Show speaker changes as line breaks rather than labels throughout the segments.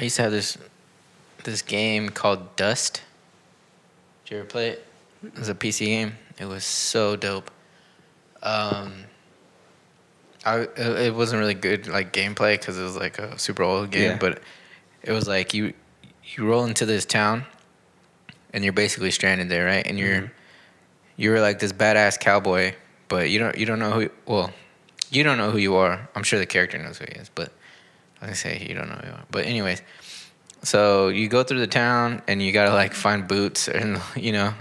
used to have this this game called Dust. Did you ever play it? It was a PC game. It was so dope. Um, I it, it wasn't really good like gameplay because it was like a super old game,
Yeah.
but it was like you you roll into this town, and you're basically stranded there, right? And you're you were like this badass cowboy, but you don't you don't know who well, you don't know who you are. I'm sure the character knows who he is, but I was gonna say you don't know who you are. But anyways, so you go through the town and you gotta like find boots and you know, and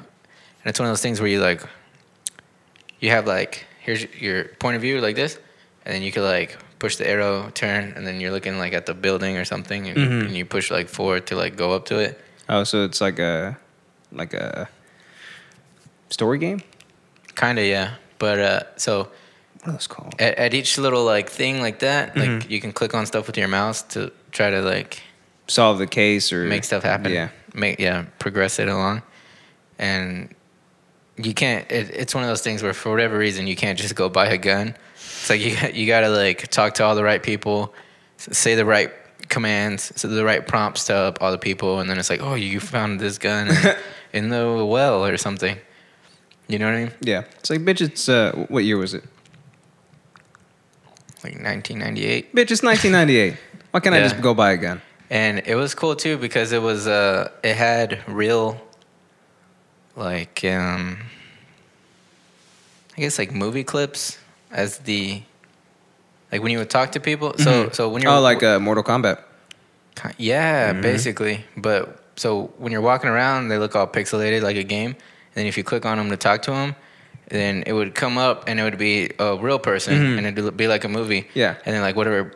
it's one of those things where you like, you have like here's your point of view like this, and then you could like push the arrow turn and then you're looking like at the building or something and,
Mhm.
and you push like forward to like go up to it.
Oh, so it's like a like a story game.
Kinda yeah, but uh, so
What are those called?
at, at each little like thing like that like you can click on stuff with your mouse to try to like
Solve the case or
make stuff happen
Mm. Yeah.
make yeah progress it along and you can't it, it's one of those things where for whatever reason you can't just go buy a gun it's like you, you gotta like talk to all the right people s- say the right commands so the right prompts to up all the people and then it's like oh you found this gun in, in the well or something you know what i mean
Yeah. It's like bitch. It's uh, what year was it?
like 1998
Bitch, it's 1998. Why can't I
Yeah.
just go buy a gun?
and it was cool too because it was uh it had real like um i guess like movie clips as the like when you would talk to people so so when you're
Oh, like Mm-hmm. uh, Mortal Kombat.
Ki- yeah basically but so when you're walking around they look all pixelated like a game and then if you click on them to talk to them then it would come up and it would be a real person
Mm-hmm.
and it'd l- be like a movie
Yeah.
and then like whatever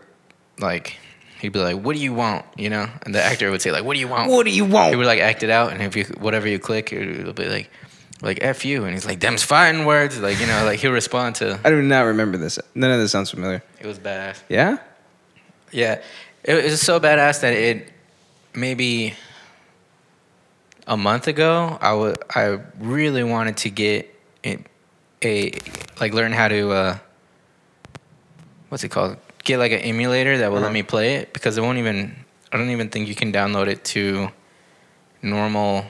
like he'd be like what do you want you know and the actor would say like what do you want
What do you
he
want?
would like act it out, and if you whatever you click, it would be like like f you, and he's like them's fighting words, like you know, like he'll respond to.
I do not remember this. None of this sounds familiar.
It was badass.
Yeah.
Yeah, it, it was so badass that it maybe a month ago I wa- I really wanted to get a, a like learn how to uh, what's it called? Get like an emulator that will let
Uh-huh.
me play it because it won't even I don't even think you can download it to normal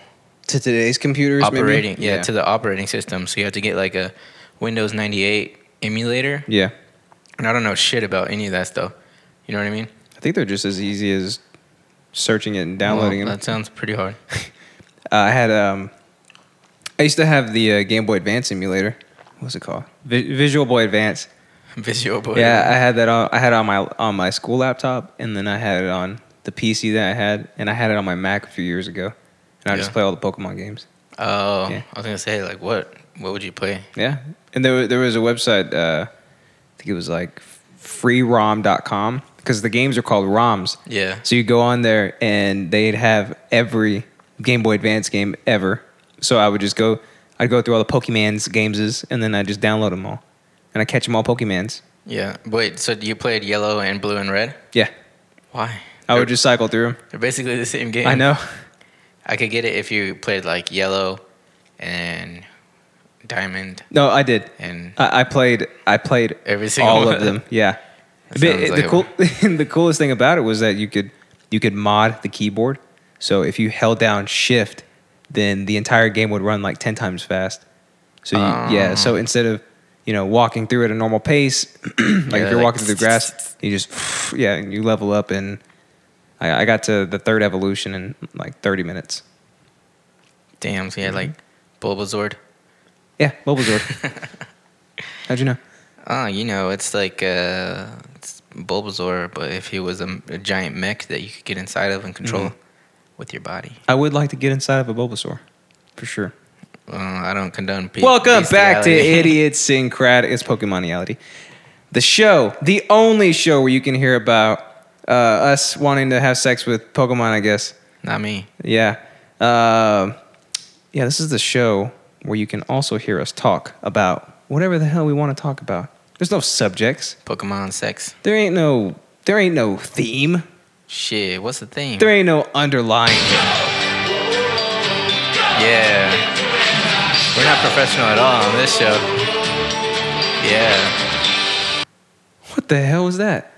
To today's computers, maybe?
operating yeah, to the operating system so you have to get like a windows 98 emulator
yeah.
and i don't know shit about any of that stuff you know what i mean
I think they're just as easy as searching it and downloading
Well,
them.
that sounds pretty hard
Uh, I had um, I used to have the uh, Game Boy Advance emulator. What was it called? Vi- Visual Boy Advance.
visual boy
Yeah, I had that on. I had it on my on my school laptop, and then I had it on the PC that I had, and I had it on my Mac a few years ago. And I just
Yeah.
play all the Pokemon games.
oh
Yeah.
i was gonna say like what what would you play
Yeah, and there wa- there was a website. Uh, I think it was like freerom.com because the games are called ROMs.
yeah
So you go on there and they'd have every Game Boy Advance game ever. So I would just go, I'd go through all the Pokemon's games and then I just download them all, and I catch them all Pokemon's.
yeah wait so you played yellow and blue and red
Yeah,
why
I would just cycle through them.
they're basically the same game
I know.
i could get it if you played like yellow and diamond
No, I did.
and
I, I played. I played
Every single
all
one.
of them. Yeah.
That
But
sounds
it-
like
the cool, the coolest thing about it was that you could you could mod the keyboard. So if you held down Shift, then the entire game would run like ten times fast. So you,
Ah.
yeah. So instead of you know walking through at a normal pace, like
Yeah,
if you're
like-
walking through the grass, you just yeah, and you level up. And I, I got to the third evolution in like thirty minutes.
damn so you had like
Mm-hmm.
bulbasaur
Yeah, Bulbasaur. How'd you know?
Oh, you know, it's like uh, it's Bulbasaur, but if he was a, a giant mech that you could get inside of and control
Mhm.
with your body.
I would like to get inside of a Bulbasaur, for sure.
Uh, I don't condone pe-
Welcome back to
bestiality.
Idiots Syncratic. It's Pokemoniality. The show, the only show where you can hear about uh, us wanting to have sex with Pokemon, I guess.
Not me.
Yeah. Um yeah, this is the show where you can also hear us talk about whatever the hell we want to talk about. There's no subjects.
Pokemon sex.
There ain't no there ain't no theme.
Shit, what's the theme?
There ain't no underlying.
Yeah. We're not professional at all on this show. Yeah.
What the hell was that?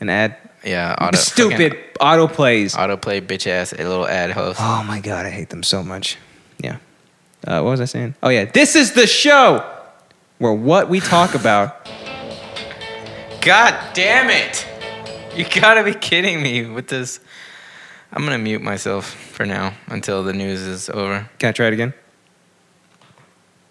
an ad.
Yeah, auto
Stupid auto plays.
auto play bitch ass a little ad host.
Oh my god, I hate them so much. Yeah. Uh, what was I saying? Oh yeah, this is the show where what we talk about.
God damn it! You gotta be kidding me with this. I'm gonna mute myself for now until the news is over.
Can I try it again?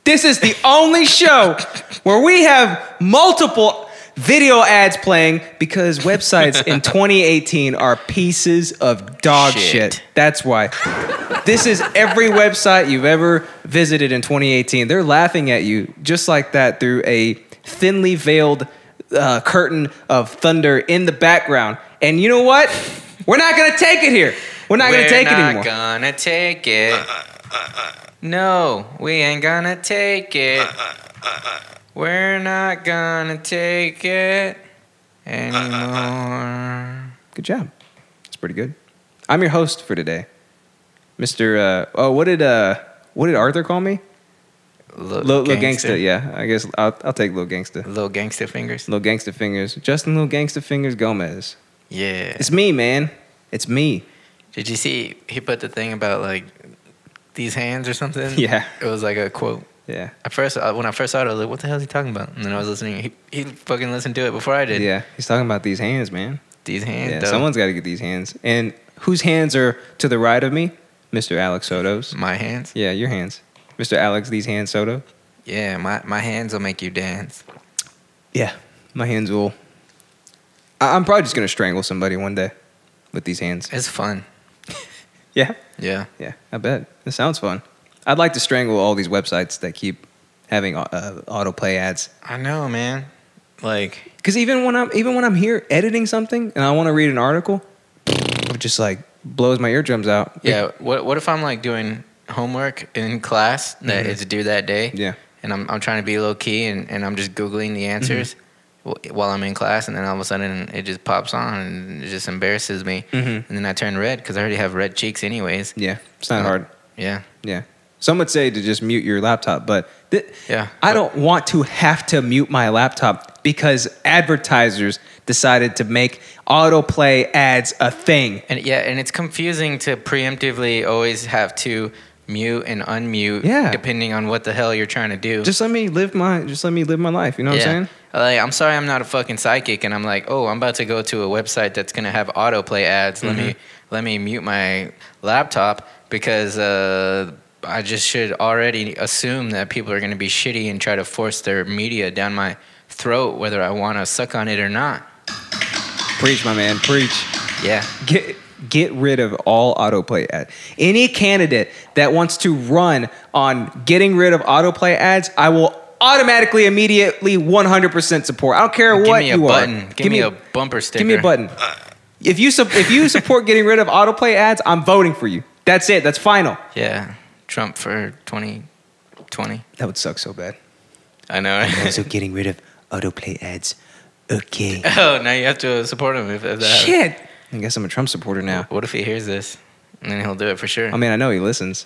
This is the only show where we have multiple video ads playing because websites in 2018 are pieces of dog shit.
Shit.
That's why. this is every website you've ever visited in 2018. They're laughing at you just like that through a thinly veiled uh, curtain of thunder in the background. And you know what? We're not going to take it here. We're not going to take it anymore.
We're not gonna take it. No, we ain't gonna take it. We're not gonna take it anymore.
Good job. That's pretty good. I'm your host for today, Mister. Uh, oh, what did uh, what did Arthur call me?
Little,
Lil, Lil Gangsta. Yeah, I guess I'll, I'll take Lil Gangsta.
Little gangster fingers.
Lil Gangsta fingers. Justin Lil Gangsta fingers Gomez.
Yeah.
It's me, man. It's me.
Did you see he put the thing about like these hands or something?
Yeah.
It was like a quote.
Yeah.
At first, uh, when I first saw it, I was like, "What the hell is he talking about?" And then I was listening. He, he fucking listened to it before I did.
Yeah. He's talking about these hands, man.
These hands.
Yeah.
though.
Someone's got to get these hands. And whose hands are to the right of me? Mister Alex Soto's.
My hands.
Yeah, your hands, Mister Alex. These hands, Soto.
Yeah. My my hands will make you dance.
Yeah, my hands will. I- I'm probably just gonna strangle somebody one day with these hands.
It's fun.
Yeah,
Yeah.
yeah, I bet. This sounds fun. I'd like to strangle all these websites that keep having au- uh, autoplay ads.
I know, man. Like,
Because even when I'm even when I'm here editing something and I want to read an article, it just like blows my eardrums out.
yeah. What what if I'm like doing homework in class that
Mhm.
is due that day?
yeah,
And I'm I'm trying to be low key and, and I'm just googling the answers. wh- While I'm in class, and then all of a sudden it just pops on and it just embarrasses me.
Mhm.
And then I turn red because I already have red cheeks, anyways.
yeah. It's not hard.
Yeah.
Yeah. Some would say to just mute your laptop, but th-
Yeah.
I don't want to have to mute my laptop because advertisers decided to make autoplay ads a thing.
And yeah, and it's confusing to preemptively always have to mute and unmute
Yeah.
depending on what the hell you're trying to do.
Just let me live my just let me live my life, you know what I'm saying?
Like, I'm sorry I'm not a fucking psychic and I'm like, "Oh, I'm about to go to a website that's going to have autoplay ads. Let me
Mm-hmm.
let me mute my laptop because uh I just should already assume that people are going to be shitty and try to force their media down my throat whether I want to suck on it or not."
Preach my man, preach.
Yeah.
Get get rid of all autoplay ads. Any candidate that wants to run on getting rid of autoplay ads, I will automatically immediately 100% support. I don't care
Give
what
me a
you are.
button. Give, me a bumper sticker.
Give me a button. Uh. If you sup- if you support getting rid of autoplay ads, I'm voting for you. That's it. That's final.
Yeah, Trump for 2020.
That would suck so bad.
I know. right?
also getting rid of autoplay ads. Okay.
oh, now you have to support him if, if that. happens.
Shit. I guess I'm a Trump supporter now.
What if he hears this? And then he'll do it for sure.
I mean, I know he listens.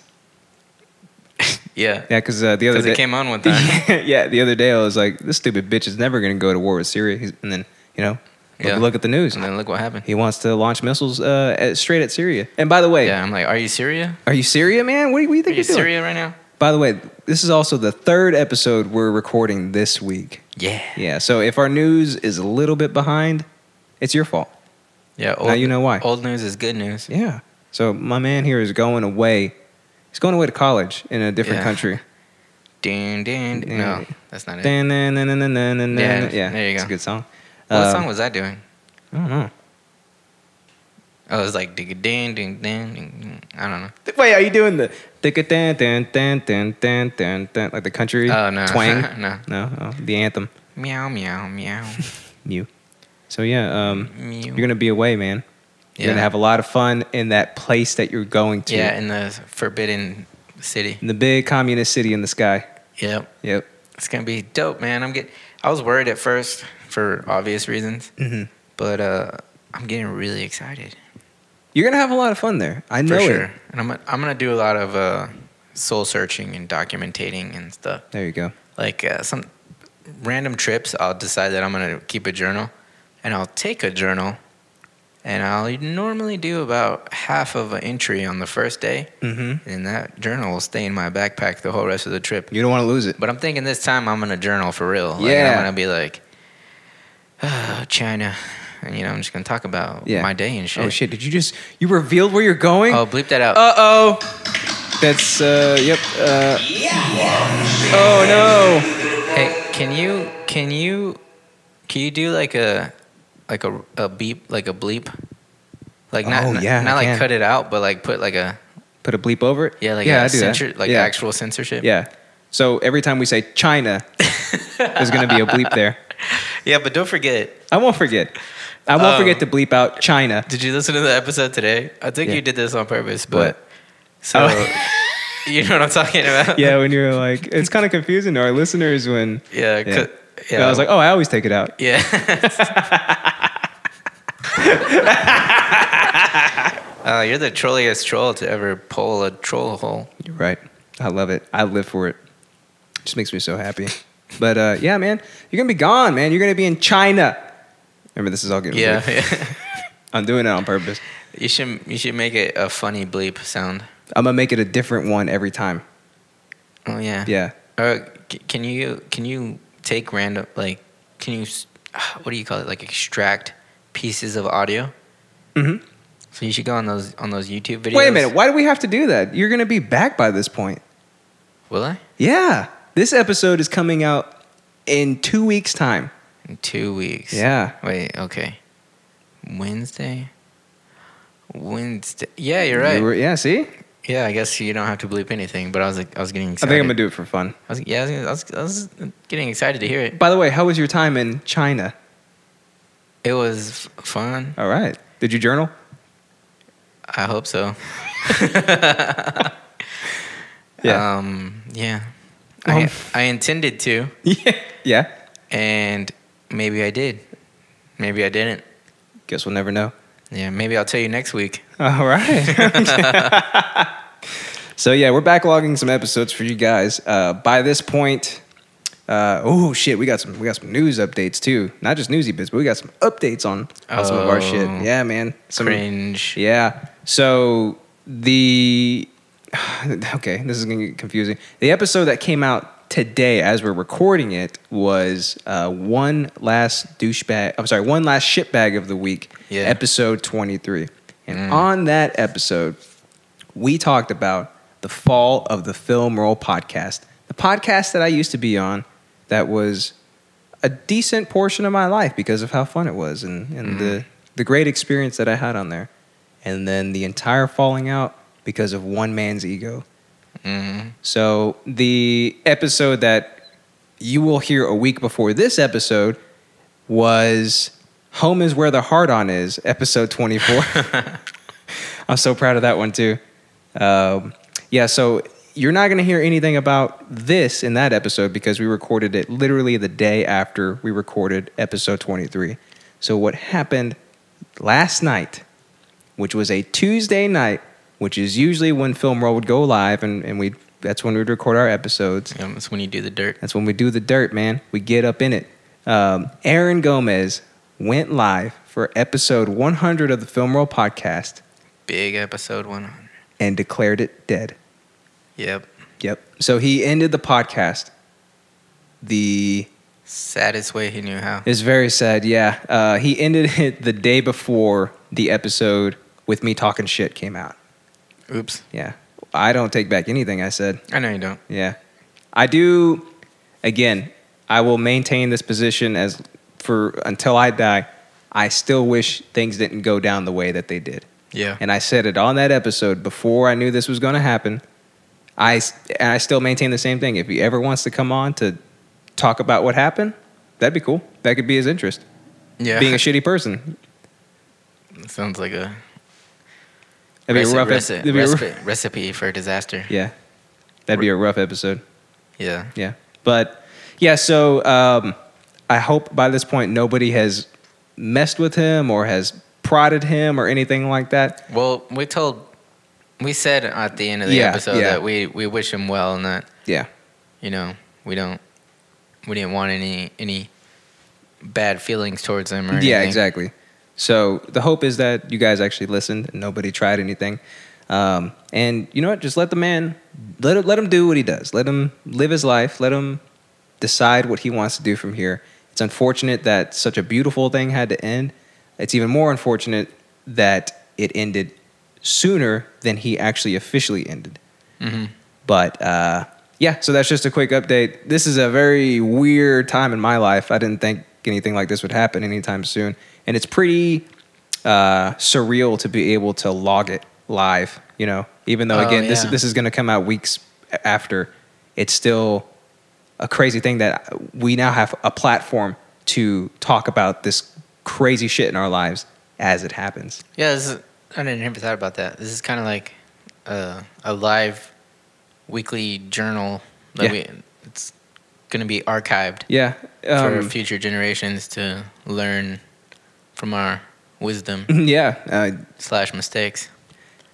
yeah.
Yeah, because uh, the other
Because
day
it came on one time.
yeah, the other day I was like, this stupid bitch is never going to go to war with Syria. He's, and then you know, look,
Yeah.
look at the news.
and then look what happened.
He wants to launch missiles uh, at, straight at Syria. And by the way,
Yeah, I'm like, are you Syria?
are you Syria, man? What do you, what do you
Are
think
you
you're
Syria
doing?
right now?
By the way, this is also the third episode we're recording this week.
Yeah.
Yeah, so if our news is a little bit behind, it's your fault.
Yeah. Old,
Now you know why.
Old news is good news.
Yeah. So my man here is going away. He's going away to college in a different
Yeah.
country.
Dun, dun, dun. No, that's not it.
Dun, dun, dun, dun, dun, dun, dun,
Yeah,
dun. Yeah,
there you
It's
go.
a good song.
What
Um,
song was I doing?
I don't know.
I was like, digga, ding, ding, ding, ding, ding. I don't know.
Wait, are you doing the dun, dun, dun, dun, dun, dun, dun, like the country
Oh, no.
twang?
No.
no, oh, the anthem.
Meow, meow, meow.
Mew. So yeah, um,
Mew.
you're gonna be away, man. You're
Yeah.
gonna have a lot of fun in that place that you're going to.
yeah, in the Forbidden City.
in the big communist city in the sky.
Yep.
Yep.
It's gonna be dope, man. I'm get. I was worried at first for obvious reasons,
Mm-hmm.
but uh, I'm getting really excited
You're gonna have a lot of fun there. I
for
know
sure.
it.
And I'm gonna- I'm gonna do a lot of uh, soul searching and documentating and stuff.
There you go.
Like uh, some random trips, I'll decide that I'm gonna keep a journal, and I'll take a journal and I'll normally do about half of an entry on the first day.
Mm-hmm.
And that journal will stay in my backpack the whole rest of the trip.
You don't want to lose it.
But I'm thinking this time I'm gonna journal for real. Like,
Yeah.
I'm gonna be like, oh, China, and you know I'm just gonna talk about
Yeah.
my day and shit.
Oh shit! Did you just you revealed where you're going?
Oh, bleep that out.
Uh oh. That's uh yep. Uh, oh no.
Hey, can you can you can you do like a like a a beep like a bleep? Like not
Oh,
not-
yeah, I
not like
can.
cut it out, but like put like a
Put a bleep over it.
yeah like
yeah,
a
I do that.
censor like
yeah.
actual censorship.
Yeah. So every time we say China, there's gonna be a bleep there.
yeah, but don't forget.
I won't forget. I won't
Um,
forget to bleep out China.
Did you listen to the episode today? I think
Yeah.
you did this on purpose, but
What?
so
Oh.
you know what I'm talking about.
Yeah, when you're like, it's kind of confusing to our listeners when.
yeah,
Yeah.
'cause-
I was like, oh, I always take it out.
Yeah. uh, you're the trolliest troll to ever pull a troll hole.
You're right. I love it. I live for it. Just makes me so happy. But uh, yeah, man, you're gonna be gone, man. You're gonna be in China. Remember, this is all getting
Yeah.
bleeped. I'm doing it on purpose.
you should you should make it a funny bleep sound.
I'm gonna make it a different one every time.
Oh yeah.
Yeah.
Or c- can you can you take random like can you s- ah, what do you call it like extract pieces of audio?
Mhm.
So you should go on those on those YouTube videos.
Wait a minute. Why do we have to do that? You're gonna be back by this point.
Will I?
Yeah. This episode is coming out in two weeks' time.
In two weeks.
Yeah.
Wait. Okay. Wednesday. Wednesday. Yeah, you're right.
You were- yeah. See,
Yeah, I guess you don't have to bleep anything. But I was like, I was getting.
I
Excited.
think I'm gonna do it for fun.
I was, yeah, I was, gonna- I was, I was getting excited to hear it.
By the way, how was your time in China?
It was f- fun.
All right. Did you journal?
I hope so.
Yeah.
Um, yeah.
Um.
I I intended to,
yeah. Yeah.
and maybe I did. Maybe I didn't.
Guess we'll never know.
Yeah. Maybe I'll tell you next week.
All right. so yeah, we're backlogging some episodes for you guys. Uh, by this point, uh, oh shit, we got some we got some news updates too. Not just newsy bits, but we got some updates on, on some of our shit.
Oh.
Yeah, man. Some,
Cringe.
Yeah. So the okay, this is gonna get confusing. The episode that came out today, as we're recording it, was uh, one last douchebag. I'm sorry, one last shitbag of the week.
Yeah.
Episode 23, and on that episode, we talked about the fall of the film roll podcast, the podcast that I used to be on, that was a decent portion of my life because of how fun it was and, and the, the great experience that I had on there. And then the entire falling out because of one man's ego.
Mhm.
So the episode that you will hear a week before this episode was Home is Where the Heart On Is, episode 24. I'm so proud of that one too. Um, yeah, so you're not going to hear anything about this in that episode because we recorded it literally the day after we recorded episode 23. So, what happened last night, which was a Tuesday night, which is usually when Film Roll would go live and, and we that's when we'd record our episodes.
Um, That's when you do the dirt.
That's when we do the dirt, man. We get up in it. Um, Aaron Gomez went live for episode 100 of the Film Roll podcast
Big episode one.
and declared it dead.
Yep.
Yep. So he ended the podcast. The
Saddest way he knew how.
it's very sad. Yeah. Uh, he ended it the day before the episode with me talking shit came out.
Oops.
Yeah. I don't take back anything I said.
I know you don't.
Yeah. I do again, I will maintain this position as for until I die. I still wish things didn't go down the way that they did.
Yeah.
And I said it on that episode before I knew this was going to happen. I s- and I still maintain the same thing. If he ever wants to come on to talk about what happened, that'd be cool. That could be his interest.
yeah.
Being a shitty person.
Sounds like a
That'd be
reci-
a rough ep-
reci-
that'd be a rough-
recipe, recipe for disaster.
Yeah. That'd be a rough episode.
Yeah.
Yeah. But yeah, so um, I hope by this point nobody has messed with him or has prodded him or anything like that.
Well, we told, we said at the end of the
Yeah,
episode
yeah.
that we we wish him well and that
Yeah.
you know we don't we didn't want any any bad feelings towards them or
Yeah,
anything.
exactly. So the hope is that you guys actually listened and nobody tried anything. Um, and you know what? Just let the man, let him, let him do what he does. Let him live his life. Let him decide what he wants to do from here. It's unfortunate that such a beautiful thing had to end. It's even more unfortunate that it ended sooner than he actually officially ended.
Mm-hmm.
But uh, yeah, so that's just a quick update. This is a very weird time in my life. I didn't think anything like this would happen anytime soon. And it's pretty uh, surreal to be able to log it live, you know, even though,
Oh,
again, this,
yeah.
this is going to come out weeks after. It's still a crazy thing that we now have a platform to talk about this crazy shit in our lives as it happens.
Yeah, this is, I didn't ever thought about that. This is kind of like uh, a live weekly journal that
Yeah.
we it's going to be archived
Yeah.
for
Um,
future generations to learn from our wisdom
yeah. Uh,
slash mistakes.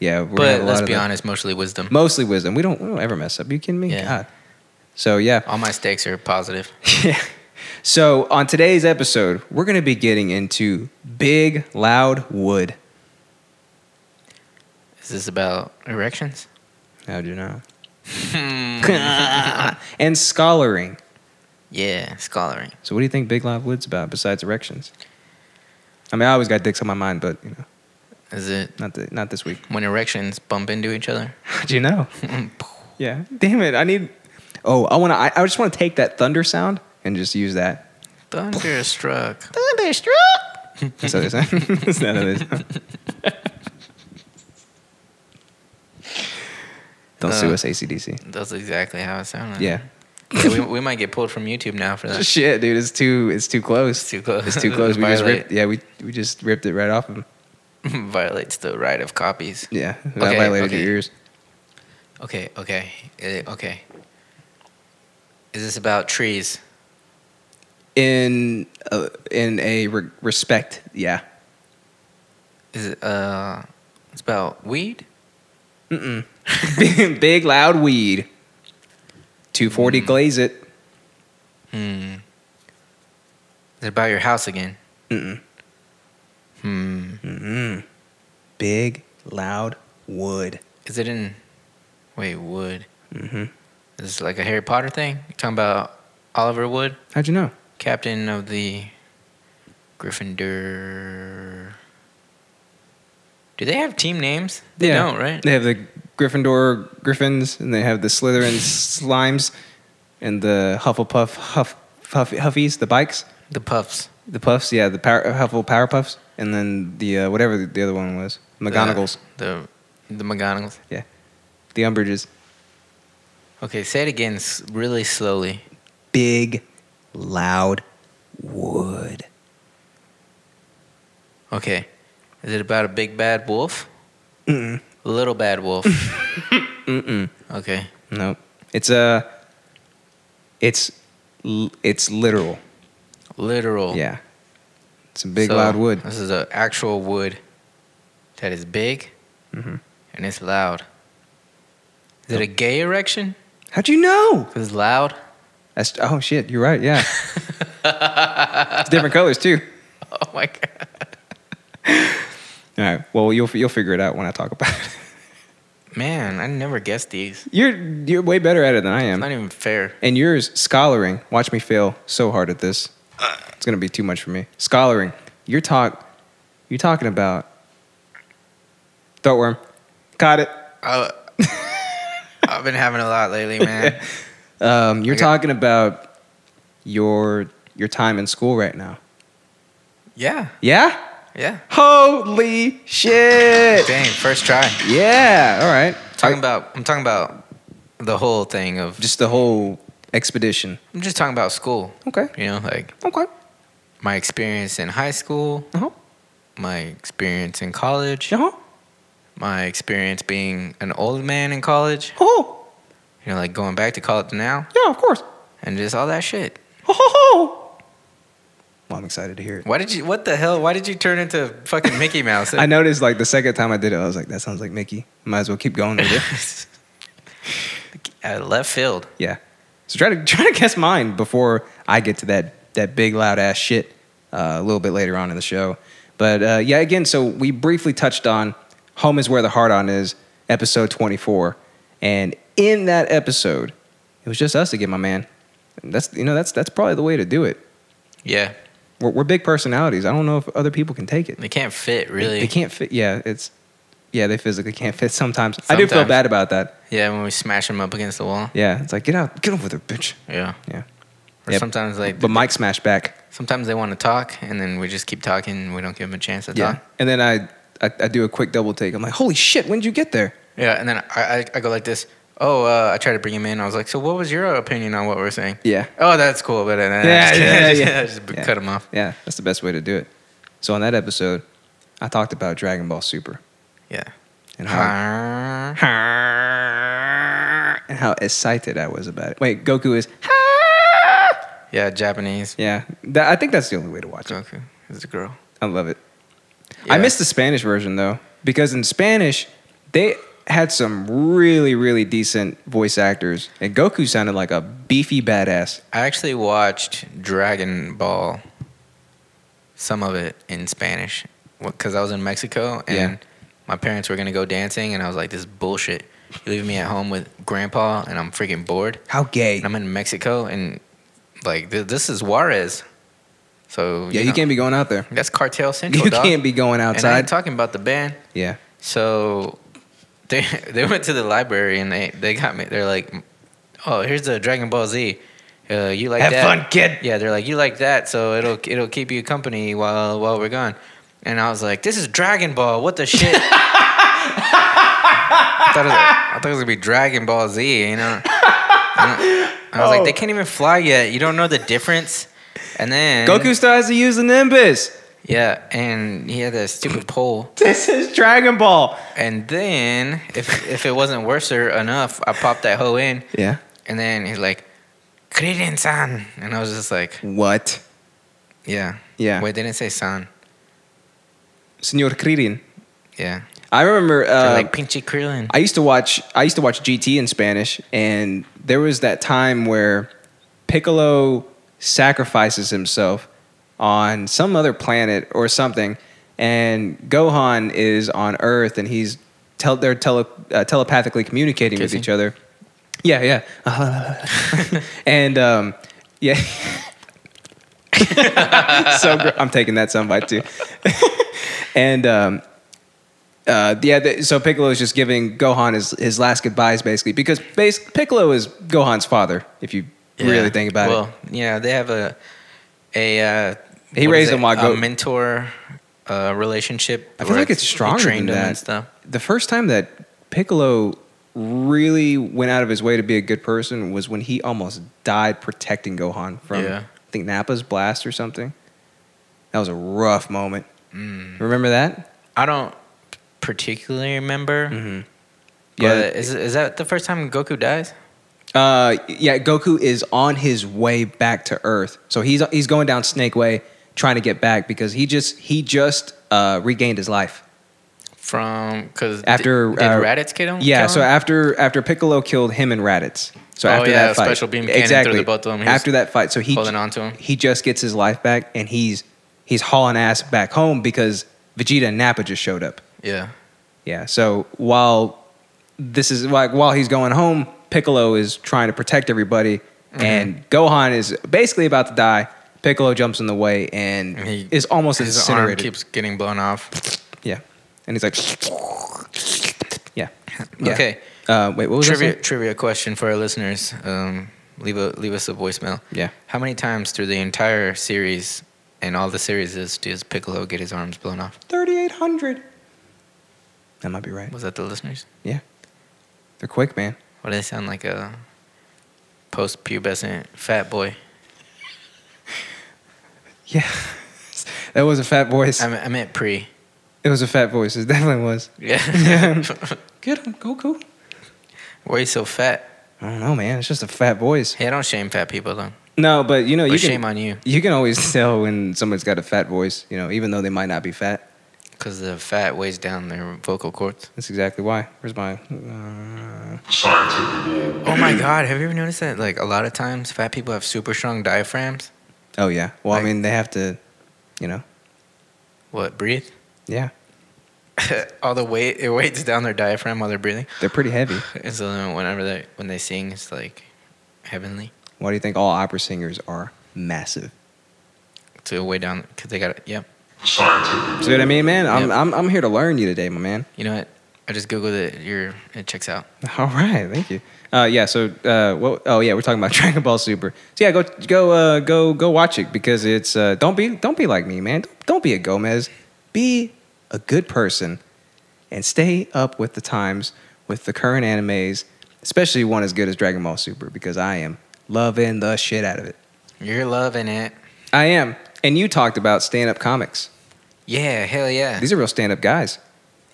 yeah. We're gonna have
But
a
let's
lot of
be
that.
honest, mostly wisdom.
Mostly wisdom. We don't, we don't ever mess up. You kidding me?
Yeah.
God. So yeah.
All my stakes are positive.
So on today's episode, we're going to be getting into big, loud wood.
Is this about erections?
How do you know?
Hmm.
and scholaring.
Yeah, scholaring.
So what do you think big, loud wood's about besides erections? I mean, I always got dicks on my mind, but you know,
Is it
not the, not this week.
when erections bump into each other?
How'd you know? yeah. Damn it! I need. Oh, I want to. I, I just want to take that thunder sound and just use that.
Thunderstruck.
Thunderstruck. That's how they sound. That's not how they sound. Don't sue
Uh,
us, ACDC.
That's exactly how it sounded.
Yeah.
Yeah, we, we might get pulled from YouTube now for that.
Shit, dude, it's too it's too close. It's
too close.
It's too close. we just
Violate.
ripped. Yeah, we we just ripped it right off him.
Violates the right of copies.
Yeah, that
Okay,
violated
okay.
your ears.
Okay, okay, eh, okay. Is this about trees?
In a, in a re- respect, yeah.
Is it uh? It's about weed.
Mm-mm. big, big loud weed. Two
Mm.
forty glaze it.
Hmm. Is it about your house again?
Mm-mm.
Hmm.
Mm-mm. Big loud wood.
Is it in? Wait, Wood.
Mm-hmm.
Is this like a Harry Potter thing? You talking about Oliver Wood,
How'd you know?
captain of the Gryffindor? Do they have team names? They don't, right?
They have the Gryffindor Griffins, and they have the Slytherin slimes, and the Hufflepuff Huff, Huff Huffies, the bikes,
The Puffs.
the puffs. Yeah, the power, Huffle Powerpuffs, and then the uh, whatever the other one was,
The-
McGonagalls,
The the McGonagalls.
the Umbridges.
Okay, say it again, s- really slowly.
Big, loud wood.
Okay. Is it about a big bad wolf?
Mm-mm.
Little bad wolf.
Mm-mm.
okay.
No, it's a. Uh, it's l- it's literal.
Literal.
Yeah, it's a big
So,
loud wood.
This is an actual wood that is big Mm-hmm.
Mhm.
and it's loud. Is it a gay erection?
How'd you know?
'Cause It's loud.
That's oh shit. You're right. Yeah, it's different colors too.
Oh my god.
All right. Well, you'll you'll figure it out when I talk about it.
Man, I never guessed these.
You're you're way better at it than I
It's
am.
not even fair.
And yours, scholaring. Watch me fail so hard at this. It's gonna be too much for me. Scholaring. You're talk. You're talking about throat worm. Caught it.
Uh, I've been having a lot lately, man.
Um, you're
I got-
talking about your your time in school right now.
yeah.
Yeah.
Yeah.
Holy shit.
Dang, first try.
Yeah. All right.
Talking
I-
about I'm talking about the whole thing of
just the whole expedition.
I'm just talking about school.
Okay.
You know, like
Okay.
my experience in high school,
Uh huh.
my experience in college,
Uh huh.
my experience being an old man in college,
Oh.
you know, like going back to college now
Yeah. Of course.
and just all that shit.
Oh, well, I'm excited to hear it.
Why did you what the hell? Why did you turn into fucking Mickey Mouse?
I noticed like the second time I did it, I was like, that sounds like Mickey. Might as well keep going with it.
At left field.
yeah. So try to try to guess mine before I get to that that big loud ass shit. uh, a little bit later on in the show. But uh, yeah, again, so we briefly touched on Home is Where the Heart On Is, episode 24. And in that episode, it was just us again, my man. And that's, you know, that's, that's probably the way to do it.
Yeah,
We're, we're big personalities. I don't know if other people can take it.
they can't fit really.
They can't fit. Yeah, it's, yeah, they physically can't fit sometimes. I do feel
Sometimes.
bad about that.
Yeah, when we smash them up against the wall.
Yeah, it's like, get out, get over there, bitch.
Yeah.
Yeah.
Or
Yeah,
sometimes like
But Mike smashed back.
sometimes they want to talk and then we just keep talking. and We don't give them a chance to
Yeah.
talk.
And then I, I, I do a quick double take. I'm like, holy shit, when did you get there?
Yeah, and then I, I, I go like this. Oh, uh, I try to bring him in. I was like, so what was your opinion on what we are saying?
Yeah.
Oh, that's cool. But then I
Yeah,
just-
yeah,
I just,
yeah.
I just
Yeah.
cut him off.
Yeah, that's the best way to do it. So on that episode, I talked about Dragon Ball Super
Yeah.
and how, and how excited I was about it. Wait, Goku is
Yeah, Japanese.
yeah. That, I think that's the only way to watch it.
Goku is a girl.
I love it.
Yeah.
I missed the Spanish version though because in Spanish they had some really really decent voice actors and Goku sounded like a beefy badass.
I actually watched Dragon Ball, some of it in Spanish, because I was in Mexico and
Yeah.
my parents were gonna go dancing, and I was like, "This is bullshit. You leave me at home with grandpa, and I'm freaking bored.
How gay?
And I'm in Mexico, and like th- this is Juarez, so
Yeah, you
know,
can't be going out there.
That's cartel central.
You
dog.
can't be going
And I ain't
outside.
talking about the band.
Yeah.
So they they went to the library and they, they got me. They're like, oh, here's the Dragon Ball Z. Uh, you like
Have
that?
fun, kid.
Yeah, they're like, you like that, so it'll it'll keep you company while while we're gone. And I was like, this is Dragon Ball. What the shit? I, thought it was, I thought it was gonna be Dragon Ball Z. You know. And I
Oh.
was like, they can't even fly yet. You don't know the difference. And then
Goku still has to use the Nimbus.
yeah, and he had that stupid pole.
This is Dragon Ball.
And then if if it wasn't worse enough, I popped that hoe in,
Yeah.
and then he's like, "Krillin san," and I was just like,
What?
"Yeah,
Yeah.
Wait, they didn't say san.
Senor Krillin.
Yeah,
I remember
They're
uh,
like pinchy Krillin.
I used to watch I used to watch GT in Spanish and there was that time where Piccolo sacrifices himself on some other planet or something and Gohan is on Earth and he's tel- they're tele- uh, telepathically communicating
Kissing.
with each other. Yeah, yeah. and um, yeah. so gr- I'm taking that soundbite too. and um, uh, yeah, the, so Piccolo is just giving Gohan his, his last goodbyes basically because base, Piccolo is Gohan's father if you really think about it.
well, yeah, they have a a uh,
He
what
raised
is it?
him while Go-
a mentor uh, relationship.
I feel
where
like it's
he
stronger than
trained him
that.
and stuff.
The first time that Piccolo really went out of his way to be a good person was when he almost died protecting Gohan from
Yeah.
I think Nappa's blast or something. That was a rough moment.
Mm.
Remember that?
I don't particularly remember.
Mm-hmm. Yeah.
But is is that the first time Goku dies?
Uh, yeah, Goku is on his way back to Earth, so he's he's going down Snake Way trying to get back because he just he just uh, regained his life
From because
after
did,
uh,
Raditz kill him?
Yeah,
kill
so
him?
after after Piccolo killed him and Raditz. So
Oh,
after
yeah,
that fight,
special beam cannon through the both of them. He was
After that fight, so he
holding onto him.
He just gets his life back, and he's he's hauling ass back home because Vegeta and Nappa just showed up.
yeah.
Yeah. So while this is like while he's going home, Piccolo is trying to protect everybody,
Mm-hmm.
and Gohan is basically about to die. Piccolo jumps in the way and
He-
is almost
his arm
incinerated.
keeps getting blown off.
yeah, and he's like, yeah, yeah.
Okay.
Uh, wait, what was I
Trivia
saying?
trivia question for our listeners. Um, leave a leave us a voicemail.
Yeah.
How many times through the entire series and all the series is does Piccolo get his arms blown off?
3,800. That might be right.
Was that the listeners?
Yeah. They're quick, man.
What they sound like a post pubescent fat boy.
Yeah. that was a fat voice.
I, me- I meant pre.
it was a fat voice. It definitely was.
Yeah.
Get him, Goku.
Why are you so fat?
I don't know, man. It's just a fat voice.
Hey, I don't shame fat people though.
No, but you know,
But
you can,
shame on you
you can always tell when someone's got a fat voice, you know, even though they might not be fat.
because the fat weighs down their vocal cords.
That's exactly why. Where's my. Uh,
Oh my god, have you ever noticed that? Like a lot of times, fat people have super strong diaphragms.
oh, yeah. Well,
Like-
I mean, they have to. You know?
What breathe?
Yeah.
All the weight it weights down their diaphragm while they're breathing.
They're pretty heavy.
And so then whenever they when they sing, it's like heavenly
Why do you think all opera singers are massive?
to way down because they got it. Yep.
See what I mean, man? I'm,
Yeah.
I'm, I'm here to learn you today, my man.
You know what? I just googled it. Your it checks out.
All right, thank you. Uh, yeah, so uh, well, oh yeah, we're talking about Dragon Ball Super. So yeah, go go uh, go go watch it because it's uh, don't be don't be like me, man. Don't, don't be a Gomez. Be a good person and stay up with the times with the current animes, especially one as good as Dragon Ball Super because I am loving the shit out of it.
You're loving it.
I am. And you talked about stand up comics.
Yeah, hell yeah.
These are real stand up guys.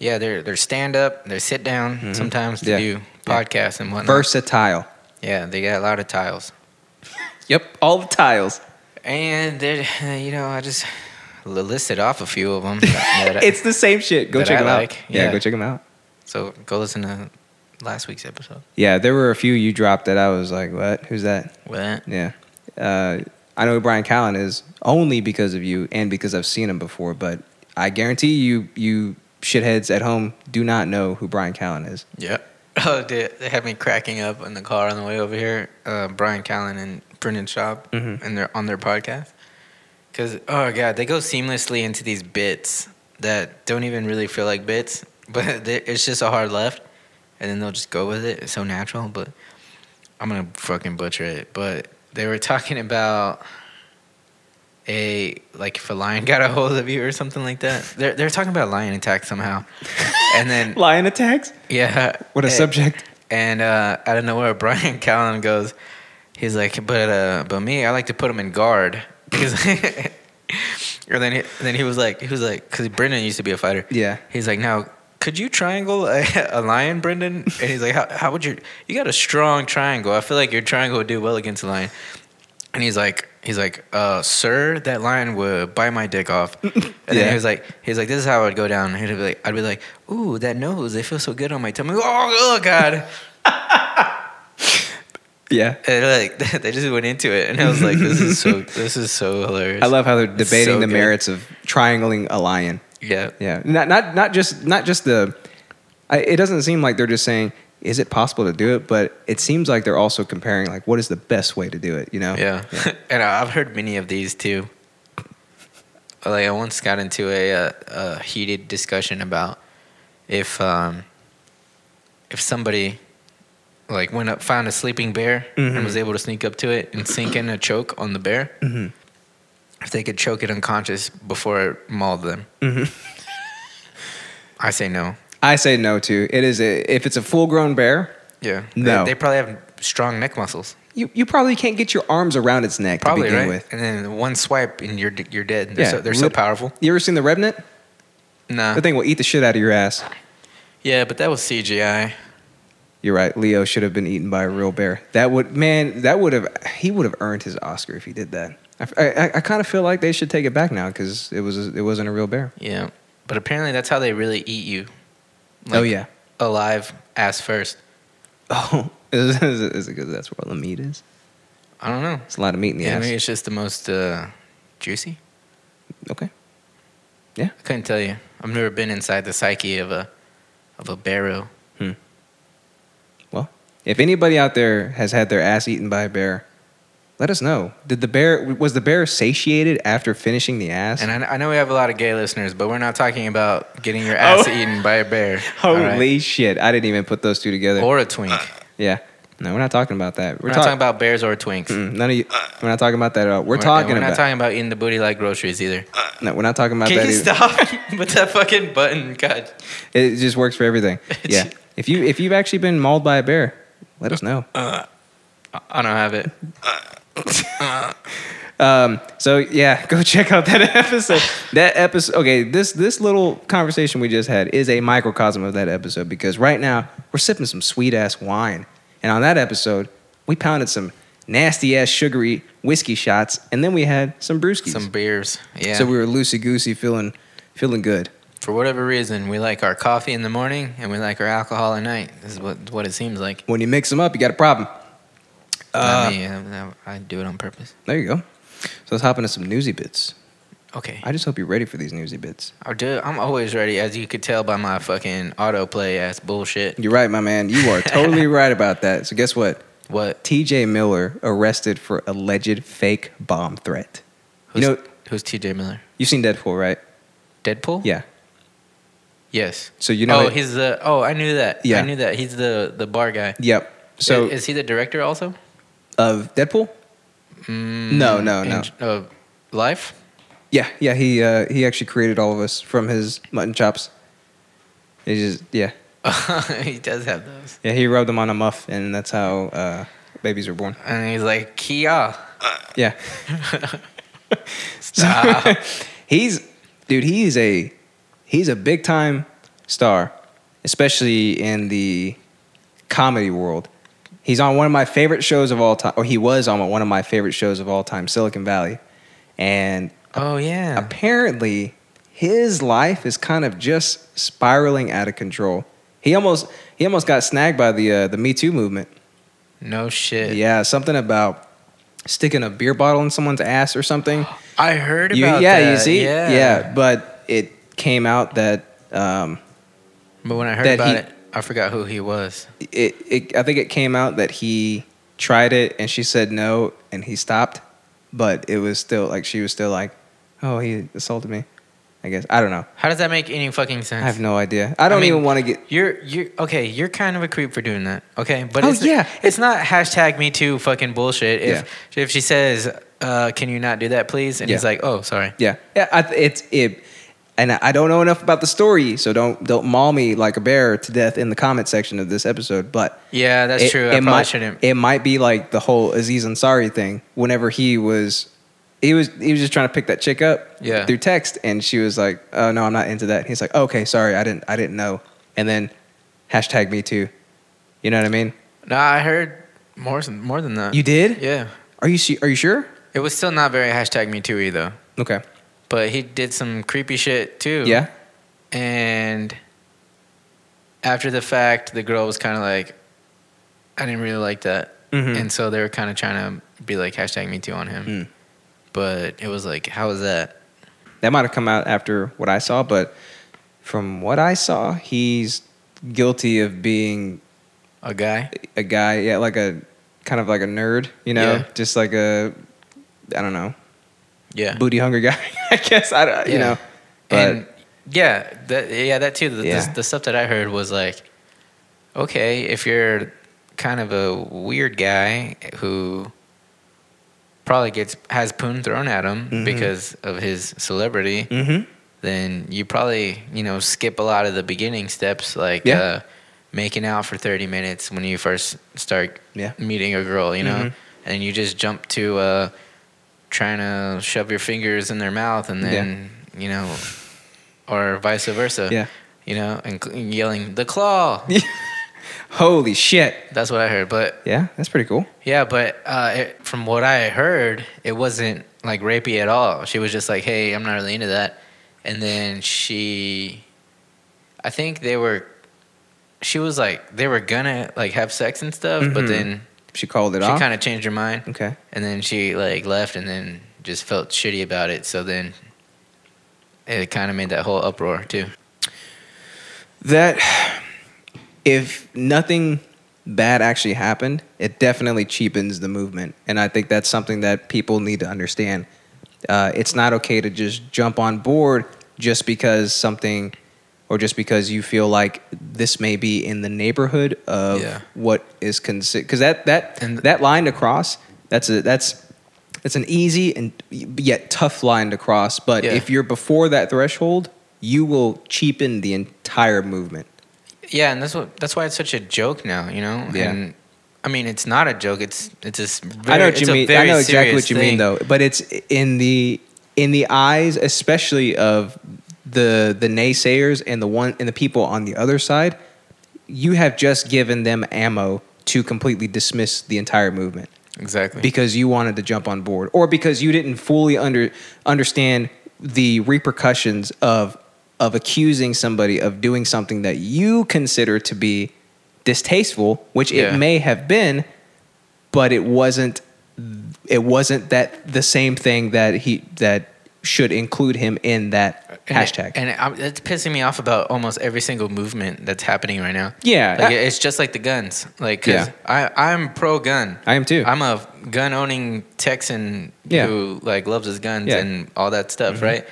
Yeah, they're they're stand up, they're sit down sometimes to
Mm-hmm. Yeah.
do podcasts and whatnot.
Versatile.
Yeah, they got a lot of tiles.
Yep, all the tiles.
And they're you know, I just li- listed off a few of them. uh,
it's the same shit. Go
that
check
I
them out.
like.
yeah,
Yeah.
go check them out.
so go listen to last week's episode.
Yeah, there were a few you dropped that I was like, what? Who's that?
What?
Yeah. Uh, I know who Brian Callen is only because of you and because I've seen him before, but I guarantee you, you shitheads at home do not know who Brian Callen is.
Yeah. Oh, dude, they had me cracking up in the car on the way over here. Uh, Brian Callen and Brendan Schaub
Mm-hmm.
and they're on their podcast. Because oh god, they go seamlessly into these bits that don't even really feel like bits, but they- it's just a hard left, and then they'll just go with it. It's so natural, but I'm gonna fucking butcher it. But they were talking about a like if a lion got a hold of you or something like that. They're they're talking about lion attack somehow, and then
Lion attacks?
yeah,
What a
and-
subject.
and uh, out of nowhere, Brian Callen goes, he's like, but uh, but me, I like to put him in guard because. Or then, he, then he was like, he was like, because Brendan used to be a fighter.
Yeah.
He's like, now could you triangle a, a lion, Brendan? And he's like, how, how would you? You got a strong triangle. I feel like your triangle would do well against a lion. And he's like, he's like, uh, sir, that lion would bite my dick off. And then
Yeah.
he was like, he's like, this is how I would go down. He'd be like, I'd be like, ooh, that nose, it feels so good on my tummy. Oh, oh God.
Yeah.
And like they just went into it, and I was like, "This is so, this is so hilarious."
I love how they're
It's
debating
so
the
good.
merits of triangling a lion.
Yeah,
Yeah, not not not just not just the. I, it doesn't seem like they're just saying, "Is it possible to do it?" But it seems like they're also comparing, like, what is the best way to do it? You know?
yeah. and I- I've heard many of these too. Like I once got into a, a, a heated discussion about if um, if somebody like went up, found a sleeping bear, and
Mm-hmm.
was able to sneak up to it and sink in a choke on the bear, if they could choke it unconscious before it mauled them.
Mm-hmm.
I say no.
I say no to it. Is a, if it's a full-grown bear,
Yeah.
No.
They, they probably have strong neck muscles.
you, you probably can't get your arms around its neck
Probably
to begin
right.
with.
And then one swipe and you're you're dead. They're, so, they're so
Lit-
powerful.
You ever seen the Revenant?
Nah.
That thing will eat the shit out of your ass.
Yeah, but that was CGI.
You're right. Leo should have been eaten by a real bear. That would, man, that would have, he would have earned his Oscar if he did that. I, I, I kind of feel like they should take it back now because it was it wasn't a real bear.
Yeah. But apparently that's how they really eat you.
oh
Like,
yeah.
Alive ass first.
Oh, is, is, is it because that's where all the meat is?
I don't know.
It's a lot of meat in the
Yeah,
ass.
maybe it's just the most uh, juicy.
Okay.
I couldn't tell you. I've never been inside the psyche of a of a barrel.
Well, if anybody out there has had their ass eaten by a bear, let us know. Did the bear was the bear satiated after finishing the ass?
And I, I know we have a lot of gay listeners, but we're not talking about getting your ass
Oh.
eaten by a bear. all
Holy
right?
shit! I didn't even put those two together.
Or a twink.
yeah. No, we're not talking about that.
We're, not talking about bears or twinks.
Mm, none of you. We're not talking about that at all. We're,
and
talking
we're
about.
not talking about eating the booty like groceries either.
no, we're not talking about that.
Can you
either.
stop with that fucking button? God.
It just works for everything. Yeah. if you if you've actually been mauled by a bear, let us know.
I don't have it.
Um, so yeah, go check out that episode. That episode. Okay, this this little conversation we just had is a microcosm of that episode because right now we're sipping some sweet ass wine, and on that episode we pounded some nasty ass sugary whiskey shots, and then we had some brewskis.
Some beers. Yeah.
So we were loosey goosey, feeling feeling good.
For whatever reason, we like our coffee in the morning and we like our alcohol at night. This is what, what it seems like.
When you mix them up, you got a problem. Uh,
Not me. I, I do it on purpose.
There you go. So let's hop into some newsy bits.
Okay.
I just hope you're ready for these newsy bits.
I'll do it. I'm always ready, as you could tell by my fucking autoplay ass bullshit.
You're right, my man. You are totally right about that. So guess what?
What?
T.J. Miller arrested for alleged fake bomb threat.
Who's,
You know,
who's TJ Miller?
you've seen Deadpool, right?
Deadpool?
Yeah.
Yes.
So you know.
oh,
it-
he's the. Oh, I knew that.
Yeah.
I knew that. He's the the bar guy.
Yep. So
is, is he the director also?
of Deadpool?
Mm,
No, no, no.
in- uh, life.
Yeah, yeah. He uh, he actually created all of us from his mutton chops. He just yeah
he does have those.
yeah he rubbed them on a muff and that's how uh, babies are born.
And he's like Kia.
Yeah.
Stop.
he's dude. He's a he's a big time star, especially in the comedy world. He's on one of my favorite shows of all time, or he was on one of my favorite shows of all time, Silicon Valley, and
oh yeah.
apparently his life is kind of just spiraling out of control. He almost he almost got snagged by the uh, the Me Too movement.
No shit.
Yeah, something about sticking a beer bottle in someone's ass or something.
I heard
You-
about
yeah,
that.
you see,
Yeah.
but it came out that um,
But when I heard
That
about
he-
it, I forgot who he was.
it, it I think it came out that he tried it and she said no and he stopped, but it was still like she was still like, oh he assaulted me, I guess I don't know.
How does that make any fucking
I
sense?
have no idea. I don't
mean,
even want to get
You're you're okay. You're kind of a creep for doing that. Okay, but
Oh,
it's,
yeah.
it's not hashtag Me Too fucking bullshit. If if she says, uh, "Can you not do that, please?" and he's
Yeah.
like, "Oh, sorry."
Yeah, yeah. I, th- it's it, and I don't know enough about the story, so don't don't maul me like a bear to death in the comment section of this episode. But
Yeah, that's
it-
true. I
It
probably
might,
shouldn't.
It might be like the whole Aziz Ansari thing. Whenever he was, he was he was just trying to pick that chick up
Yeah.
through text, and she was like, "Oh no, I'm not into that." he's like, "Okay, sorry, I didn't I didn't know." And then hashtag me too. You know what I mean?
no, I heard more than more than that.
You did?
Yeah,
Are you su- are you sure?
it was still not very hashtag Me Too though.
Okay.
But he did some creepy shit too.
Yeah.
and after the fact, the girl was kind of like, I didn't really like that.
Mhm.
And so they were kind of trying to be like, hashtag me too on him.
Mm.
But it was like, how is that?
That might have come out after what I saw, but from what I saw, he's guilty of being
A guy?
a guy, yeah, like a kind of like a nerd, you know,
Yeah.
just like a I don't know,
Yeah.
booty hunger guy. I guess I don't,
Yeah.
you know, but
and yeah, that, yeah, that too. The,
Yeah.
the, the stuff that I heard was like, okay, if you're kind of a weird guy who probably gets has poon thrown at him
Mhm.
because of his celebrity,
Mhm.
then you probably you know skip a lot of the beginning steps like
Yeah.
uh, making out for 30 minutes when you first start
Yeah.
meeting a girl you know
Mhm.
and you just jump to uh, trying to shove your fingers in their mouth and then you know or vice versa
Yeah.
you know and cl- yelling the claw
holy shit,
that's what i heard but
yeah, that's pretty cool.
yeah but uh, it, from what i heard it wasn't like rapey at all she was just like hey i'm not really into that and then she i think they were she was like they were gonna like have sex and stuff but
Mhm.
then
She called it
she
off.
kind of changed her mind
okay,
and then she like left and then just felt shitty about it so then it kind of made that whole uproar too
that if nothing bad actually happened, it definitely cheapens the movement. And I think that's something that people need to understand. Uh, it's not okay to just jump on board just because something or just because you feel like this may be in the neighborhood of
Yeah.
what is considered because that that
And-
that line to cross that's a that's that's an easy and yet tough line to cross but
Yeah.
if you're before that threshold you will cheapen the entire movement
yeah and that's what that's why it's such a joke now you know
Yeah.
and i mean it's not a joke it's it's just very,
I know what you
it's a
mean. I
very
know exactly
serious
what you
thing.
mean, though. But it's in the in the eyes, especially of the the naysayers and the one and the people on the other side. You have just given them ammo to completely dismiss the entire movement
exactly
because you wanted to jump on board or because you didn't fully under understand the repercussions of of accusing somebody of doing something that you consider to be distasteful which
Yeah.
it may have been but it wasn't it wasn't that the same thing that he that should include him in that
And it-
hashtag.
and it, I'm, it's pissing me off about almost every single movement that's happening right now.
Yeah,
Like,
I-
it's just like the guns. Like, 'cause
Yeah.
I, I'm pro gun.
I am too.
I'm a gun owning Texan
Yeah.
who like loves his guns
Yeah. Mm-hmm.
and all that stuff, right?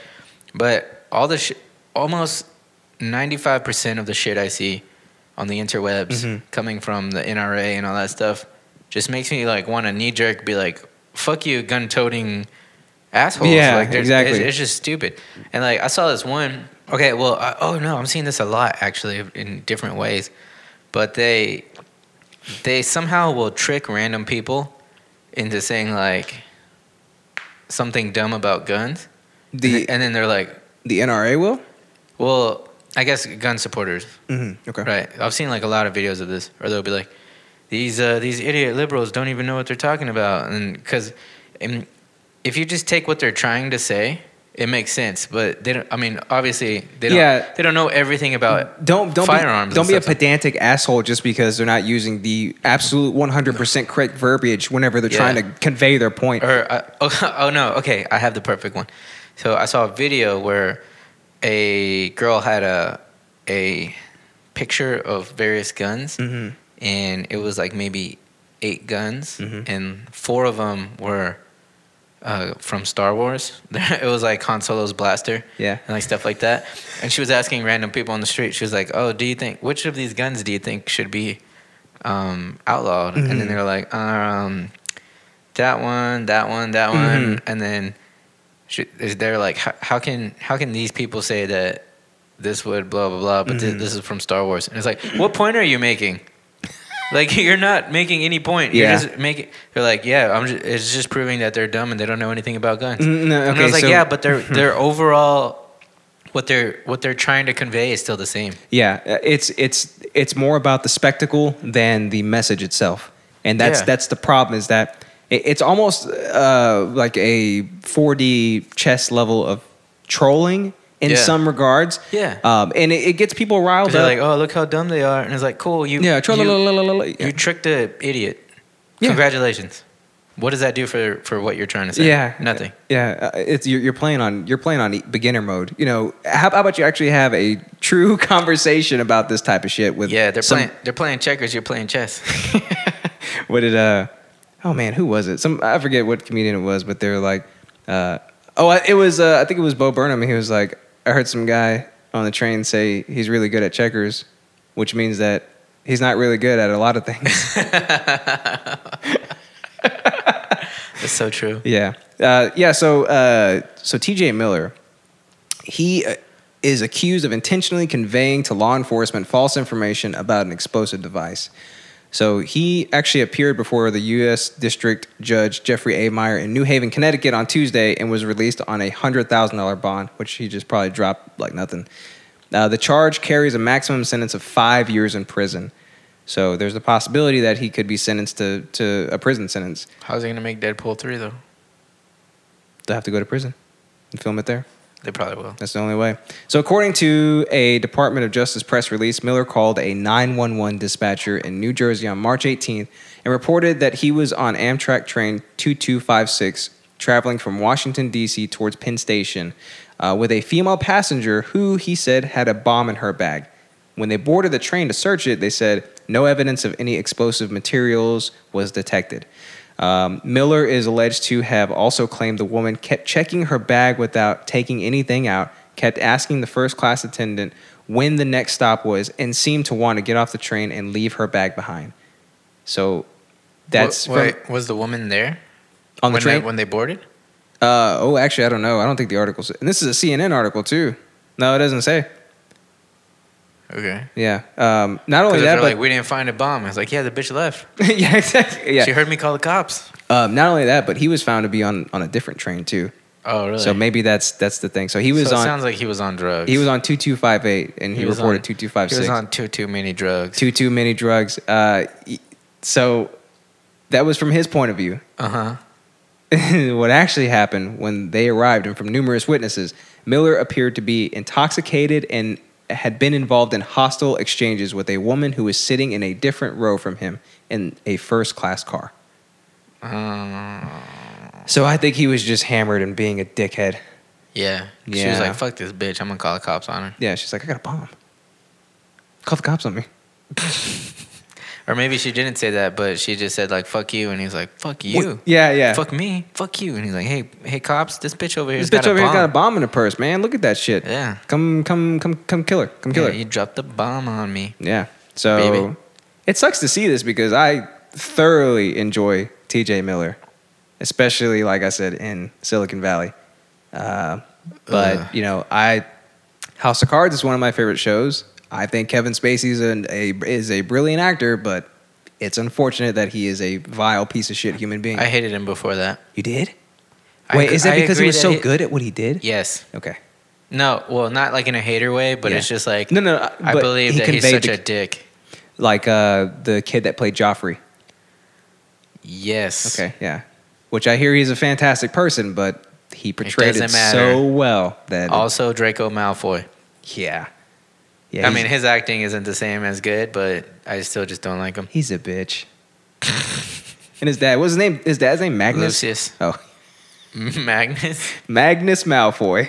But all the sh- almost 95% of the shit I see on the interwebs
Mm-hmm.
coming from the NRA and all that stuff just makes me like want to knee jerk be like, fuck you, gun toting assholes.
Yeah,
like, there's-
exactly.
It's, it's just stupid. And like I saw this one. Okay, well, I, oh no, I'm seeing this a lot actually in different ways, but they they somehow will trick random people into saying like something dumb about guns,
the
and then they're like,
the NRA will.
well, I guess gun supporters.
Mm-hmm. Okay.
Right. I've seen like a lot of videos of this, or they'll be like, these uh, these idiot liberals don't even know what they're talking about, and because, if you just take what they're trying to say, it makes sense. But they don't. I mean, obviously they don't.
Yeah.
They don't know everything about
Don't don't
firearms.
Be, don't
and
be a
stuff.
pedantic asshole just because they're not using the absolute 100% correct verbiage whenever they're
Yeah.
trying to convey their point.
Or uh, oh, oh no, okay, I have the perfect one. So I saw a video where a girl had a a picture of various guns, and it was like maybe eight guns, and four of them were uh, from Star Wars. it was like Han Solo's blaster,
Yeah.
and like stuff like that. And she was asking random people on the street. She was like, "Oh, do you think which of these guns do you think should be um, outlawed?" And then they were like, um, "That one, that one, that one." And then she, is they're like, "How- "How can how can these people say that this would blah blah blah?" But thi- this, is from Star Wars, and it's like, "What point are you making?" Like you're not making any point. You're
Yeah.
just making. They're like, yeah, I'm. Just, it's just proving that they're dumb and they don't know anything about guns.
Mm, no,
and
okay,
I was like,
so-
yeah, but their their overall, what they're what they're trying to convey is still the same.
Yeah, uh, it's it's it's more about the spectacle than the message itself, and that's
Yeah.
that's the problem is that it, it's almost uh, like a 4D chess level of trolling in
Yeah.
some regards.
Yeah.
um, and it, it gets people riled
They're
up.
like, oh, look how dumb they are, and it's like, cool, you
yeah, troll.
you,
yeah.
you tricked a idiot.
Yeah.
Congratulations. What does that do for for what you're trying to say?
Yeah,
nothing.
Yeah, uh, it's you're, you're playing on you're playing on e, beginner mode. You know, how, how about you actually have a true conversation about this type of shit with
Yeah, they're
some-
playing they're playing checkers. You're playing chess.
what did uh oh man who was it some i forget what comedian it was but they were like uh oh I- it was uh, i think it was bo burnham he was like i heard some guy on the train say he's really good at checkers which means that he's not really good at a lot of things
That's so true.
yeah uh, yeah so uh so tj miller he uh, is accused of intentionally conveying to law enforcement false information about an explosive device. So he actually appeared before the U.S. District Judge Jeffrey A. Meyer in New Haven, Connecticut on Tuesday and was released on a $100,000 bond, which he just probably dropped like nothing. Uh, the charge carries a maximum sentence of five years in prison. So there's a possibility that he could be sentenced to, to a prison sentence.
How's it gonna make Deadpool three though?
They'll have to go to prison and film it there.
They probably will.
That's the only way. So, according to a Department of Justice press release, Miller called a 911 dispatcher in New Jersey on March 18th and reported that he was on Amtrak train 2256 traveling from Washington, D.C. towards Penn Station uh, with a female passenger who he said had a bomb in her bag. When they boarded the train to search it, they said no evidence of any explosive materials was detected. Um, Miller is alleged to have also claimed the woman kept checking her bag without taking anything out, kept asking the first class attendant when the next stop was, and seemed to want to get off the train and leave her bag behind. So that's
Wa- wait,
from-
was the woman there
on the
when
train.
they, when they boarded?
Uh, oh, actually, I don't know. I don't think the article says. And this is a CNN article, too. No, it doesn't say.
Okay.
Yeah. Um, not only
Because they're
that,
like,
but.
we didn't find a bomb. I was like, yeah, the bitch left.
yeah, exactly. Yeah.
She heard me call the cops.
Um, not only that, but he was found to be on, on a different train too.
Oh, really?
So maybe that's that's the thing. So he was
So it
on
sounds like he was on drugs.
he was on two two five eight and he,
was
reported
on-
two two five
He was
six
on too too many drugs.
too too many drugs. Uh, y- so that was from his point of view.
Uh huh.
what actually happened when they arrived, and from numerous witnesses, Miller appeared to be intoxicated and had been involved in hostile exchanges with a woman who was sitting in a different row from him in a first class car.
Uh-huh.
So I think he was just hammered and being a dickhead.
Yeah. She was
Yeah.
like, fuck this bitch. I'm going to call the cops on her.
Yeah, she's like, I got a bomb. Call the cops on me.
Or maybe she didn't say that, but she just said, like, fuck you. And he's like, fuck you.
Yeah, yeah.
Fuck me. Fuck you. And he's like, hey, hey, cops, this bitch over here.
This bitch over here got a bomb in her purse, man. Look at that shit.
Yeah.
Come, come, come, come, kill her. Come kill
Yeah,
her.
you dropped the bomb on me.
Yeah. So
Baby.
it sucks to see this because I thoroughly enjoy TJ Miller, especially like I said in Silicon Valley. Uh, but
Ugh.
you know, I House of Cards is one of my favorite shows. I think Kevin Spacey's an, a is a brilliant actor, but it's unfortunate that he is a vile piece of shit human being.
I hated him before that.
you did?
I
Wait,
ag-
is that
I
because he
agree
was
that
so
he-
good at what he did?
Yes.
Okay.
No, well, not like in a hater way, but
Yeah.
it's just like
No, no, no,
I
but
believe
he
that he's
conveyed
such
the-
a dick.
Like uh, the kid that played Joffrey.
Yes.
Okay, yeah. Which I hear he's a fantastic person, but he portrayed it,
doesn't matter.
so well that it-
Also, Draco Malfoy.
yeah, yeah.
I
he's-
mean, his acting isn't the same as good, but I still just don't like him.
he's a bitch. and his dad, what's his name? His dad's name Magnus.
Lucius
Oh,
Magnus.
Magnus Malfoy.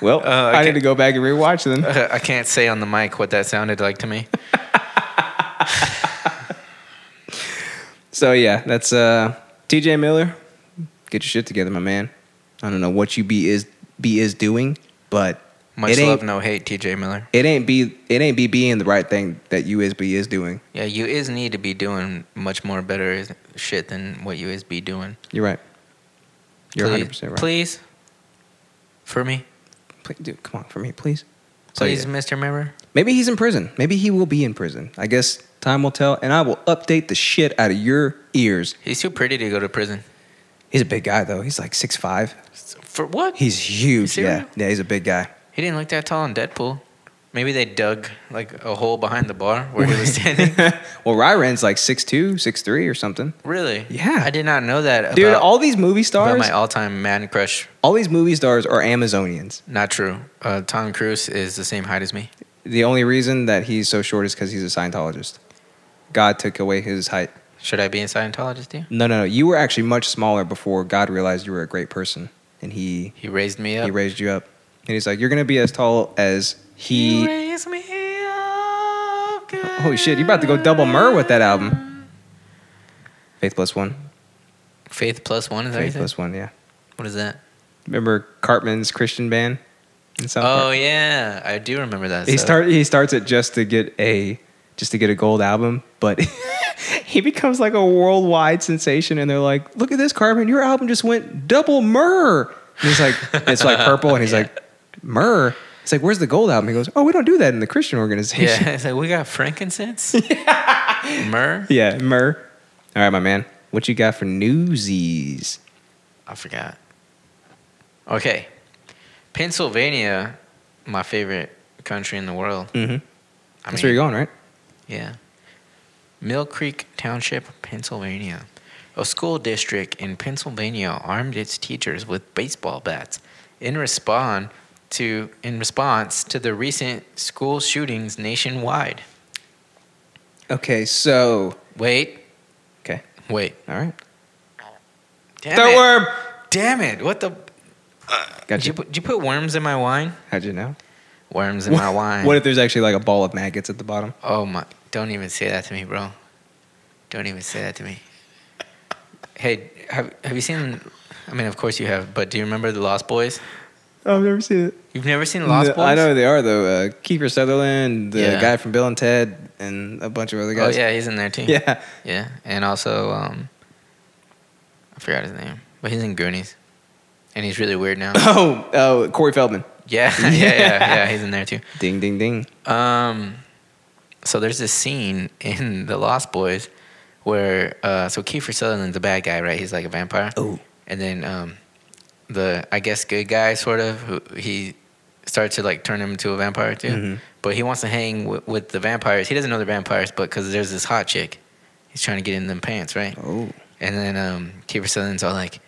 well,
Uh,
I
okay.
need to go back and rewatch them.
I can't say on the mic what that sounded like to me.
So yeah, that's uh TJ Miller. Get your shit together, my man. I don't know what you be is be is doing, but
Much
it ain't
love, no hate, T.J. Miller.
it ain't be it ain't be being the right thing that you is be is doing.
Yeah, you is need to be doing much more better is- shit than what you is be doing.
You're right. You're
Please-
100 percent right.
Please, for me,
Please, dude, come on for me, please. So,
please,
yeah.
Mr. Mirror.
Maybe he's in prison. Maybe he will be in prison. I guess time will tell, and I will update the shit out of your ears.
He's too pretty to go to prison.
He's a big guy though. He's like six five.
For what? He,
He's huge.
serious?
Yeah, yeah. He's a big guy.
didn't look that tall in Deadpool. Maybe they dug like a hole behind the bar where he was standing.
well, Ryren's like six two, six three, or something.
really?
Yeah.
I did not know that.
Dude,
about,
all these movie
about
stars,
my all-time man crush.
all these movie stars are Amazonians.
Not true. Uh, Tom Cruise is the same height as me.
The only reason that he's so short is because he's a Scientologist. God took away his height.
Should I be a Scientologist? Do you?
No, no, no. You were actually much smaller before God realized you were a great person, and he
He raised me up.
he raised you up. And he's like, you're gonna be as tall as
He
he.
raised me up.
Holy shit! You're about to go double myrrh with that album. Faith plus one.
Faith plus one is that? what you
Faith
said?
plus one. Yeah.
What is that?
Remember Cartman's Christian band? In South Park?
Oh yeah, I do remember that.
He
so-
start he starts it just to get a just to get a gold album, but he becomes like a worldwide sensation, and they're like, "Look at this, Carmen! Your album just went double myrrh." And he's like, "It's like purple," and he's like, "Myrrh." It's like, "Where's the gold album?" He goes, "Oh, we don't do that in the Christian organization."
Yeah, it's like we got frankincense, myrrh.
Yeah, myrrh. All right, my man, what you got for newsies?
I forgot. Okay, Pennsylvania, my favorite country in the world.
Mm-hmm.
I
That's where you're going, right?
Yeah. Mill Creek Township, Pennsylvania. A school district in Pennsylvania armed its teachers with baseball bats in respond to in response to the recent school shootings nationwide.
Okay, so
Wait.
okay,
Wait.
all right.
Damn
Throw
it.
worm.
Damn it. What the did
Gotcha.
you, put- did you put worms in my wine?
How'd you know?
Worms in my wine.
What if there's actually like a ball of maggots at the bottom?
Oh my! Don't even say that to me, bro. Don't even say that to me. Hey, have have you seen? I mean, of course you have, but do you remember the Lost Boys?
Oh, I've never seen it.
You've never seen Lost
No,
Boys?
I know who they are though. Uh, Kiefer Sutherland, the
Yeah.
guy from Bill and Ted, and a bunch of other
Oh
guys.
yeah, he's in there too.
yeah.
yeah, and also um, I forgot his name, but he's in Goonies, and he's really weird now.
Oh, oh, Corey Feldman.
yeah, yeah, yeah, yeah, he's in there too.
Ding, ding, ding.
Um, so there's this scene in The Lost Boys where uh, so Kiefer Sutherland's a bad guy, right? He's like a vampire.
Oh.
And then um, the I guess good guy sort of who he starts to like turn him into a vampire too,
Mm-hmm.
but he wants to hang w- with the vampires. He doesn't know they're vampires, but because there's this hot chick, he's trying to get in them pants, right?
Oh,
And then um, Kiefer Sutherland's all like,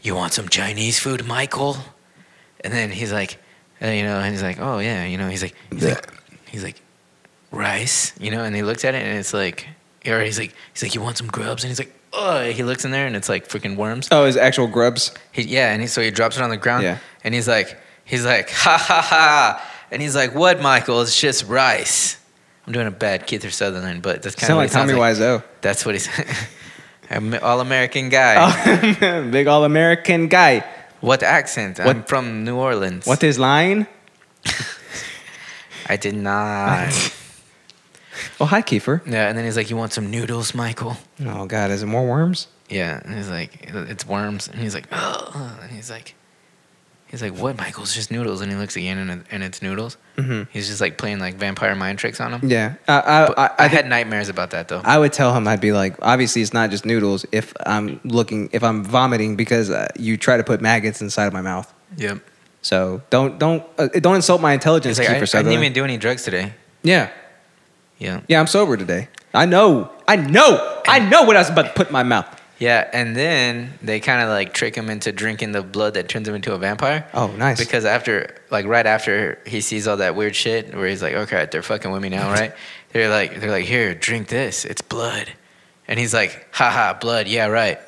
"You want some Chinese food, Michael?" And then he's like, uh, you know, and he's like, "Oh yeah," you know, he's like, he's like, he's like, rice, you know. And he looks at it, and it's like or he's like, he's like, you want some grubs? And he's like, oh, he looks in there and it's like freaking worms.
Oh, his actual grubs.
He, yeah, and he, so he drops it on the ground.
Yeah.
And he's like, he's like, ha ha ha. And he's like, what, Michael? It's just rice. I'm doing a bad Keith or Sutherland, but that's kind
Sound
of
like Tommy Wiseau.
That's what he's. I'm all American guy.
Oh, big all American guy.
What accent? I'm
What-
from New Orleans.
What is line?
I did not.
Oh, hi, Kiefer.
yeah, and then he's like, "You want some noodles, Michael?"
Oh God, is it more worms?
Yeah, and he's like, "It's worms," and he's like, "Ugh," and he's like, he's like, "What, Michael? It's just noodles." And he looks again, and, it- and it's noodles.
Mhm.
He's just like playing like vampire mind tricks on him.
Yeah, I Uh, I,
But
I,
I,
I, think
had nightmares about that though.
I would tell him I'd be like, obviously it's not just noodles. If I'm looking, if I'm vomiting because uh, you try to put maggots inside of my mouth,
yep.
so don't don't uh, don't insult my intelligence,
He's like, I, I
Kiefer
didn't
Sutherland.
even do any drugs today.
yeah,
Yeah.
yeah, I'm sober today. I know, I know, I know what I was about to put in my mouth.
Yeah, and then they kind of like trick him into drinking the blood that turns him into a vampire.
Oh, nice.
Because after, like, right after he sees all that weird shit, where he's like, "Okay, they're fucking with me now, right?" they're like, "They're like, here, drink this. It's blood," and he's like, "Haha, blood. Yeah, right."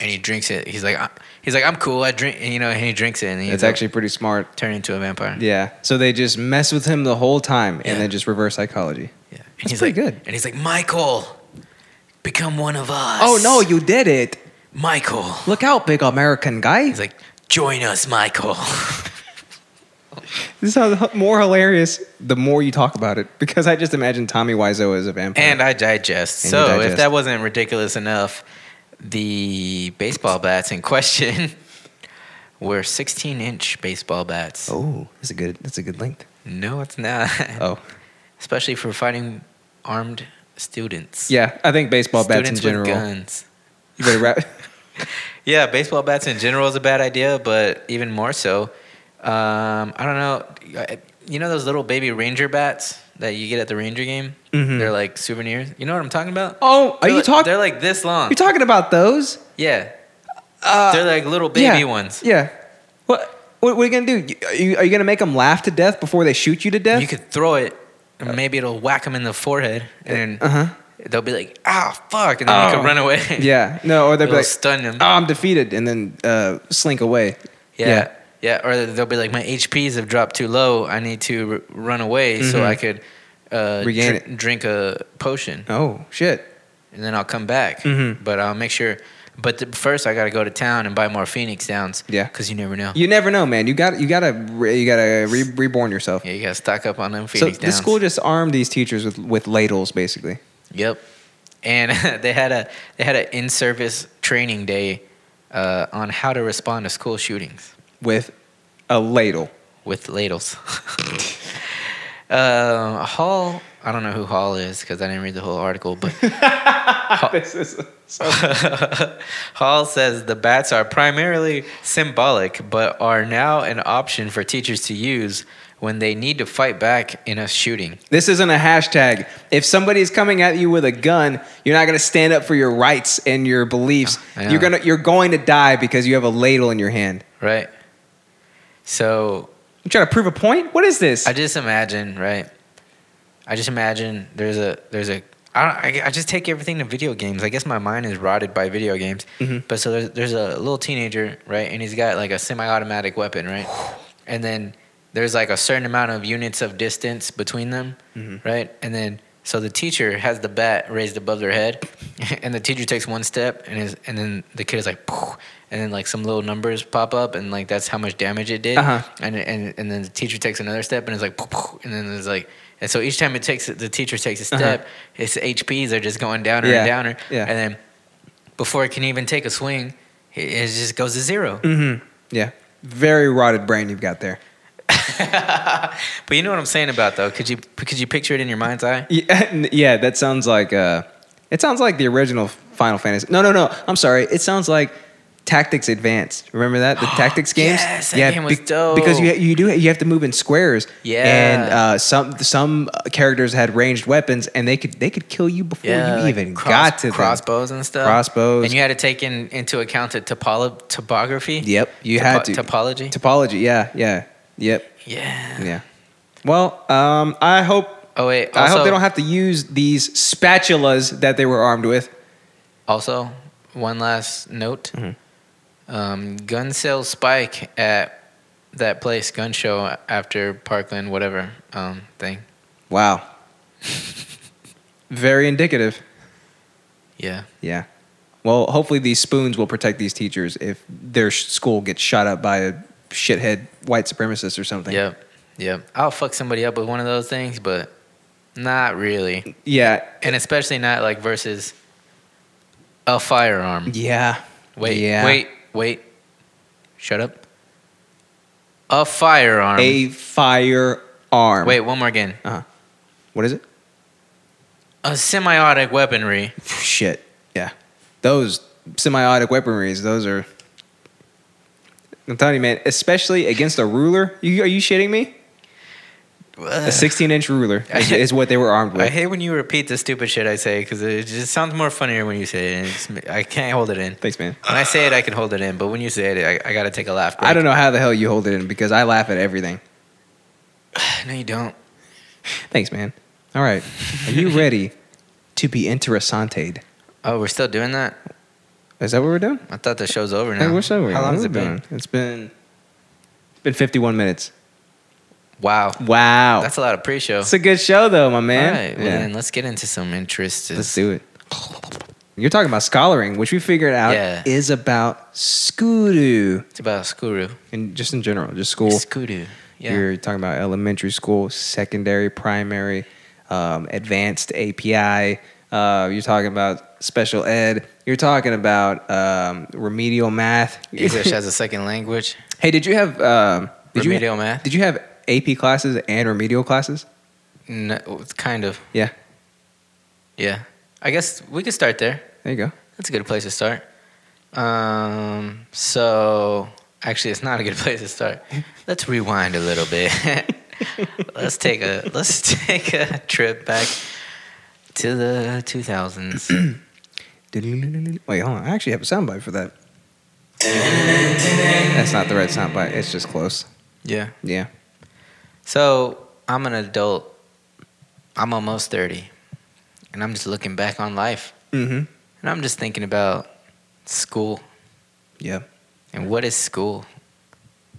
And he drinks it. He's like, I- "He's like, I'm cool. I drink," and, you know. And he drinks it, and he's
It's
like,
actually pretty smart.
turned into a vampire.
Yeah, so they just mess with him the whole time,
Yeah.
and then just reverse psychology.
Yeah. And
That's
he's
pretty
like,
good.
And he's like, "Michael, become one of us."
Oh no, you did it!
Michael.
Look out, big American guy.
He's like, "Join us, Michael."
This is how- more hilarious the more you talk about it because I just imagine Tommy Wiseau as a vampire.
And I digest.
And you
so
digest.
if that wasn't ridiculous enough, the baseball bats in question were 16 inch baseball bats.
oh, that's a good that's a good length.
No, it's not.
Oh,
Especially for fighting armed students.
yeah, I think baseball bats in
students
general.
with guns.
You better wrap.
Yeah, baseball bats in general is a bad idea, but even more so. Um, I don't know. I- You know those little baby ranger bats that you get at the ranger game?
Mhm.
They're like souvenirs. You know what I'm talking about?
Oh, are
They're
you
like-
talking?
They're like this long.
you talking about those
Yeah. They're like little baby
yeah,
ones.
Uh, Yeah. What, what? What are you gonna do? You- Are you, are you gonna make them laugh to death before they shoot you to death?
You could throw it, and maybe it'll whack them in the forehead, and
Uh huh.
they'll be like, "Ah, fuck!" And then you
Oh.
can run away.
Yeah. No. Or they'll be
it'll
like,
stun them.
"Oh, I'm defeated," and then uh, slink away.
yeah. yeah, Or they'll be like, "My HPs have dropped too low. I need to r- run away so
Mhm.
I could uh,
Regain
dr- drink a potion,
Oh shit.
and then I'll come back.
Mhm.
But I'll make sure." But th- first, I gotta go to town and buy more Phoenix Downs.
Yeah.
because you never know.
You never know, man. You got you gotta re- you gotta re- reborn yourself.
yeah, you gotta stock up on them
So
Phoenix
the
Downs.
school just armed these teachers with, with ladles, basically.
Yep. And they had a they had an in service training day uh, on how to respond to school shootings
With a ladle.
with ladles. uh, Hall, I don't know who Hall is because I didn't read the whole article, but
this is
Hall says the bats are primarily symbolic, but are now an option for teachers to use when they need to fight back in a shooting.
this isn't a hashtag. If somebody's coming at you with a gun, you're not gonna stand up for your rights and your beliefs.
Yeah.
You're gonna you're going to die because you have a ladle in your hand.
Right. So
You trying to prove a point? What is this?
I just imagine, right? I just imagine there's a there's a I don't, I, I just take everything to video games. I guess my mind is rotted by video games. But so there's there's a little teenager, right? And he's got like a semi-automatic weapon, right? And then there's like a certain amount of units of distance between them,
Mm-hmm.
right? And then so the teacher has the bat raised above their head, and the teacher takes one step, and is and then the kid is like, "Poof," and then like some little numbers pop up, and like that's how much damage it did,
Uh-huh.
and and and then the teacher takes another step, and it's like, "Poof," "Poof," and then it's like, and so each time it takes the teacher takes a
Uh-huh.
step, its HPs are just going downer
Yeah,
and downer,
yeah.
and then before it can even take a swing, it, it just goes to 0
mm-hmm. Yeah. Very rotted brain you've got there.
But you know what I'm saying about though? Could you could you picture it in your mind's eye?
Yeah, yeah, that sounds like uh, it sounds like the original Final Fantasy. No, no, no. I'm sorry. It sounds like Tactics Advanced. Remember that the Tactics games?
Yes, that game was dope.
Because you you do you have to move in squares.
Yeah.
and uh, some some uh, characters had ranged weapons, and they could they could kill you before you
like
even
cross-
got to them.
crossbows and stuff.
Crossbows.
and you had to take in, into account the topolo- topography.
Yep, you
Topo-
had to
topology.
topology. Yeah, yeah, yep,
yeah,
yeah. Well, um, I hope
Oh wait. Also,
I hope they don't have to use these spatulas that they were armed with.
Also, one last note.
Mm-hmm.
Um, gun sales spike at that place, gun show after Parkland, whatever um, thing.
Wow. Very indicative.
Yeah.
Yeah. Well, hopefully these spoons will protect these teachers if their sh- school gets shot up by a shithead white supremacist or something.
Yep. Yep. I'll fuck somebody up with one of those things, but not really,
Yeah.
and especially not like versus a firearm.
Yeah.
Wait.
Yeah.
Wait. Wait. Shut up. A firearm.
A firearm.
Wait. One more again.
What is it?
A semiotic weaponry.
Shit. Yeah. Those semiotic weaponries, those are. I'm telling you, man, especially against a ruler. You, are you shitting me? A 16 inch ruler is, is what they were armed
I
with.
hate when you repeat the stupid shit I say because it just sounds more funnier when you say it. And it's, I can't hold it in.
Thanks, man.
When I say it, I can hold it in, but when you say it, I, I gotta take a laugh.
I don't know how the hell you hold it in because I laugh at everything.
No, you don't.
Thanks, man. All right. Are you ready to be interesanted?
Oh, we're still doing that.
Is that what we're doing?
I thought the show's over
Hey,
now.
what's over?
How long has
What we
it been?
doing? It's been it's been 51 minutes.
Wow,
Wow.
that's a lot of pre-show.
It's a good show though, my man.
All right, well
Yeah.
then let's get into some interests.
Let's do it. You're talking about scholaring, which we figured out
Yeah.
is about skoodoo
It's about Skuru.
and just in general, just school.
Skuru. Yeah.
You're talking about elementary school, secondary, primary, um, advanced API. Uh, you're talking about special ed. You're talking about um, remedial math.
English as a second language.
hey, did you have um, did
Remedial
you,
math?
Did you have AP classes and remedial classes?
No, it's kind of.
Yeah,
Yeah. I guess we could start there.
there you go.
That's a good place to start. Um, so actually, it's not a good place to start. Let's rewind a little bit. let's take a let's take a trip back to the 2000s.
Wait, hold on. I actually have a soundbite for that. That's not the right soundbite. It's just close.
yeah.
Yeah.
So I'm an adult. I'm almost 30, and I'm just looking back on life,
Mm-hmm.
and I'm just thinking about school
Yeah.
and what is school.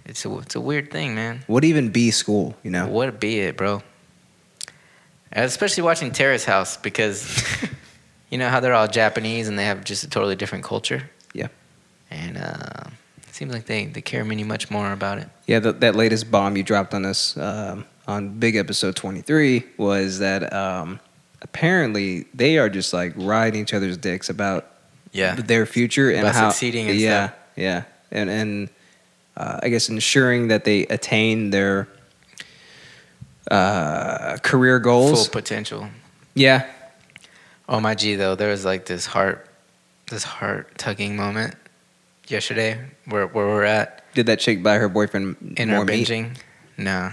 It's a it's a weird thing, man.
Would even be school? You know.
What be it, bro? And Especially watching Terrace House because you know how they're all Japanese and they have just a totally different culture.
Yeah.
And uh, it seems like they, they care many much more about it.
Yeah, th that latest bomb you dropped on us um, on Big Episode 23 was that um, apparently they are just like riding each other's dicks about
Yeah.
their future and
About
how
succeeding and
yeah,
stuff.
yeah, and and uh, I guess ensuring that they attain their uh, career
Full
goals.
potential.
yeah,
Oh my G though, there was like this heart this heart tugging moment yesterday where where we're at
did that chick buy her boyfriend
in
more
our
meat?
binging. No.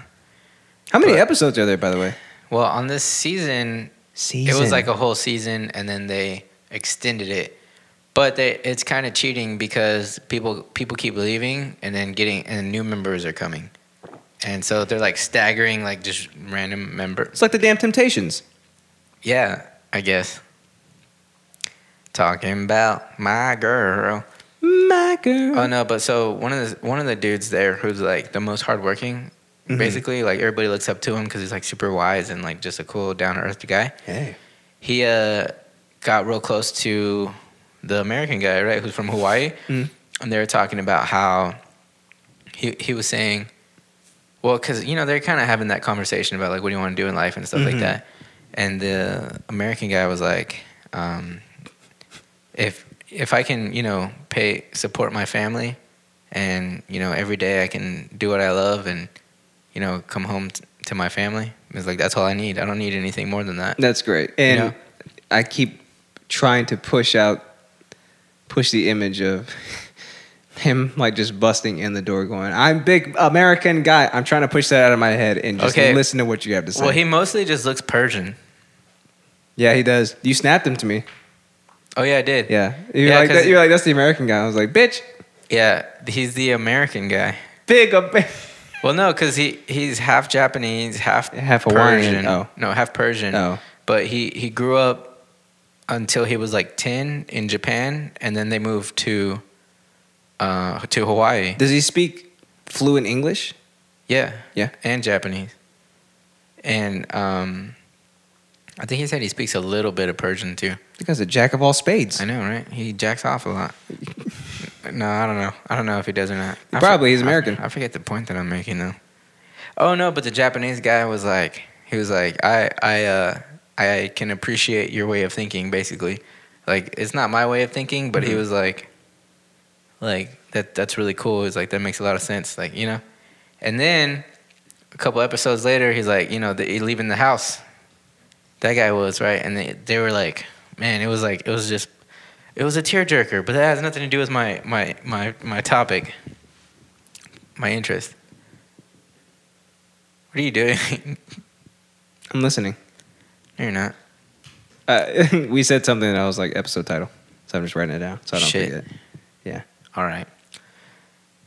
How many
But-
episodes are there, by the way?
Well, on this season
Season.
It was like a whole season, and then they extended it. But they, it's kind of cheating because people people keep leaving, and then getting and new members are coming, and so they're like staggering like just random members.
it's like the damn Temptations.
Yeah, I guess. Talking about my girl.
My girl.
Oh no, but so one of the one of the dudes there who's like the most hardworking,
Mhm.
basically like everybody looks up to him because he's like super wise and like just a cool down to earth guy.
Hey.
he uh, got real close to the American guy, right, who's from Hawaii,
Mm.
and they were talking about how he he was saying, well, because you know they're kind of having that conversation about like what do you want to do in life and stuff like
Mhm.
that, and the American guy was like, um, if if I can you know pay support my family, and you know every day I can do what I love and you know come home t- to my family, it's like that's all I need. I don't need anything more than that.
That's great. And
know?
I keep trying to push out, push the image of him like just busting in the door, going, "I'm big American guy." I'm trying to push that out of my head and just
Okay.
listen to what you have to say.
Well, he mostly just looks Persian.
yeah, he does. You snapped him to me.
Oh yeah, I did.
Yeah, you're
Yeah,
like,
'cause-
that, you're like, that's the American guy. I was like, bitch,
Yeah, he's the American guy.
big American.
Well, no, because he, he's half Japanese, half
Half Hawaiian,
Persian.
oh.
No, half Persian.
Oh.
But he, he grew up until he was like ten in Japan, and then they moved to uh, to Hawaii.
Does he speak fluent English?
Yeah.
Yeah.
And Japanese. And um, I think he said he speaks a little bit of Persian too.
The guy's a jack of all spades.
I know, right? He jacks off a lot. no, I don't know. I don't know if he does or not. I
Probably, he's
I-
American.
I, forget the point that I'm making though. Oh no, but the Japanese guy was like, he was like, I, I, uh, I can appreciate your way of thinking, basically. Like it's not my way of thinking, but
Mm-hmm.
he was like, like that. That's really cool. He's like that makes a lot of sense. Like you know, and then a couple episodes later, he's like, you know, the, leaving the house. That guy was right, and they they were like, man, it was like it was just, it was a tearjerker, but that has nothing to do with my my my my topic, my interest. What are you doing?
I'm listening.
You're not.
Uh, we said something and I was like episode title, so I'm just writing it down so I don't
Shit.
forget. Yeah,
All right.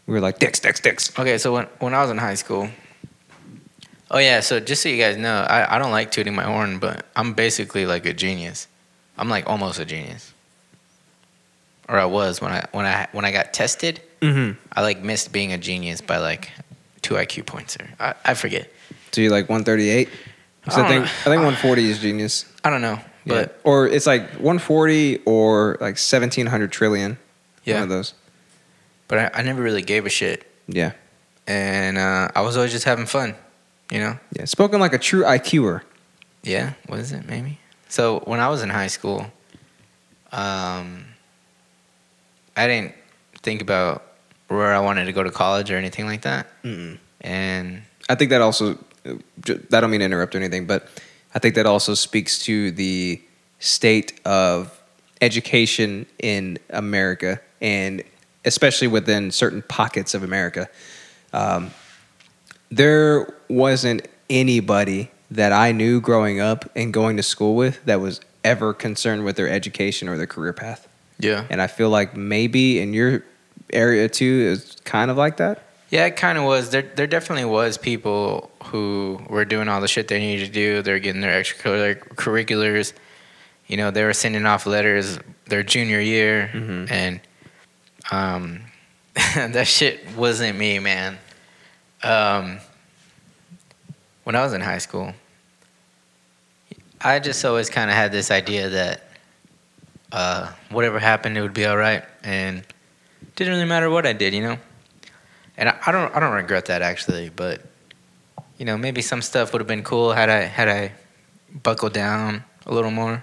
we were like dicks, dicks, dicks.
Okay, so when when I was in high school. Oh yeah, so just so you guys know, I, I don't like tooting my horn, but I'm basically like a genius. I'm like almost a genius. Or I was when I when I when I got tested,
Mm-hmm.
I like missed being a genius by like two IQ points or I, I forget.
So you're like 138. So I,
I don't
think
know.
I think 140 is genius.
I don't know. But
yeah. or it's like 140 or like 1700 trillion.
Yeah.
one of those.
but I, I never really gave a shit.
Yeah,
And uh, I was always just having fun, you know?
yeah. Spoken like a true IQer.
Yeah, what is it, maybe? So when I was in high school, um, I didn't think about where I wanted to go to college or anything like that.
Mm-mm.
And
I think that also, ju- I don't mean to interrupt or anything, but I think that also speaks to the state of education in America and especially within certain pockets of America. Um, there wasn't anybody that I knew growing up and going to school with that was ever concerned with their education or their career path.
yeah,
And I feel like maybe in your area too is kind of like that.
yeah, it kind of was. There, there definitely was people who were doing all the shit they needed to do. They're getting their extracurricular curriculars. You know, they were sending off letters their junior year,
Mhm.
and um, that shit wasn't me, man. Um, when I was in high school, I just always kind of had this idea that uh, whatever happened, it would be all right, and didn't really matter what I did, you know. And I, I don't, I don't regret that actually, but you know, maybe some stuff would have been cool had I had I buckled down a little more.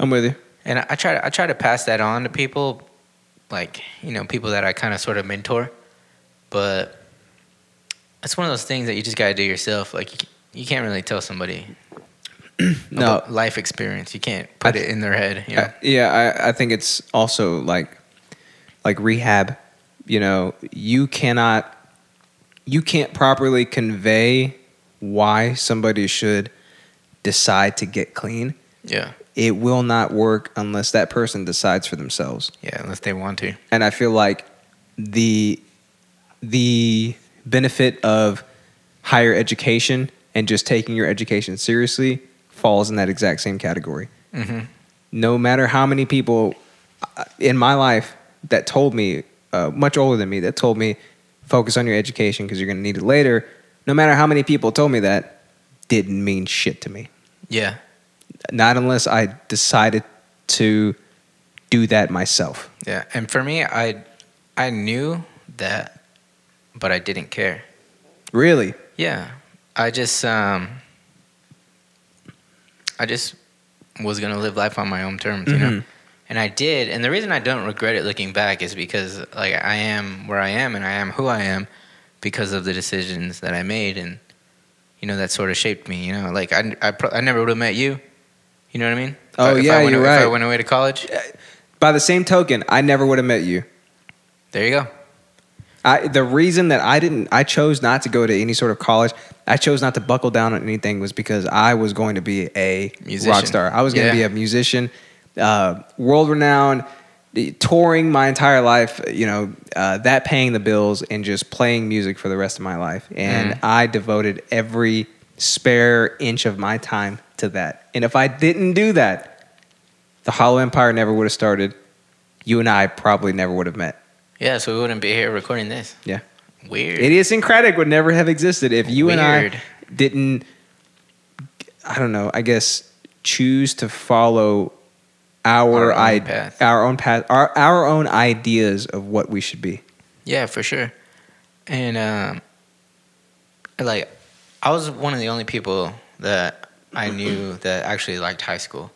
I'm with you.
And I, I try, to, I try to pass that on to people, like you know, people that I kind of sort of mentor. But it's one of those things that you just gotta do yourself. Like you, c- you can't really tell somebody.
No,
about life experience. You can't put it in their head. You know?
Uh, yeah, I, I think it's also like like rehab. You know, you cannot you can't properly convey why somebody should decide to get clean.
yeah,
It will not work unless that person decides for themselves.
yeah. Unless they want to.
And I feel like the the benefit of higher education and just taking your education seriously falls in that exact same category
hmm
no matter how many people uh, in my life that told me, uh, much older than me, that told me, focus on your education because you're going to need it later, no matter how many people told me that, didn't mean shit to me.
Yeah,
Not unless I decided to do that myself.
yeah. And for me, I, I knew that, but I didn't care.
Really?
Yeah, I just, um, I just was gonna live life on my own terms, you know.
Mhm.
And I did, and the reason I don't regret it looking back is because like I am where I am, and I am who I am because of the decisions that I made, and you know that sort of shaped me. You know, like I, I, pro- I never would have met you. You know what I mean? If I-
Oh,
if
yeah,
I went,
you're
If I
right.
went away to college,
By the same token, I never would have met you.
there you go.
I, the reason that I didn't, I chose not to go to any sort of college. I chose not to buckle down on anything was because I was going to be a
Musician.
rock star. I was going
Yeah.
to be a musician, uh, world renowned, touring my entire life, you know, uh, that paying the bills and just playing music for the rest of my life.
Mm.
And I devoted every spare inch of my time to that. And if I didn't do that, the Hollow Empire never would have started. You and I probably never would have met.
Yeah, so we wouldn't be here recording this.
Yeah.
Weird.
Idiosyncratic would never have existed if you and
Weird.
I didn't, I don't know, I guess choose to follow
Our
our
own
i-
path.
our own path, our, our own ideas of what we should be.
Yeah, for sure. And um, like, I was one of the only people that I knew that actually liked high school.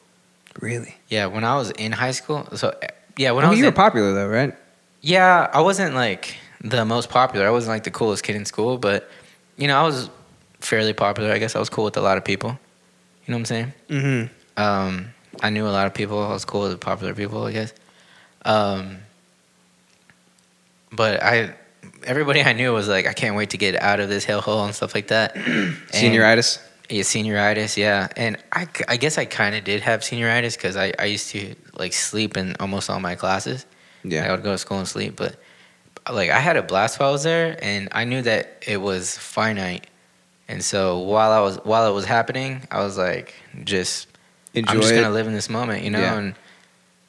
Really?
Yeah, when I was in high school, so eh, yeah, when
I
I was
mean, Oh, you were
in-
popular though, right?
Yeah, I wasn't like the most popular. I wasn't like the coolest kid in school, but you know, I was fairly popular. I guess I was cool with a lot of people. You know what I'm saying?
Mm-hmm.
Um, I knew a lot of people. I was cool with popular people, I guess. Um, but I, everybody I knew was like, I can't wait to get out of this hellhole and stuff like that. And-
Senioritis.
yeah, senioritis, yeah. And I, c- I guess I kind of did have senioritis because I, I used to like sleep in almost all my classes. Like, I
Yeah.
would go to school and sleep, but like I had a blast while I was there, and I knew that it was finite. And so while I was while it was happening, I was like, just
Enjoy
I'm just
it.
gonna live in this moment, you know.
Yeah.
And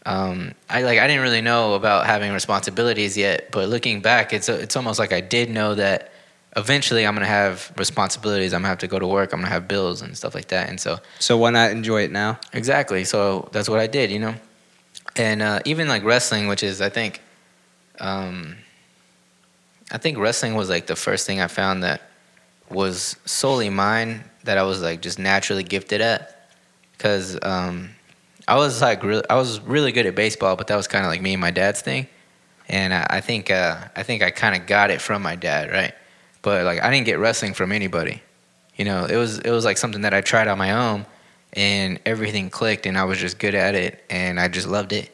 um, I like I didn't really know about having responsibilities yet, but looking back, it's it's almost like I did know that eventually I'm gonna have responsibilities. I'm gonna have to go to work. I'm gonna have bills and stuff like that. And so
so why not enjoy it now?
Exactly. So that's what I did, you know. And uh, even like wrestling, which is I think, um, I think wrestling was like the first thing I found that was solely mine that I was like just naturally gifted at, because um, I was like really I was really good at baseball, but that was kind of like me and my dad's thing, and I, I think uh, I think I kind of got it from my dad, right? But like I didn't get wrestling from anybody, you know. It was it was like something that I tried on my own and everything clicked and I was just good at it and I just loved it.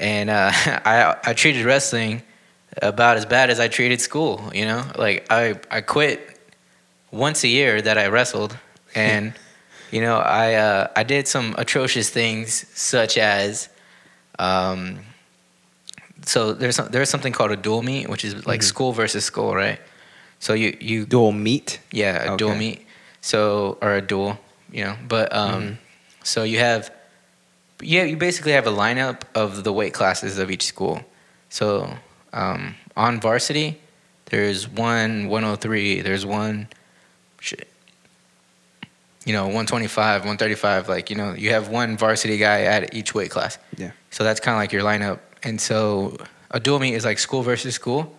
And uh, I I treated wrestling about as bad as I treated school, you know? Like I I quit once a year that I wrestled and you know, I uh, I did some atrocious things such as um so there's some, there's something called a dual meet, which is like school versus school, right? So you you
Dual meet.
yeah, a dual
Okay.
meet. So or a dual, you know. But um, so you have, yeah, you basically have a lineup of the weight classes of each school. So um, on varsity, there's one 103. There's one, shit, you know, 125, 135. Like you know, you have one varsity guy at each weight class.
Yeah.
So that's kind of like your lineup. And so a dual meet is like school versus school.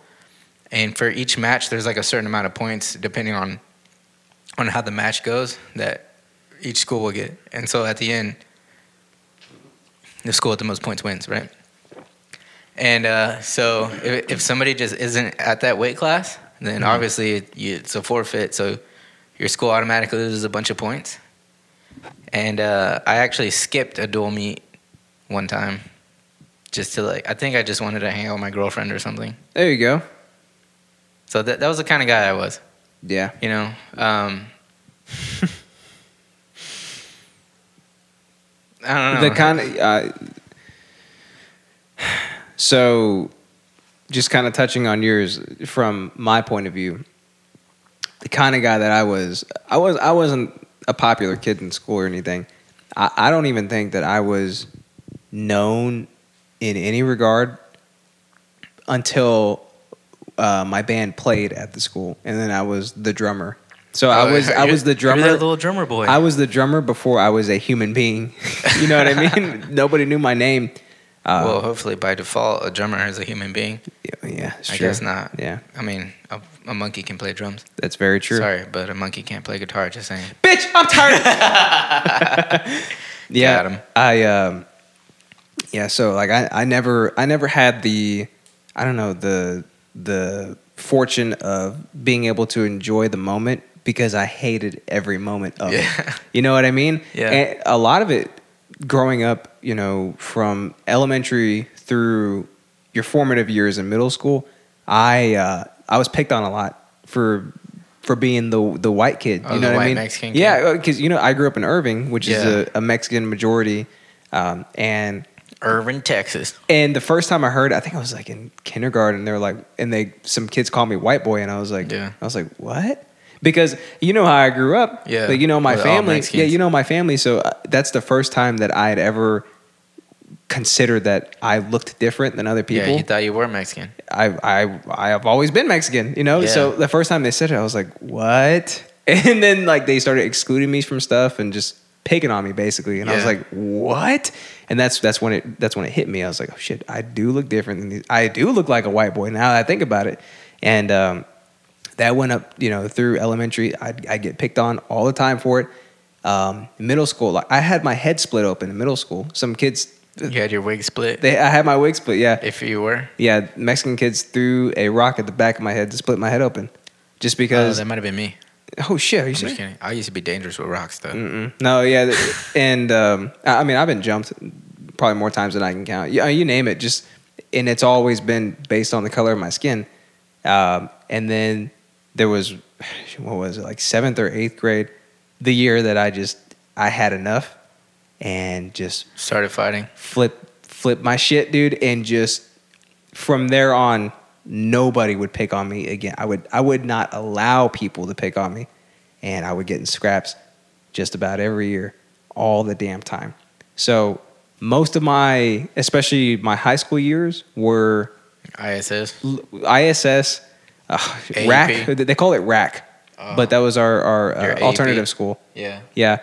And for each match, there's like a certain amount of points depending on on how the match goes that each school will get. And so at the end, the school with the most points wins, right? And uh, so if, if somebody just isn't at that weight class, then obviously it, you, it's a forfeit. So your school automatically loses a bunch of points. And uh, I actually skipped a dual meet one time just to like, I think I just wanted to hang out with my girlfriend or something.
There you go.
So that, that was the kind of guy I was,
Yeah.
you know? Um, I don't know.
The kind of. Uh, so, just kind of touching on yours from my point of view, the kind of guy that I was, I was, I wasn't a popular kid in school or anything. I, I don't even think that I was known in any regard until uh, my band played at the school, and then I was the drummer. So I was, I
You're-
was the
you're
drummer.
that little drummer boy.
I uh, was the drummer before I was a human being. you know what I mean? Nobody knew my name.
well,
Uh,
hopefully by default, a drummer is a human being.
yeah, it's
I
true.
guess not.
Yeah,
I mean, a, a monkey can play drums.
that's very true.
Sorry, but a monkey can't play guitar. Just saying.
Bitch, I'm tired. yeah,
Got him.
I um, yeah. So like, I, I never I never had the I don't know the the fortune of being able to enjoy the moment because I hated every moment of
Yeah.
it. You know what I mean?
Yeah.
And a lot of it growing up, you know, from elementary through your formative years in middle school, I uh, I was picked on a lot for for being the the white kid.
Oh,
you
the
know what
white
I mean? uh,
Mexican kid.
yeah, because you know I grew up in Irving, which
Yeah.
is a, a Mexican majority, um, and
Irvin, Texas.
And the first time I heard, I think I was like in kindergarten. And they were like, and they some kids called me white boy, and I was like,
Yeah.
I was like, what? Because you know how I grew up.
Yeah.
Like you know my
With all
family.
Mexicans.
Yeah, you know my family. So uh, that's the first time that I had ever considered that I looked different than other people.
Yeah, you thought you were Mexican.
I I I have always been Mexican, you know.
Yeah.
So the first time they said it, I was like, "What?" And then like they started excluding me from stuff and just picking on me basically, and I was
Yeah.
like, "What?" And that's that's when it that's when it hit me. I was like, "Oh shit, I do look different than these. I do look like a white boy now that I think about it." And um, that went up, you know, through elementary. I I get picked on all the time for it. Um, middle school, like, I had my head split open in middle school. Some kids,
You had your wig split.
Uh, they I had my wig split. Yeah,
if you were, Oh,
yeah, Mexican kids threw a rock at the back of my head to split my head open, just because.
oh, that might have been me.
oh shit! Are you
I'm just
serious?
kidding. I used to be dangerous with rocks though.
Mm-mm. No, yeah, th- and um, I I mean I've been jumped probably more times than I can count. Yeah, you name it, just and it's always been based on the color of my skin. Um, and then there was what was it like seventh or eighth grade, the year that I just I had enough and just
Started fighting.
flip flip my shit, dude, and just from there on, nobody would pick on me again. I would I would not allow people to pick on me, and I would get in scraps just about every year, all the damn time. So most of my, especially my high school years, were
ISS.
l- ISS uh,
AEP.
rack. They call it rack, but that was our our
Uh-huh. Your
uh,
AEP.
alternative school.
Uh, Yeah.
Yeah.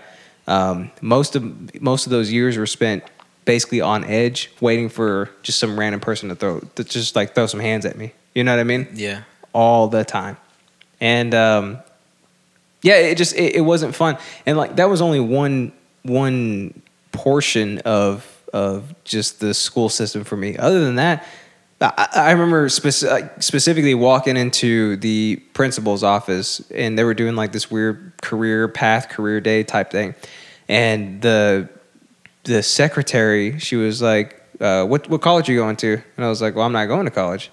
Um, most of most of those years were spent basically on edge, waiting for just some random person to throw, to just like throw some hands at me. You know what I mean?
Yeah.
All the time, and um, yeah, it just it, it wasn't fun. And like that was only one one portion of of just the school system for me. Other than that, I, I remember speci- like, specifically walking into the principal's office, and they were doing like this weird career path, career day type thing, and the the secretary, she was like, uh, "What what college are you going to?" And I was like, "Well, I'm not going to college."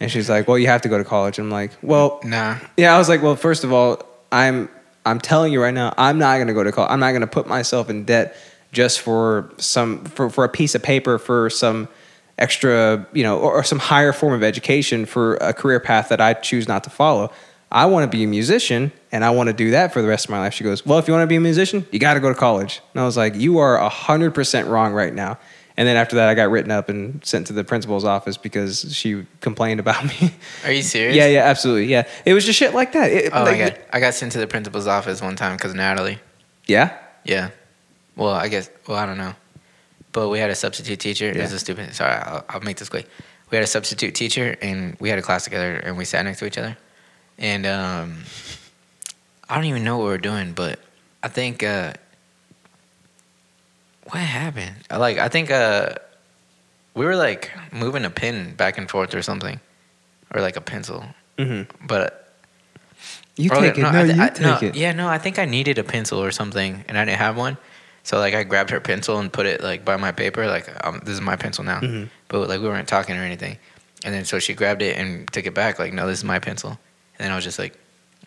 And she's like, "Well, you have to go to college." I'm like, "Well,
Nah.
yeah, I was like, well, first of all, I'm I'm telling you right now, I'm not gonna go to college. I'm not gonna put myself in debt just for some for, for a piece of paper for some extra, you know, or, or some higher form of education for a career path that I choose not to follow. I want to be a musician and I want to do that for the rest of my life. She goes, Well, if you want to be a musician, you got to go to college. And I was like, You are 100% wrong right now. And then after that, I got written up and sent to the principal's office because she complained about me.
Are you serious?
Yeah, yeah, absolutely. Yeah, it was just shit like that. It-
Oh
like,
my god. I got sent to the principal's office one time because Natalie.
Yeah,
Yeah. Well, I guess. Well, I don't know. But we had a substitute teacher. It was
Yeah.
a stupid. Sorry, I'll, I'll make this quick. We had a substitute teacher, and we had a class together, and we sat next to each other. And um, I don't even know what we were doing, but I think uh, what happened? Like, I think uh, we were like moving a pin back and forth or something, or like a pencil.
Mhm.
But
you
Oh,
take it. No,
I th-
you
I-
take
Mm-hmm. no,
it.
Yeah, no, I think I needed a pencil or something, and I didn't have one. So like I grabbed her pencil and put it like by my paper, like um, this is my pencil now.
Mm-hmm.
But like we weren't talking or anything, and then so she grabbed it and took it back, like no, this is my pencil. And then I was just like,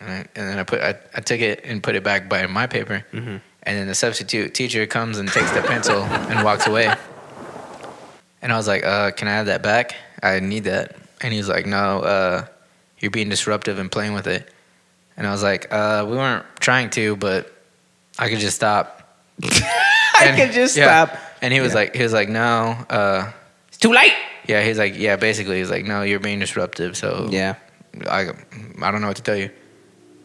all right. and then I put I, I took it and put it back by my paper,
Mm-hmm.
and then the substitute teacher comes and takes the pencil and walks away. And I was like, uh, can I have that back? I need that. And he was like, no, uh, you're being disruptive and playing with it. And I was like, uh, we weren't trying to, but I could just stop.
I could just
yeah.
stop.
And he was like, he was like, no, uh,
It's too late.
yeah, he's like, yeah, basically, he's like, no, you're being disruptive. So
Yeah,
I, I don't know what to tell you.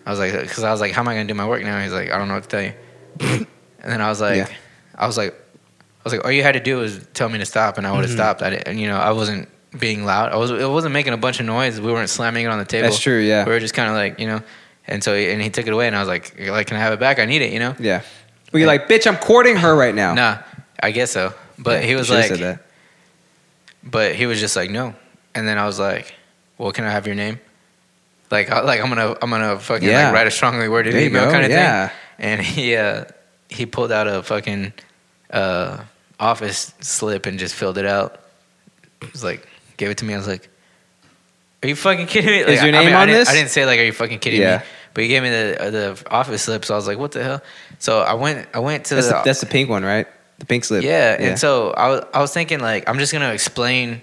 I was like, because I was like, how am I gonna do my work now? He's like, I don't know what to tell you. and then I was like,
Yeah.
I was like, I was like, all you had to do was tell me to stop, and I
Mm-hmm.
would have stopped. I didn't, and, you know, I wasn't being loud. I was, it wasn't making a bunch of noise. We weren't slamming it on the table.
That's true, yeah.
we were just kind of like, you know, and so and he took it away, and I was like, like, can I have it back? I need it, you know.
yeah. Well, you're like, bitch, I'm courting her right now.
Nah, I guess so. But
Yeah,
he
you
was
should've
like,
said that.
but he was just like no and then i was like well can i have your name like I, like i'm gonna i'm gonna fucking
Yeah.
like write a strongly worded
There you
email
go,
kind of
yeah.
thing and he uh he pulled out a fucking uh office slip and just filled it out it was like gave it to me i was like are you fucking kidding me? Like,
your name
I
on
didn't,
this?
I didn't say like, "Are you fucking kidding
Yeah.
me?" uh, But he gave me the the office slip, so I was like, "What the hell?" So I went, I went to
That's
the,
the, that's the pink one, right? The pink slip.
Yeah, and so I was, I was thinking like I'm just gonna explain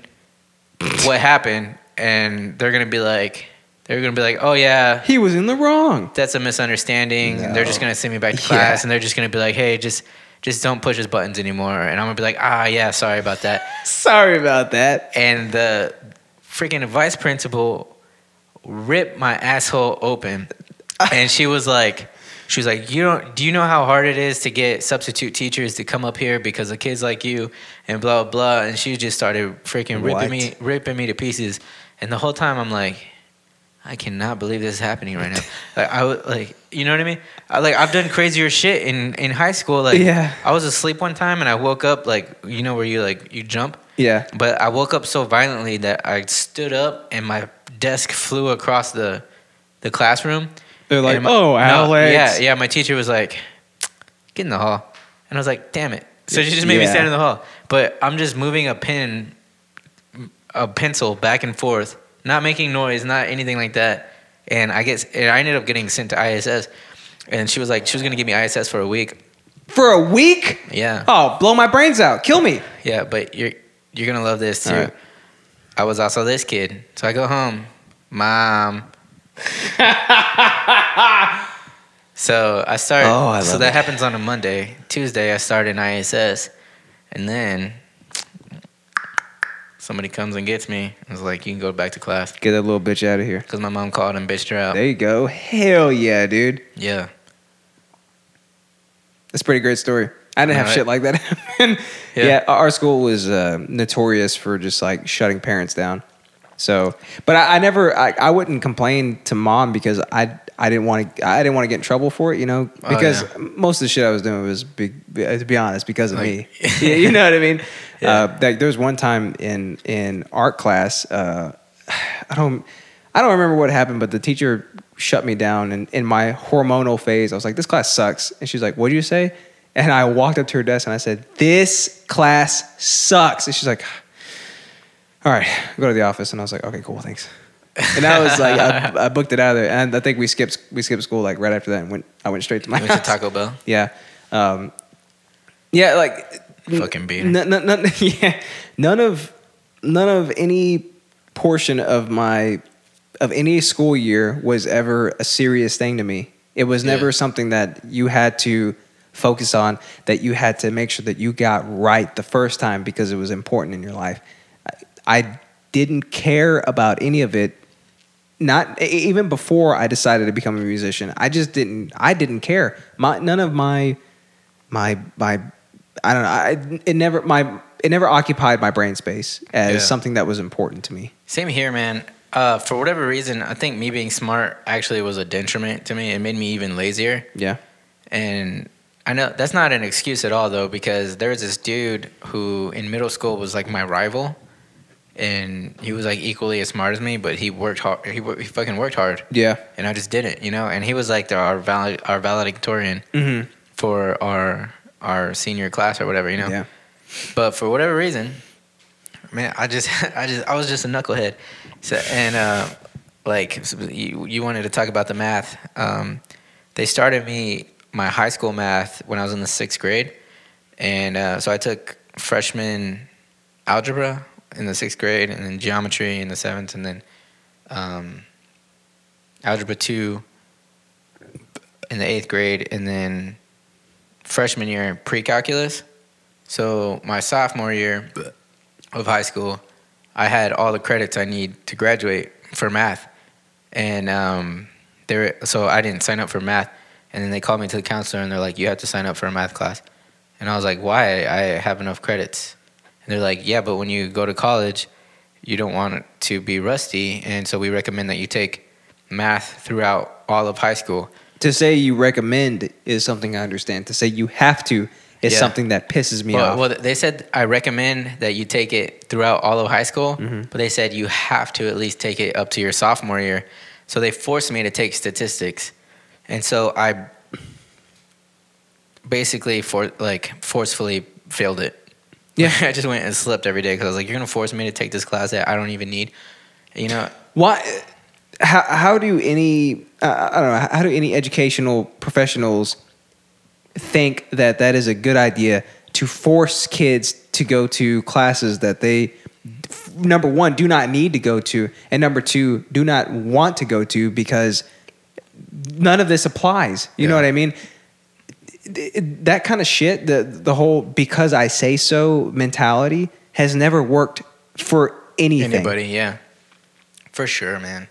what happened, and they're gonna be like, they're gonna be like, oh yeah,
he was in the wrong.
that's a misunderstanding. And they're just
No.
gonna send me back to
Yeah.
class, and they're just gonna be like, hey, just just don't push his buttons anymore. And I'm gonna be like, ah yeah, sorry about that.
Sorry about that.
And the freaking vice principal ripped my asshole open, and she was like. She was like, "You don't. Do you know how hard it is to get substitute teachers to come up here because of kids like you and blah blah blah." And she just started freaking ripping
What?
me, ripping me to pieces. And the whole time I'm like, I cannot believe this is happening right now. like I was like, you know what I mean? I like I've done crazier shit in in high school. Like
Yeah.
I was asleep one time and I woke up like you know where you like you jump.
Yeah.
But I woke up so violently that I stood up and my desk flew across the the classroom.
They're like,
And my-
"Oh,
no,
Alex."
yeah, yeah. My teacher was like, "Get in the hall," and I was like, "Damn it!" So she just made me
Yeah.
stand in the hall. But I'm just moving a pen, a pencil back and forth, not making noise, not anything like that. And I guess and I ended up getting sent to ISS. And she was like, she was gonna give me ISS for a week.
For a week?
Yeah.
Oh, blow my brains out. Kill me.
Yeah, but you're you're gonna love this too.
All right.
I was also this kid, so I go home, mom. so I start.
Oh, I
so
love
that
it.
happens on a Monday. Tuesday, I start in ISS, and then somebody comes and gets me. I was like, "You can go back to class,"
Get that little bitch out of here.
because my mom called and bitched her out.
There you go. Hell yeah, dude.
yeah,
That's a pretty great story. I didn't have
Alright.
shit like that happen.
Yeah.
yeah. our school was uh, notorious for just like shutting parents down. So, but I, I never, I, I wouldn't complain to mom because I, I didn't want to, I didn't want to get in trouble for it, you know,
Oh,
because
yeah.
most of the shit I was doing was, be, be- to be honest, because of
Like-
me. yeah, you know what I mean? Uh, like there was one time in in art class, uh, I don't I don't remember what happened, but the teacher shut me down and in my hormonal phase, I was like, This class sucks. And she's like, What do you say? And I walked up to her desk and I said, This class sucks. And she's like, All right, go to the office. And I was like, Okay, cool, thanks. And I was like, I, I booked it out of there, and I think we skipped we skipped school like right after that, and went I went straight to my
I went to
house.
Taco Bell.
Yeah. Um, yeah, like
Fucking beat her.
N- n- n- yeah, none of none of any portion of my of any school year was ever a serious thing to me. It was
Yeah.
never something that you had to focus on that you had to make sure that you got right the first time because it was important in your life. I, I didn't care about any of it not e- even before I decided to become a musician, I just didn't. I didn't care. My none of my my my I don't know. I, it never my it never occupied my brain space as
Yeah.
something that was important to me.
Same here, man. Uh, for whatever reason, I think me being smart actually was a detriment to me. It made me even lazier.
Yeah.
And I know that's not an excuse at all, though, because there was this dude who in middle school was like my rival, and he was like equally as smart as me, but he worked hard. He, wor- he fucking worked hard,
Yeah.
and I just didn't, you know. And he was like the, our valid, our valedictorian
Mm-hmm.
for our our senior class or whatever, you know.
Yeah.
But for whatever reason, man, I just, I just, I was just a knucklehead. So and uh, like you, you wanted to talk about the math. Um, they started me my high school math when I was in the sixth grade, and uh, so I took freshman algebra in the sixth grade, and then geometry in the seventh, and then um, algebra two in the eighth grade, and then freshman year pre-calculus. So my sophomore year of high school, I had all the credits I need to graduate for math, and um, there. So I didn't sign up for math, and then they called me to the counselor and they're like, "You have to sign up for a math class," and I was like, "Why? I have enough credits," and they're like, "Yeah, but when you go to college, you don't want to be rusty, and so we recommend that you take math throughout all of high school."
To say you recommend is something I understand. To say you have to is
Yeah.
something that pisses me
well,
off.
well, they said I recommend that you take it throughout all of high school,
Mm-hmm.
but they said you have to at least take it up to your sophomore year. So they forced me to take statistics, and so I basically for like forcefully failed it.
Yeah.
I just went and slept every day because I was like, "You're gonna force me to take this class that I don't even need," you know?
Why? How, how do any I I don't know how do any educational professionals think that that is a good idea to force kids to go to classes that they f- number one do not need to go to and number two do not want to go to because none of this applies you know
Yeah.
what i mean Th- that kind of shit the the whole because i say so mentality has never worked for anything
Anybody, yeah. For sure, man.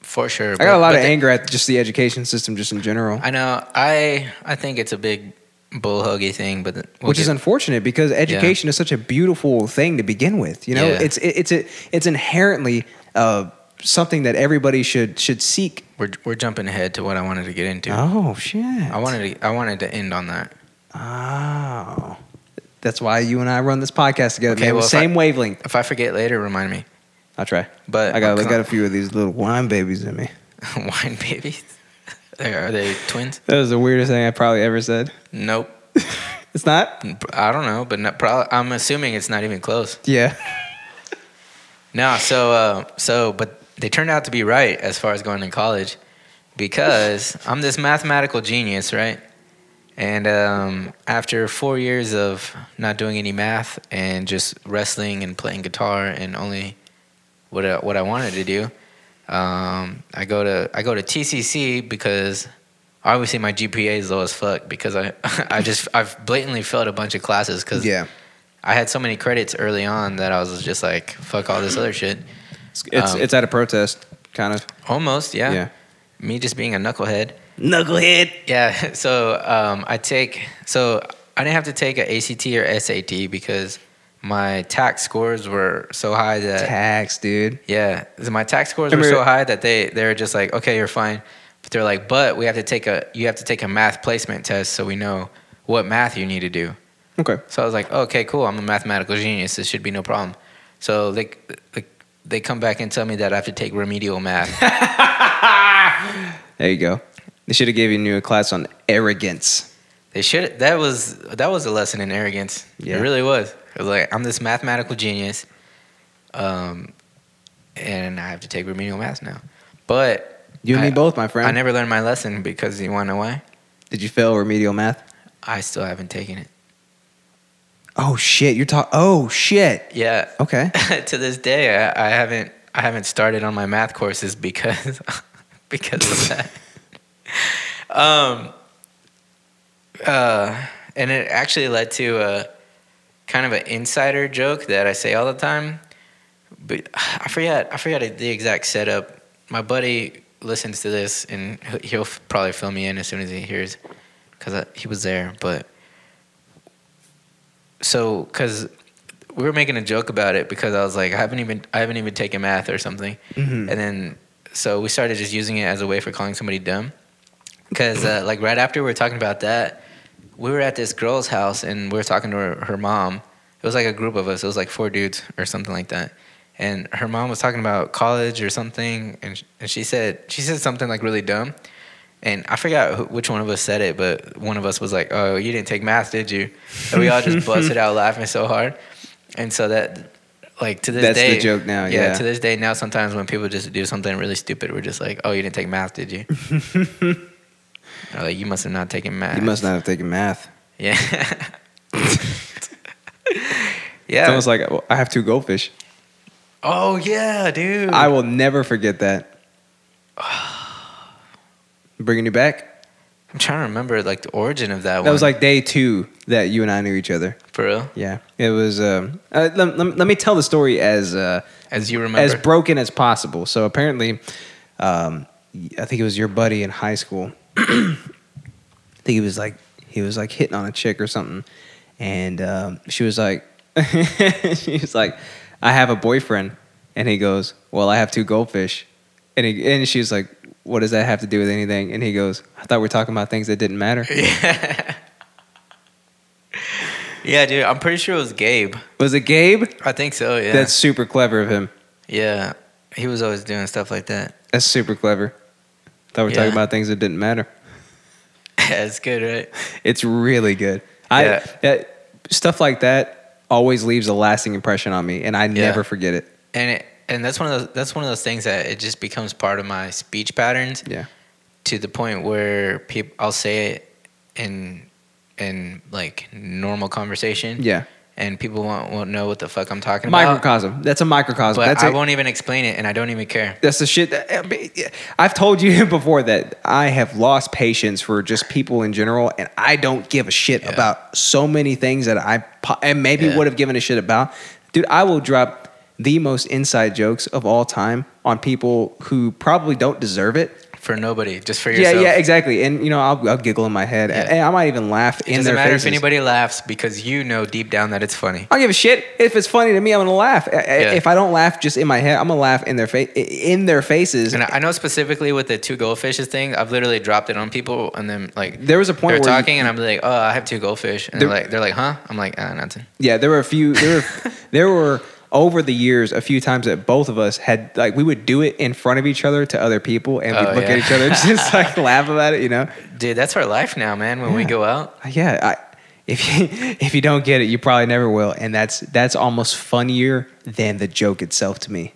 For sure.
i got a lot of anger at just the education system just in general
I know. I I think it's a big bull huggy thing, but th- we'll
which is
get-
unfortunate because education is such a beautiful thing to begin with. You know,
Yeah.
it's it, it's a, it's inherently uh, something that everybody should should seek.
we're we're jumping ahead to what I wanted to get into.
Oh shit!
I wanted to I wanted to end on that.
Oh, that's why you and I run this podcast together.
Okay,
man.
well, if
The
I-
same wavelength.
If I forget later, remind me.
I'll try,
But
I got I
Con-
got a few of these little wine babies in me.
wine babies. Are they twins?
That was the weirdest thing I probably ever said.
Nope.
It's not.
I don't know, but not, probably, I'm assuming it's not even close.
Yeah.
No, so uh, so but they turned out to be right as far as going to college because I'm this mathematical genius, right? And um, after four years of not doing any math and just wrestling and playing guitar and only what I, what I wanted to do, um, I go to I go to TCC because obviously my GPA is low as fuck because I I just I've blatantly failed a bunch of classes because
Yeah.
I had so many credits early on that I was just like fuck all this other shit.
It's it's,
Um,
it's at a protest, kind of.
Almost, yeah.
Yeah.
Me just being a knucklehead.
Knucklehead.
Yeah. So um, I take so I didn't have to take a ACT or SAT because my tax scores were so high that
Tax, dude.
yeah, so my tax scores were
Remember-
so high that they they were just like okay you're fine, but they're like but we have to take a you have to take a math placement test so we know what math you need to do.
Okay.
So I was like, okay, cool. I'm a mathematical genius. This should be no problem. So they like, they come back and tell me that I have to take remedial math.
There you go. They should have given you a class on arrogance.
they should. That was that was a lesson in arrogance.
Yeah.
It really was. It was like I'm this mathematical genius, um, and I have to take remedial math now. But
You and
I-
me both, my friend.
I never learned my lesson because you want to know why?
Did you fail remedial math?
I still haven't taken it.
Oh shit! You're talking. Oh shit!
Yeah.
Okay.
to this day, I, I haven't I haven't started on my math courses because because of that. um. Uh, and it actually led to a kind of an insider joke that I say all the time, but I forget I forget the exact setup. My buddy listens to this, and he'll- he'll probably fill me in as soon as he hears, because he was there. But so because we were making a joke about it because I was like, I haven't even I haven't even taken math or something,
Mhm.
and then so we started just using it as a way for calling somebody dumb, because uh, like right after we were talking about that, we were at this girl's house and we were talking to her, her mom. It was like a group of us. It was like four dudes or something like that. And her mom was talking about college or something, and sh- and she said she said something like really dumb, and I forgot who, which one of us said it, but one of us was like, "Oh, you didn't take math, did you?" And we all just busted out laughing so hard, and so that, like to this
That's the
day,
joke now, Oh, yeah.
to this day now, sometimes when people just do something really stupid, we're just like, "Oh, you didn't take math, did you?" Or like you must have not taken math.
You must not have taken math.
Yeah. yeah.
It's almost like well, I have two goldfish.
oh yeah, dude.
I will never forget that. Bringing you back.
I'm trying to remember like the origin of that, one.
That was like day two that you and I knew each other.
for real,
Yeah, it was. Um, uh, let, let, let me tell the story as uh,
as you remember.
as broken as possible. So apparently, um, I think it was your buddy in high school. I think he was like he was like hitting on a chick or something, and um, she was like, she was like, I have a boyfriend, and he goes, Well, I have two goldfish, and he, and she was like, What does that have to do with anything? And he goes, I thought we were talking about things that didn't matter.
yeah. yeah, dude. I'm pretty sure it was Gabe.
Was it Gabe?
I think so. Yeah.
That's super clever of him.
yeah. He was always doing stuff like that.
That's super clever. Thought we were talking
Yeah.
about things that didn't matter.
That's good, right?
It's really good. I
Yeah.
that, stuff like that always leaves a lasting impression on me, and I never forget it.
And it, and that's one of those that's one of those things that it just becomes part of my speech patterns.
Yeah,
to the point where people I'll say it and in like normal conversation.
Yeah.
And people won't, won't know what the fuck I'm talking about.
Microcosm. That's a microcosm.
But
That's
I
it.
won't even explain it, and I don't even care.
That's the shit. That, I've told you before that I have lost patience for just people in general, and I don't give a shit
Yeah.
about so many things that I po- and maybe
Yeah.
would have given a shit about. Dude, I will drop the most inside jokes of all time on people who probably don't deserve it.
For nobody, just for yourself.
Yeah, yeah, exactly. And you know, I'll, I'll giggle in my head,
Yeah.
and I might even laugh
It
in
doesn't
their
matter
faces.
if anybody laughs because you know deep down that it's funny.
I don't give a shit if it's funny to me. I'm gonna laugh. I- I-
Yeah.
If I don't laugh just in my head, I'm gonna laugh in their face, in their faces.
And I I know specifically with the two goldfishes thing, I've literally dropped it on people, and then like
There was a point
they're
where you-
talking, and I'm like, oh, I have two goldfish, and
There-
they're like, they're like, huh? I'm like, ah, nothing.
Yeah, there were a few. There were there were over the years a few times that both of us had like we would do it in front of each other to other people, and we'd
Oh,
look
yeah.
at each other and just like laugh about it, you know.
Dude, that's our life now, man. When we
Yeah.
go out,
Yeah, I, if you if you don't get it, you probably never will, and that's that's almost funnier than the joke itself to me.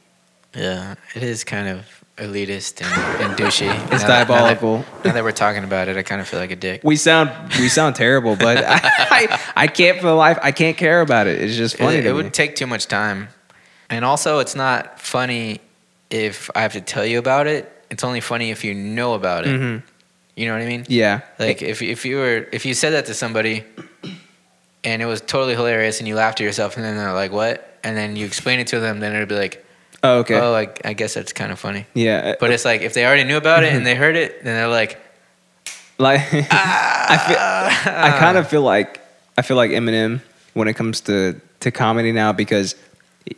yeah, it is kind of elitist and, and douchey.
It's
Now that- now that-
diabolical.
Now that, we're talking about it, I kind of feel like a dick.
We sound we sound terrible, but I, I can't for the life I can't care about it. It's just funny.
It,
to
it
me.
would take too much time, and also it's not funny if I have to tell you about it. It's only funny if you know about it. You know what I mean?
yeah.
Like if if you were if you said that to somebody, and it was totally hilarious, and you laughed to yourself, and then they're like, "What?" And then you explain it to them, then it'd be like,
Oh, okay.
"Oh, I, I guess that's kind of funny."
yeah.
But it's like if they already knew about
Mm-hmm.
it and they heard it, then they're like,
Like I feel, I kind of feel like I feel like Eminem when it comes to to comedy now because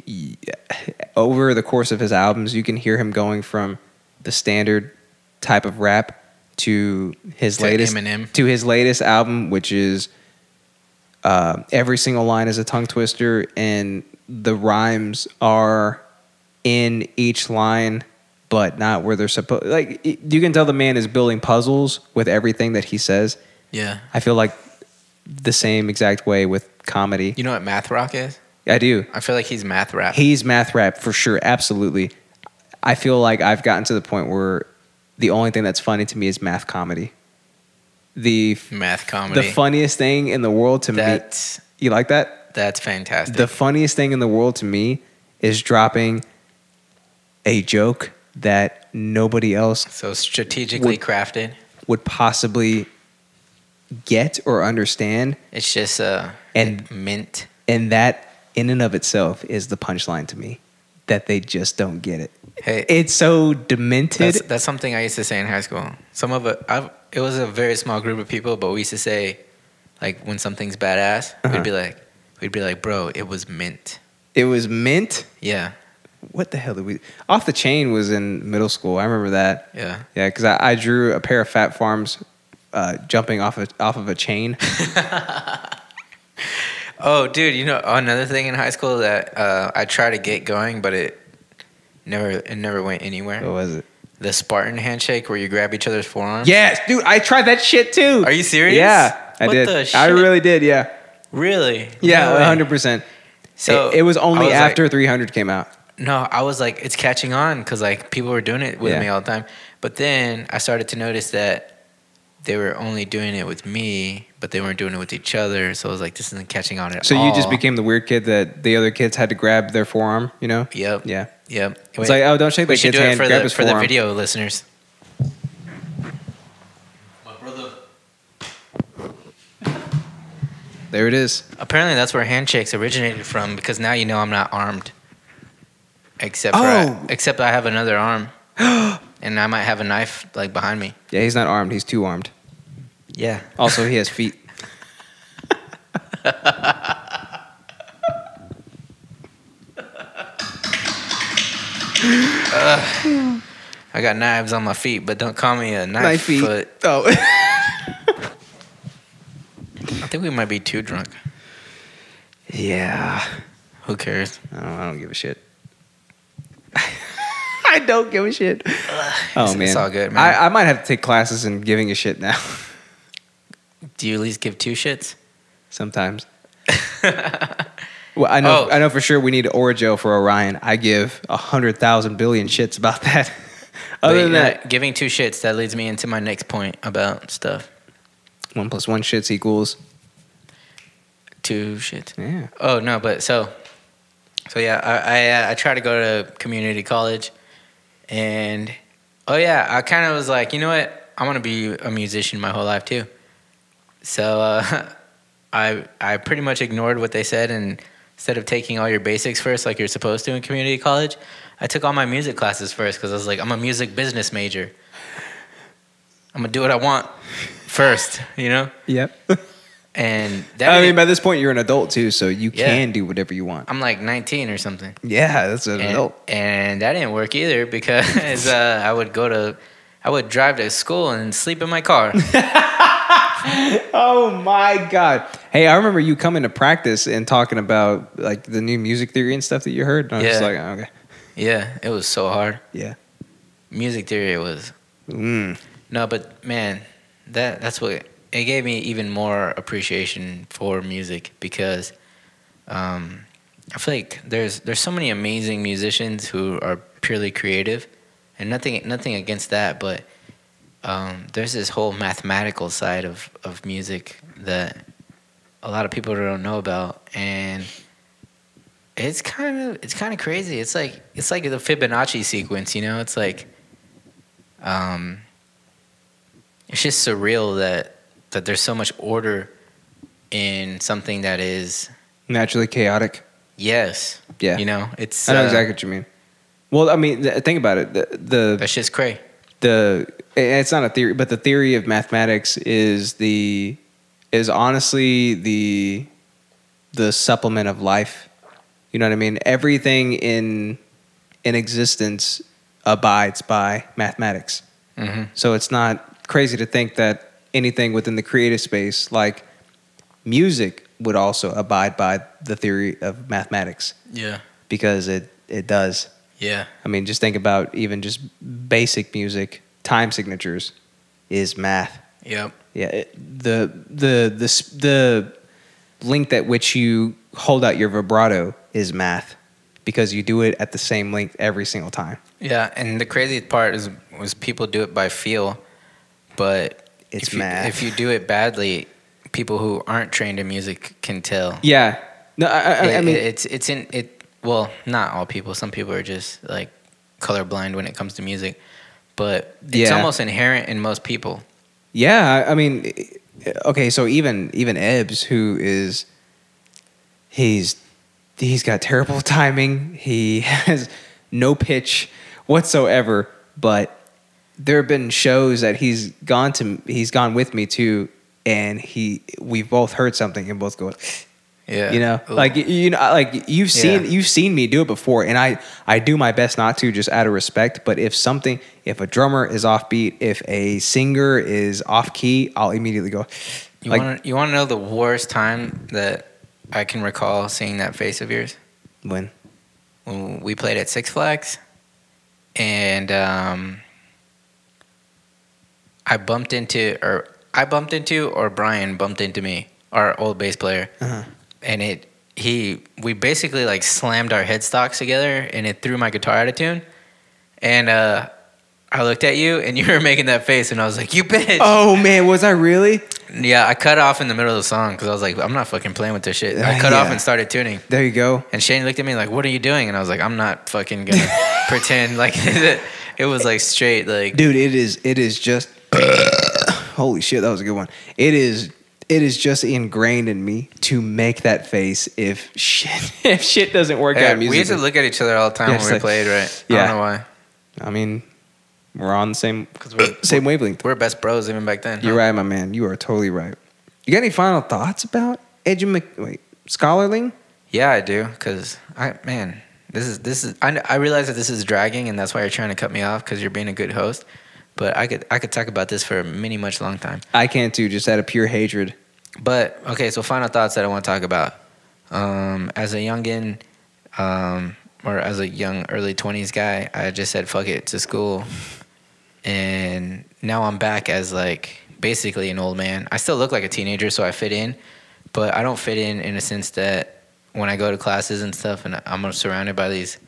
y- over the course of his albums you can hear him going from the standard type of rap to his
To
latest
Eminem.
to his latest album which is uh, every single line is a tongue twister and the rhymes are in each line but not where they're supposed like y- you can tell the man is building puzzles with everything that he says
"Yeah."
i feel like the same exact way with comedy
You know what math rock is?
i do
I feel like he's math rap.
he's math rap for sure absolutely i feel like i've gotten to the point where the only thing that's funny to me is math comedy the
math
the
comedy.
funniest thing in the world to me
that's
you like that
that's fantastic.
the funniest thing in the world to me is dropping a joke that nobody else
so strategically
Would-
crafted.
would possibly get or understand
It's just uh
And-
mint.
and that in and of itself is the punchline to me that they just don't get it
Hey,
it's so demented
That's, that's something I used to say in high school. Some of it, I've, it was a very small group of people, but we used to say, like, when something's badass,
Uh-huh.
we'd be like, we'd be like, bro, it was mint.
it was mint
Yeah,
what the hell did we off the chain was in middle school i remember that
yeah.
Yeah, because I, I drew a pair of fat farms uh, jumping off of, off of a chain.
Oh, dude, you know another thing in high school that uh, I tried to get going, but it never, it never went anywhere.
what was it?
The Spartan handshake, where you grab each other's forearms.
Yes, dude, I tried that shit too.
Are you serious?
Yeah, I
What
did.
the
I
shit?
really did. Yeah,
Really? No
yeah,
way.
one hundred percent.
So
it, it was
I
only
was like-
after three hundred came out.
No, I was like, it's catching on because like people were doing it with
Yeah.
me all the time. But then I started to notice that they were only doing it with me, but they weren't doing it with each other. So I was like, this isn't catching on at
So
all.
you just became the weird kid that the other kids had to grab their forearm. You know?
Yep.
Yeah.
Yep.
It's like, oh, don't shake
we
the
should
kid's
do it
hand.
for
Grab
the
his
for the
forearm.
video listeners.
There it is.
Apparently, that's where handshakes originated from because now you know I'm not armed. Except for
Oh.
I, except I have another arm, and I might have a knife like behind me.
Yeah, he's not armed. He's two armed.
Yeah.
Also, he has feet.
I got knives on my feet, but don't call me a knife,
Knife feet.
foot.
Oh,
I think we might be too drunk.
yeah.
Who cares?
I don't, I don't give a shit. I don't give a shit. Oh
It's-
man,
it's all good, man.
I, I might have to take classes in giving a shit now.
Do you at least give two shits?
Sometimes. well, I know.
Oh.
I know for sure we need Oreo for Orion. I give a hundred thousand billion shits about that.
But,
Other than
you know,
that,
giving two shits that leads me into my next point about stuff.
one plus one shits equals
two shit.
Yeah.
Oh no, but so, so yeah, I I, uh, I tried to go to community college, and oh yeah, I kind of was like, you know what, I want to be a musician my whole life too. So uh, I I pretty much ignored what they said, and instead of taking all your basics first, like you're supposed to in community college, I took all my music classes first because I was like, I'm a music business major. I'm gonna do what I want first, you know,
Yep.
and that
I mean,
didn't-
by this point, you're an adult too, so you
Yeah.
can do whatever you want.
I'm like 19 or something.
Yeah, that's an
and,
adult.
and that didn't work either because uh, I would go to, I would drive to school and sleep in my car.
Oh my god! Hey, I remember you coming to practice and talking about like the new music theory and stuff that you heard. And I was just
Yeah.
like, oh, okay,
yeah, it was so hard.
yeah.
Music theory was
Mm.
no, but man, that that's what it gave me even more appreciation for music because um, I feel like there's there's so many amazing musicians who are purely creative, and nothing nothing against that, but um, there's this whole mathematical side of of music that a lot of people don't know about, and it's kind of it's kind of crazy. It's like it's like the Fibonacci sequence, you know. It's like um, it's just surreal that that there's so much order in something that is
Naturally chaotic.
Yes.
Yeah.
You know, it's
I know
uh,
exactly what you mean. Well, I mean, th- think about it. The the,
That's just cray.
the and it's not a theory, but the theory of mathematics is the is honestly the the supplement of life. You know what I mean? Everything in in existence abides by mathematics.
Mm-hmm.
So it's not crazy to think that anything within the creative space, like music, would also abide by the theory of mathematics
Yeah.
because it, it does.
Yeah.
I mean, just think about even just basic music, time signatures is math.
Yep.
Yeah, it, the the the s- the length at which you hold out your vibrato is math because you do it at the same length every single time.
Yeah. And the crazy part is was people do it by feel, but
It's
if you,
math.
If you do it badly, people who aren't trained in music can tell.
Yeah. No, I, I, I
It-
mean,
it's it's in it. Well, not all people. Some people are just like colorblind when it comes to music, but it's
Yeah.
almost inherent in most people.
Yeah, I I mean, okay. So even even Ebbs, who is he's he's got terrible timing. He has no pitch whatsoever. But there have been shows that he's gone to. He's gone with me to, and he we both heard something and both go.
Yeah.
You know,
Ooh.
like you know, like you've seen
Yeah.
you've seen me do it before, and I I do my best not to, just out of respect. But if something, if a drummer is offbeat, if a singer is off key, I'll immediately go.
You
like
want to you want to know the worst time that I can recall seeing that face of yours
when?
when we played at Six Flags, and um, I bumped into or I bumped into or Brian bumped into me, our old bass player,
Uh-huh.
and it he we basically like slammed our headstocks together and it threw my guitar out of tune, and uh, I looked at you and you were making that face and I was like you bitch.
Oh man, was I really?
Yeah, I cut off in the middle of the song because I was like, I'm not fucking playing with this shit. I cut off
Uh, Yeah.
and started tuning.
There you go.
And Shane looked at me like, "What are you doing?" And I was like, "I'm not fucking gonna pretend like it, it was like straight like
dude it is it is just holy shit that was a good one it is it is just ingrained in me to make that face if shit if shit doesn't work
Yeah,
out
we used to
musically.
look at each other all the time
Yeah,
when
it's
we
like-
played, right? I
yeah.
don't know why.
i mean we're on the same
'Cause we're-
same wavelength
We're best bros even back then.
you're right my man you are totally right you got any final thoughts about edge Mc- wait scholarling
Yeah, I do. Cause I man, this is this is I, I realize that this is dragging, and that's why you're trying to cut me off because you're being a good host. But I could I could talk about this for many much long time.
i can't do just out of pure hatred
But okay, so final thoughts that I want to talk about. Um, as a youngin, um, or as a young early twenties guy, I just said fuck it to school, and now I'm back as like basically an old man. I still look like a teenager, so I fit in, but I don't fit in in a sense that when I go to classes and stuff, and I'm surrounded by these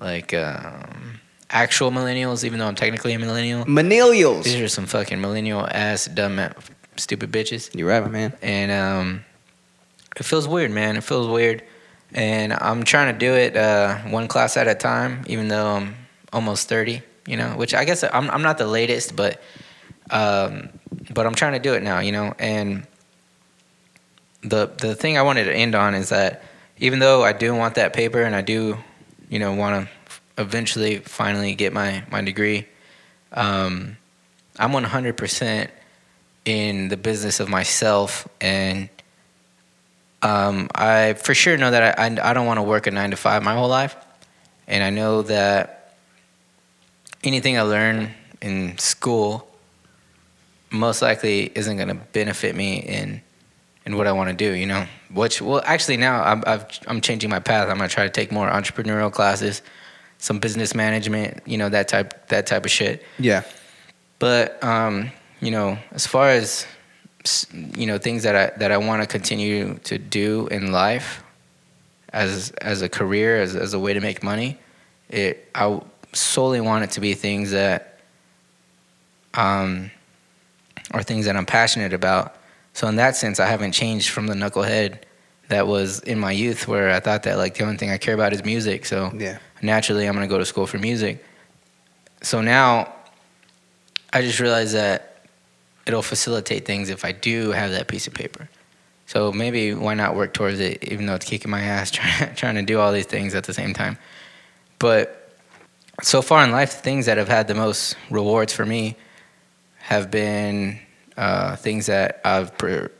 like um, actual millennials, even though I'm technically a millennial. These
millennials
are some fucking millennial ass dumb stupid bitches
you're right my man
and um, it feels weird, man. It feels weird, and I'm trying to do it uh, one class at a time. Even though I'm almost thirty, you know, which I guess I'm I'm not the latest, but um, but I'm trying to do it now, you know. And the the thing I wanted to end on is that even though I do want that paper and I do, you know, want to eventually finally get my my degree, um, I'm 100 percent in the business of myself and um, I for sure know that I, I, I don't want to work a nine to five my whole life. And I know that anything I learn in school most likely isn't going to benefit me in in what I want to do, you know? Which, well, actually, now I'm, I've, I'm changing my path. I'm going to try to take more entrepreneurial classes, some business management, you know, that type, that type of shit.
Yeah.
But um, you know, as far as s- you know, things that I that I want to continue to do in life, as as a career, as as a way to make money, it I solely want it to be things that um are things that I'm passionate about. So in that sense, I haven't changed from the knucklehead that was in my youth, where I thought that like the only thing I care about is music. So
Yeah.
naturally I'm going to go to school for music. So now I just realized that it'll facilitate things if I do have that piece of paper. So maybe why not work towards it, even though it's kicking my ass trying, trying to do all these things at the same time. But so far in life, the things that have had the most rewards for me have been uh, things that I've per,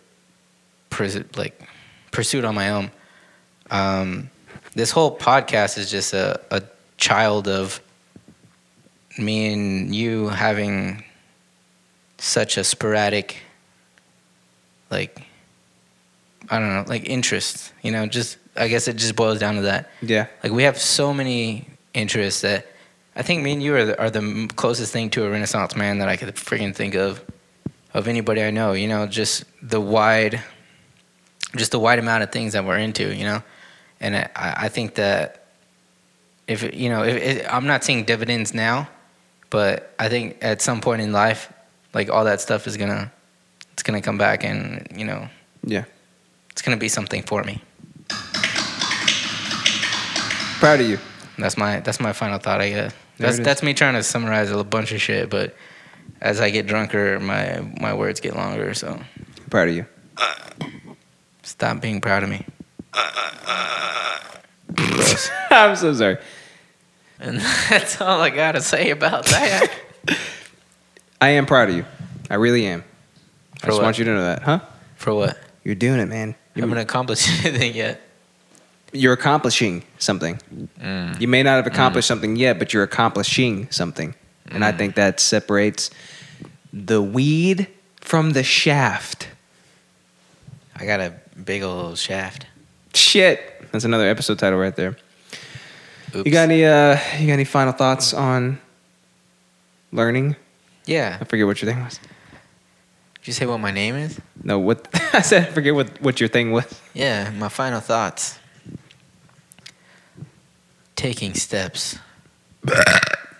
pers- like pursued on my own. Um, this whole podcast is just a, a child of me and you having such a sporadic like i don't know like interest you know just i guess it just boils down to that
Yeah.
like we have so many interests that i think me and you are the, are the m- closest thing to a renaissance man that i could freaking think of of anybody i know you know just the wide just the wide amount of things that we're into you know and i, I I think that if it- you know if it, i'm not seeing dividends now but i think at some point in life like all that stuff is gonna it's gonna come back and you know
Yeah.
it's gonna be something for me
Proud of you.
That's my that's my final thought. I guess
There
that's
it is.
that's me trying to summarize a bunch of shit. But as I get drunker, my my words get longer. So
Proud of you.
stop being proud of me. Gross.
I'm so sorry.
and that's all I gotta say about that.
I am proud of you. I really am. I
For
just
what?
want you to know that, huh?
For what?
You're doing it, man.
You haven't accomplished anything yet.
You're accomplishing something. You may not have accomplished something yet, but you're accomplishing something. And I think that separates the weed from the shaft.
I got a big old shaft.
Shit. That's another episode title right there.
Oops.
You got any uh you got any final thoughts on learning?
Yeah.
I
Did
forget what your thing was.
you say what my name is?
No, what I said I forget what, what your thing was.
Yeah. My final thoughts. Taking steps,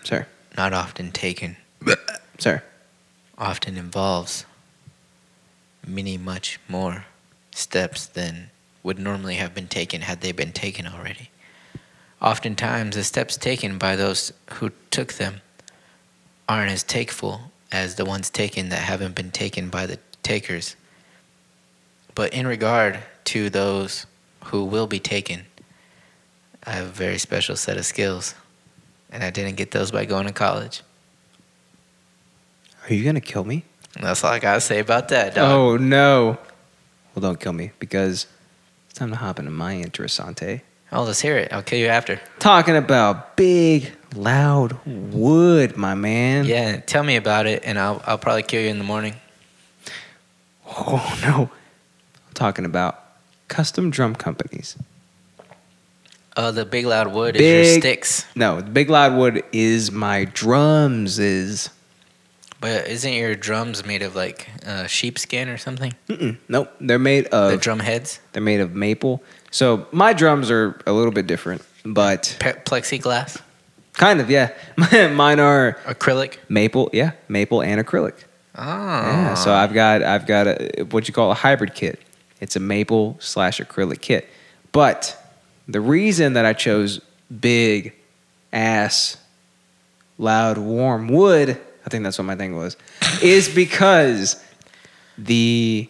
Sorry.
not often taken.
Sorry.
often involves many much more steps than would normally have been taken had they been taken already. Oftentimes, the steps taken by those who took them aren't as takeful as the ones taken that haven't been taken by the takers. But in regard to those who will be taken, I have a very special set of skills, and I didn't get those by going to college.
Are you gonna kill me?
And that's all I gotta say about that, dog.
Oh no. Well don't kill me because it's time to hop into my interessante.
Oh, let's hear it. I'll kill you after.
Talking about big loud wood, my man.
Yeah, tell me about it, and I'll I'll probably kill you in the morning.
Oh no. I'm talking about custom drum companies.
Uh, the big loud wood is your
Big-
sticks,
No, the big loud wood is my drums is
but isn't your drums made of like uh, sheepskin or something?
Mm-mm. Nope, they're made
The
of
drum heads,
they're made of maple. So my drums are a little bit different, but
Pe- plexiglass,
kind of yeah. Mine are
acrylic.
maple, yeah, maple and acrylic.
Oh,
Yeah. So I've got I've got a, what you call a hybrid kit. It's a maple slash acrylic kit. But the reason that I chose big ass loud warm wood, I think that's what my thing was, is because the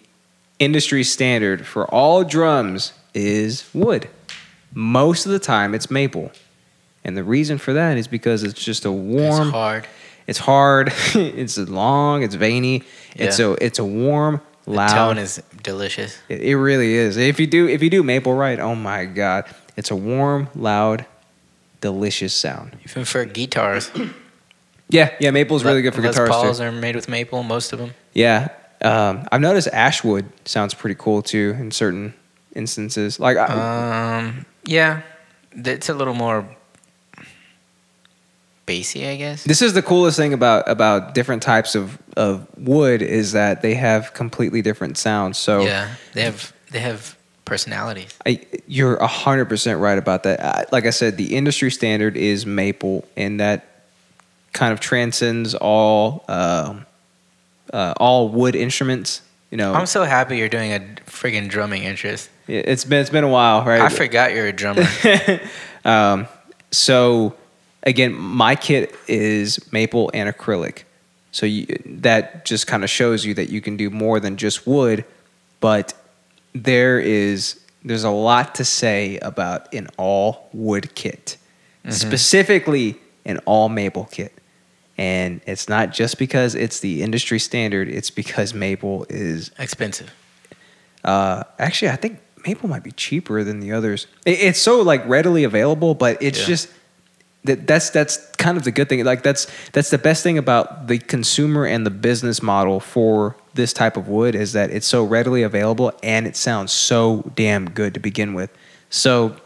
industry standard for all drums is wood. Most of the time it's maple. And the reason for that is because it's just a warm
It's hard.
it's hard. it's long. It's veiny.
Yeah.
It's a it's a warm,
The
loud.
tone is delicious.
it, it really is. If you do if you do maple right, oh my god, it's a warm, loud, delicious sound.
Even for guitars,
Yeah, yeah, maple's really good for
Les
guitars
Pauls
too.
are made with maple. Most of them.
Yeah, um, I've noticed ashwood sounds pretty cool too in certain instances. Like I
Um, yeah, it's a little more bassy, I guess.
This is the coolest thing about about different types of, of wood is that they have completely different sounds. So
Yeah, they have they have personalities.
I, you're 100% right about that. I, like I said, the industry standard is maple, and that kind of transcends all um, uh, all wood instruments. You know,
I'm so happy you're doing a friggin' drumming interest.
it- it's been it's been a while, right?
I forgot you're a drummer.
um, so again, my kit is maple and acrylic. So you, that just kind of shows you that you can do more than just wood, but there is there's a lot to say about an all wood kit, specifically an all maple kit. And it's not just because it's the industry standard; it's because maple is
Expensive.
uh, actually, I think maple might be cheaper than the others. It, it's so like readily available, but it's
Yeah.
just that that's that's kind of the good thing. Like that's that's the best thing about the consumer and the business model for this type of wood is that it's so readily available and it sounds so damn good to begin with. So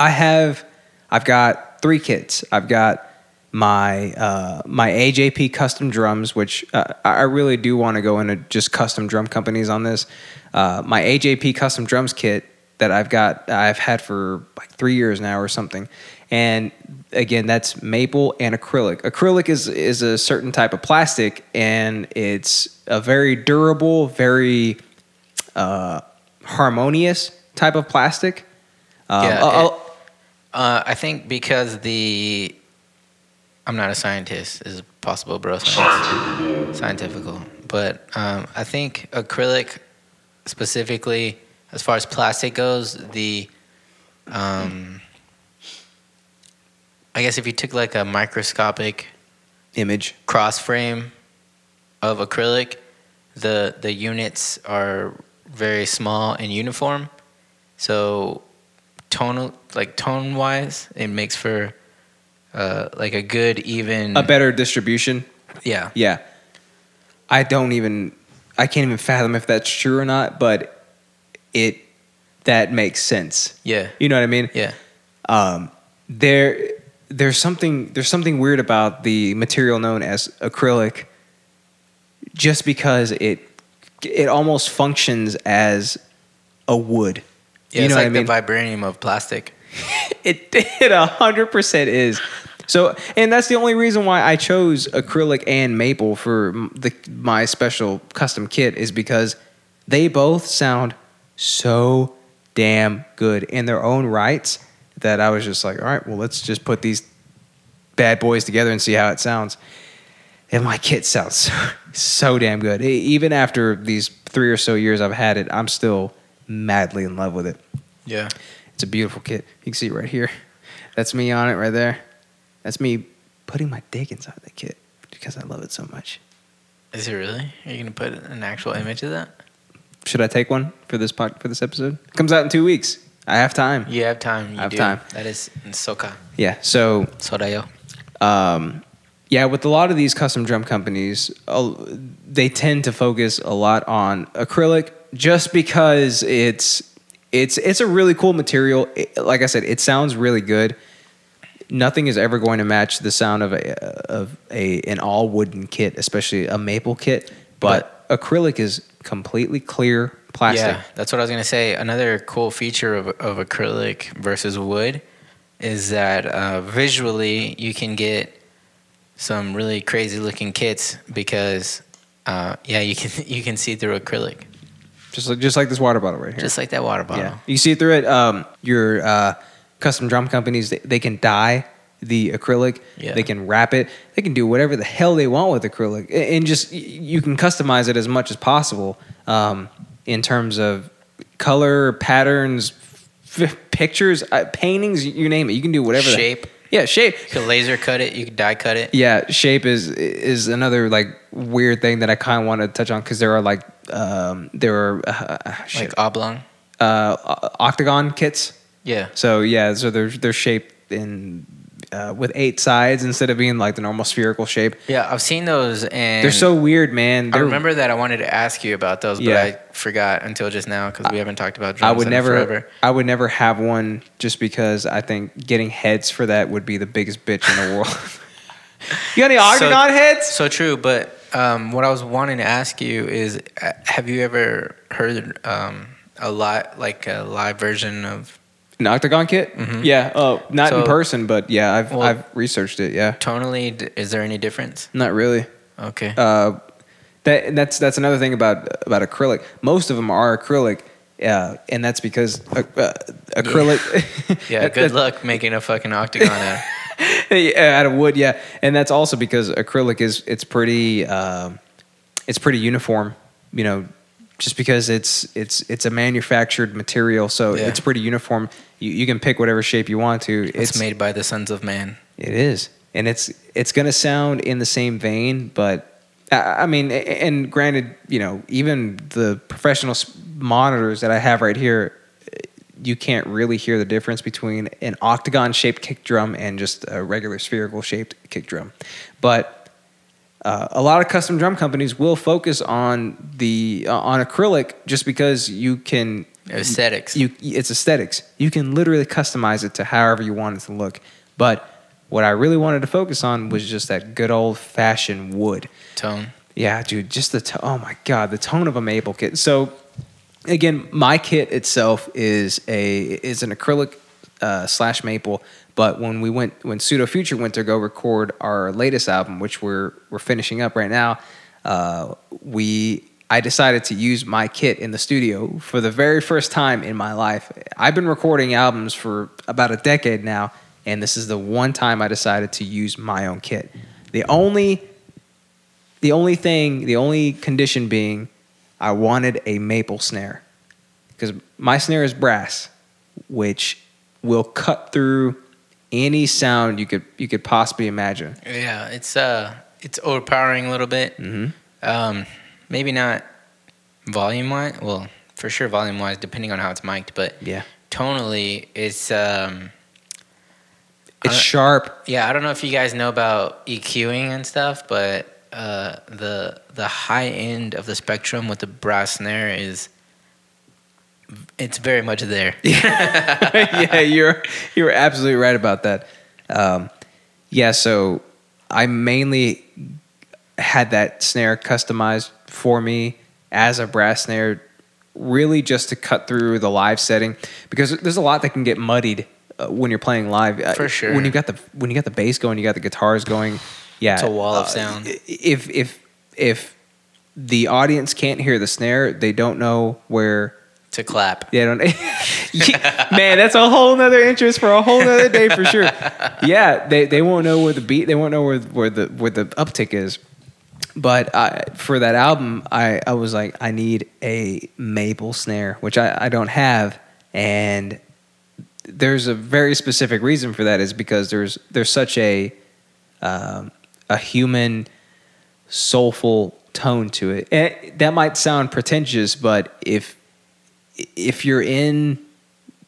I have I've got three kits. I've got my uh, my AJP custom drums, which uh, I I really do want to go into just custom drum companies on this. Uh, my AJP custom drums kit that I've got I've had for like three years now or something, and again that's maple and acrylic. Acrylic is is a certain type of plastic, and it's a very durable, very uh, harmonious type of plastic. Um,
Yeah,
I'll-
it-
I'll-
Uh, I think because the I'm not a scientist is possible, bro. Science. Scientifical, but um, I think acrylic, specifically as far as plastic goes, the um, I guess if you took like a microscopic
image.
cross frame of acrylic, the the units are very small and uniform. So tonal like tone wise, it makes for uh, like a good even
a better distribution.
yeah.
Yeah. I don't even I can't even fathom if that's true or not, but it that makes sense.
Yeah.
You know what I mean?
Yeah.
Um there there's something there's something weird about the material known as acrylic just because it it almost functions as a wood.
Yeah,
you
it's
know
like
what I mean?
the vibranium of plastic.
It it a hundred percent is. So, and that's the only reason why I chose acrylic and maple for m- the my special custom kit is because they both sound so damn good in their own rights that I was just like, all right, well, let's just put these bad boys together and see how it sounds. And my kit sounds so, so damn good. E- even after these three or so years I've had it, I'm still madly in love with it.
Yeah.
It's a beautiful kit. You can see it right here. That's me on it right there. That's me putting my dick inside the kit because I love it so much.
Is it really? Are you gonna put an actual
Mm-hmm.
image of that?
Should I take one for this pod, for this episode? comes out in two weeks. I have time.
You have time. You
I have
do.
time.
That is in Soka.
Yeah. So,
Sorayo.
um, yeah, with a lot of these custom drum companies, uh, they tend to focus a lot on acrylic just because it's it's it's a really cool material. It- like I said, it sounds really good. nothing is ever going to match the sound of a of a an all wooden kit, especially a maple kit. But, acrylic is completely clear plastic.
Yeah, that's what I was gonna say. Another cool feature of, of acrylic versus wood is that uh, visually you can get some really crazy looking kits because uh, yeah, you can you can see through acrylic.
Just like just like this water bottle right here.
Just like that water bottle.
Yeah. You see through it. Um, your uh, custom drum companies they, they can dye the acrylic.
Yeah.
They can wrap it. They can do whatever the hell they want with acrylic, A- and just y- you can customize it as much as possible um, in terms of color, patterns, f- pictures, uh, paintings. You name it. You can do whatever the-
Shape.
yeah, shape.
You could laser cut it. You could die cut it.
Yeah, shape is is another like weird thing that I kind of want to touch on because there are like um, there are uh, uh, shit,
Like oblong.
uh, o- octagon kits.
Yeah.
So yeah, so they're they're shaped in uh, with eight sides instead of being like the normal spherical shape.
Yeah, I've seen those and
They're so weird, man.
I
They're,
remember that I wanted to ask you about those, but
Yeah.
I forgot until just now because we haven't talked about drums
I would
in
never.
forever.
I would never have one just because I think getting heads for that would be the biggest bitch in the world. you got any octagon heads?
So true, but um, what I was wanting to ask you is, uh, have you ever heard um, a lot like a live version of
An octagon kit? Yeah. Oh, not in
Mm-hmm. So-
person, but yeah, I've
Well-
I've researched it. Yeah.
tonally? D- Is there any difference?
Not really.
Okay.
Uh, that that's that's another thing about about acrylic. Most of them are acrylic, uh, and that's because uh, uh, acrylic.
yeah.
that-
Good
that-
luck making a fucking octagon out.
yeah, out of wood, yeah, and that's also because acrylic is it's pretty um it's pretty uniform, you know, just because it's it's it's a manufactured material, so
Yeah.
it's pretty uniform. You you can pick whatever shape you want to.
It's, made by the sons of man.
It is, and it's it's going to sound in the same vein, but I, I mean, a- and granted, you know, even the professional s- monitors that I have right here, eh, you can't really hear the difference between an octagon shaped kick drum and just a regular spherical shaped kick drum, but. Uh, a lot of custom drum companies will focus on the uh, on acrylic just because you can
Aesthetics.
you it's aesthetics. You can literally customize it to however you want it to look. But what I really wanted to focus on was just that good old fashioned wood.
Tone.
Yeah, dude, just the to- oh my god, the tone of a maple kit. So again, my kit itself is a is an acrylic uh, slash maple. But when we went when Pseudo Future went to go record our latest album, which we're we're finishing up right now, uh, we I decided to use my kit in the studio for the very first time in my life. I've been recording albums for about a decade now, and this is the one time I decided to use my own kit. The only the only thing, the only condition being, I wanted a maple snare because my snare is brass, which will cut through any sound you could you could possibly imagine.
Yeah. It's uh, it's overpowering a little bit.
Mhm.
Um, maybe not volume wise. Well, for sure volume wise, depending on how it's mic'd, but
Yeah,
tonally, it's um.
it's
I-
sharp.
Yeah, I don't know if you guys know about EQing and stuff, but uh, the the high end of the spectrum with the brass snare is it's very much there.
yeah, you're you're absolutely right about that. Um, yeah, so I mainly had that snare customized for me as a brass snare, really just to cut through the live setting because there's a lot that can get muddied uh, when you're playing live. Uh,
For sure.
when you got the when you got the bass going, you got the guitars going. Yeah, Uh,
It's a wall of sound.
If if if the audience can't hear the snare, they don't know where
to clap.
they don't. Yeah, man, that's a whole nother interest for a whole nother day for sure. Yeah, they, they won't know where the beat. They won't know where where the where the uptick is. But I, for that album, I, I was like, I need a maple snare, which I, I don't have, and there's a very specific reason for that is because there's there's such a um, a human soulful tone to it. And that might sound pretentious, but if if you're in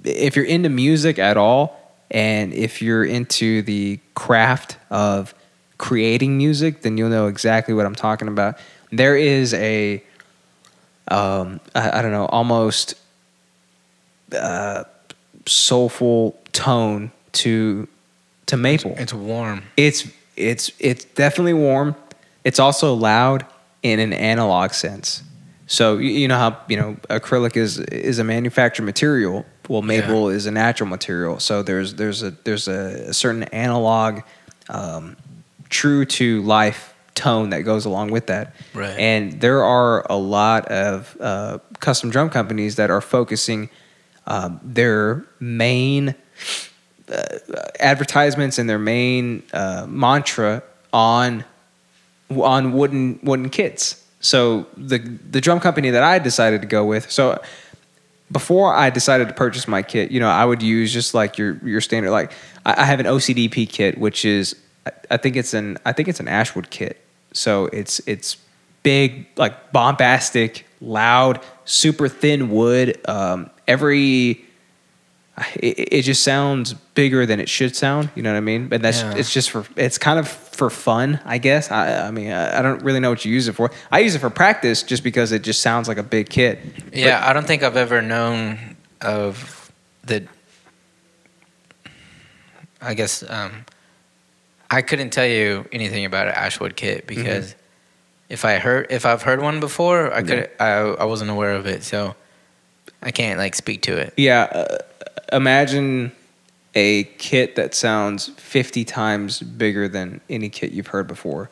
if you're into music at all and if you're into the craft of creating music, then you'll know exactly what I'm talking about. There is a um I, I don't know, almost uh soulful tone to to maple
It's warm.
it's it's it's definitely warm. It's also loud in an analog sense. So you, you know how you know acrylic is is a manufactured material. Well, maple is a natural material. So there's there's a there's a, certain analog, um, true to life tone that goes along with that.
Right.
And there are a lot of uh, custom drum companies that are focusing um, their main uh, advertisements and their main uh, mantra on on wooden wooden kits. So the the drum company that I decided to go with. So before I decided to purchase my kit, you know, I would use just like your your standard. Like I, I have an OCDP kit, which is I- I think it's an I think it's an Ashwood kit. So it's it's big, like bombastic, loud, super thin wood. Um, every it, it just sounds bigger than it should sound. You know what I mean? But that's
Yeah.
it's just for it's kind of for fun, I guess. I, I mean, I, I don't really know what you use it for. I use it for practice just because it just sounds like a big kit.
Yeah, I don't think I've ever known of the. I guess um, I couldn't tell you anything about an Ashwood kit because if I heard if I've heard one before, I could I I wasn't aware of it, so I can't like speak to it.
yeah uh, imagine a kit that sounds 50 times bigger than any kit you've heard before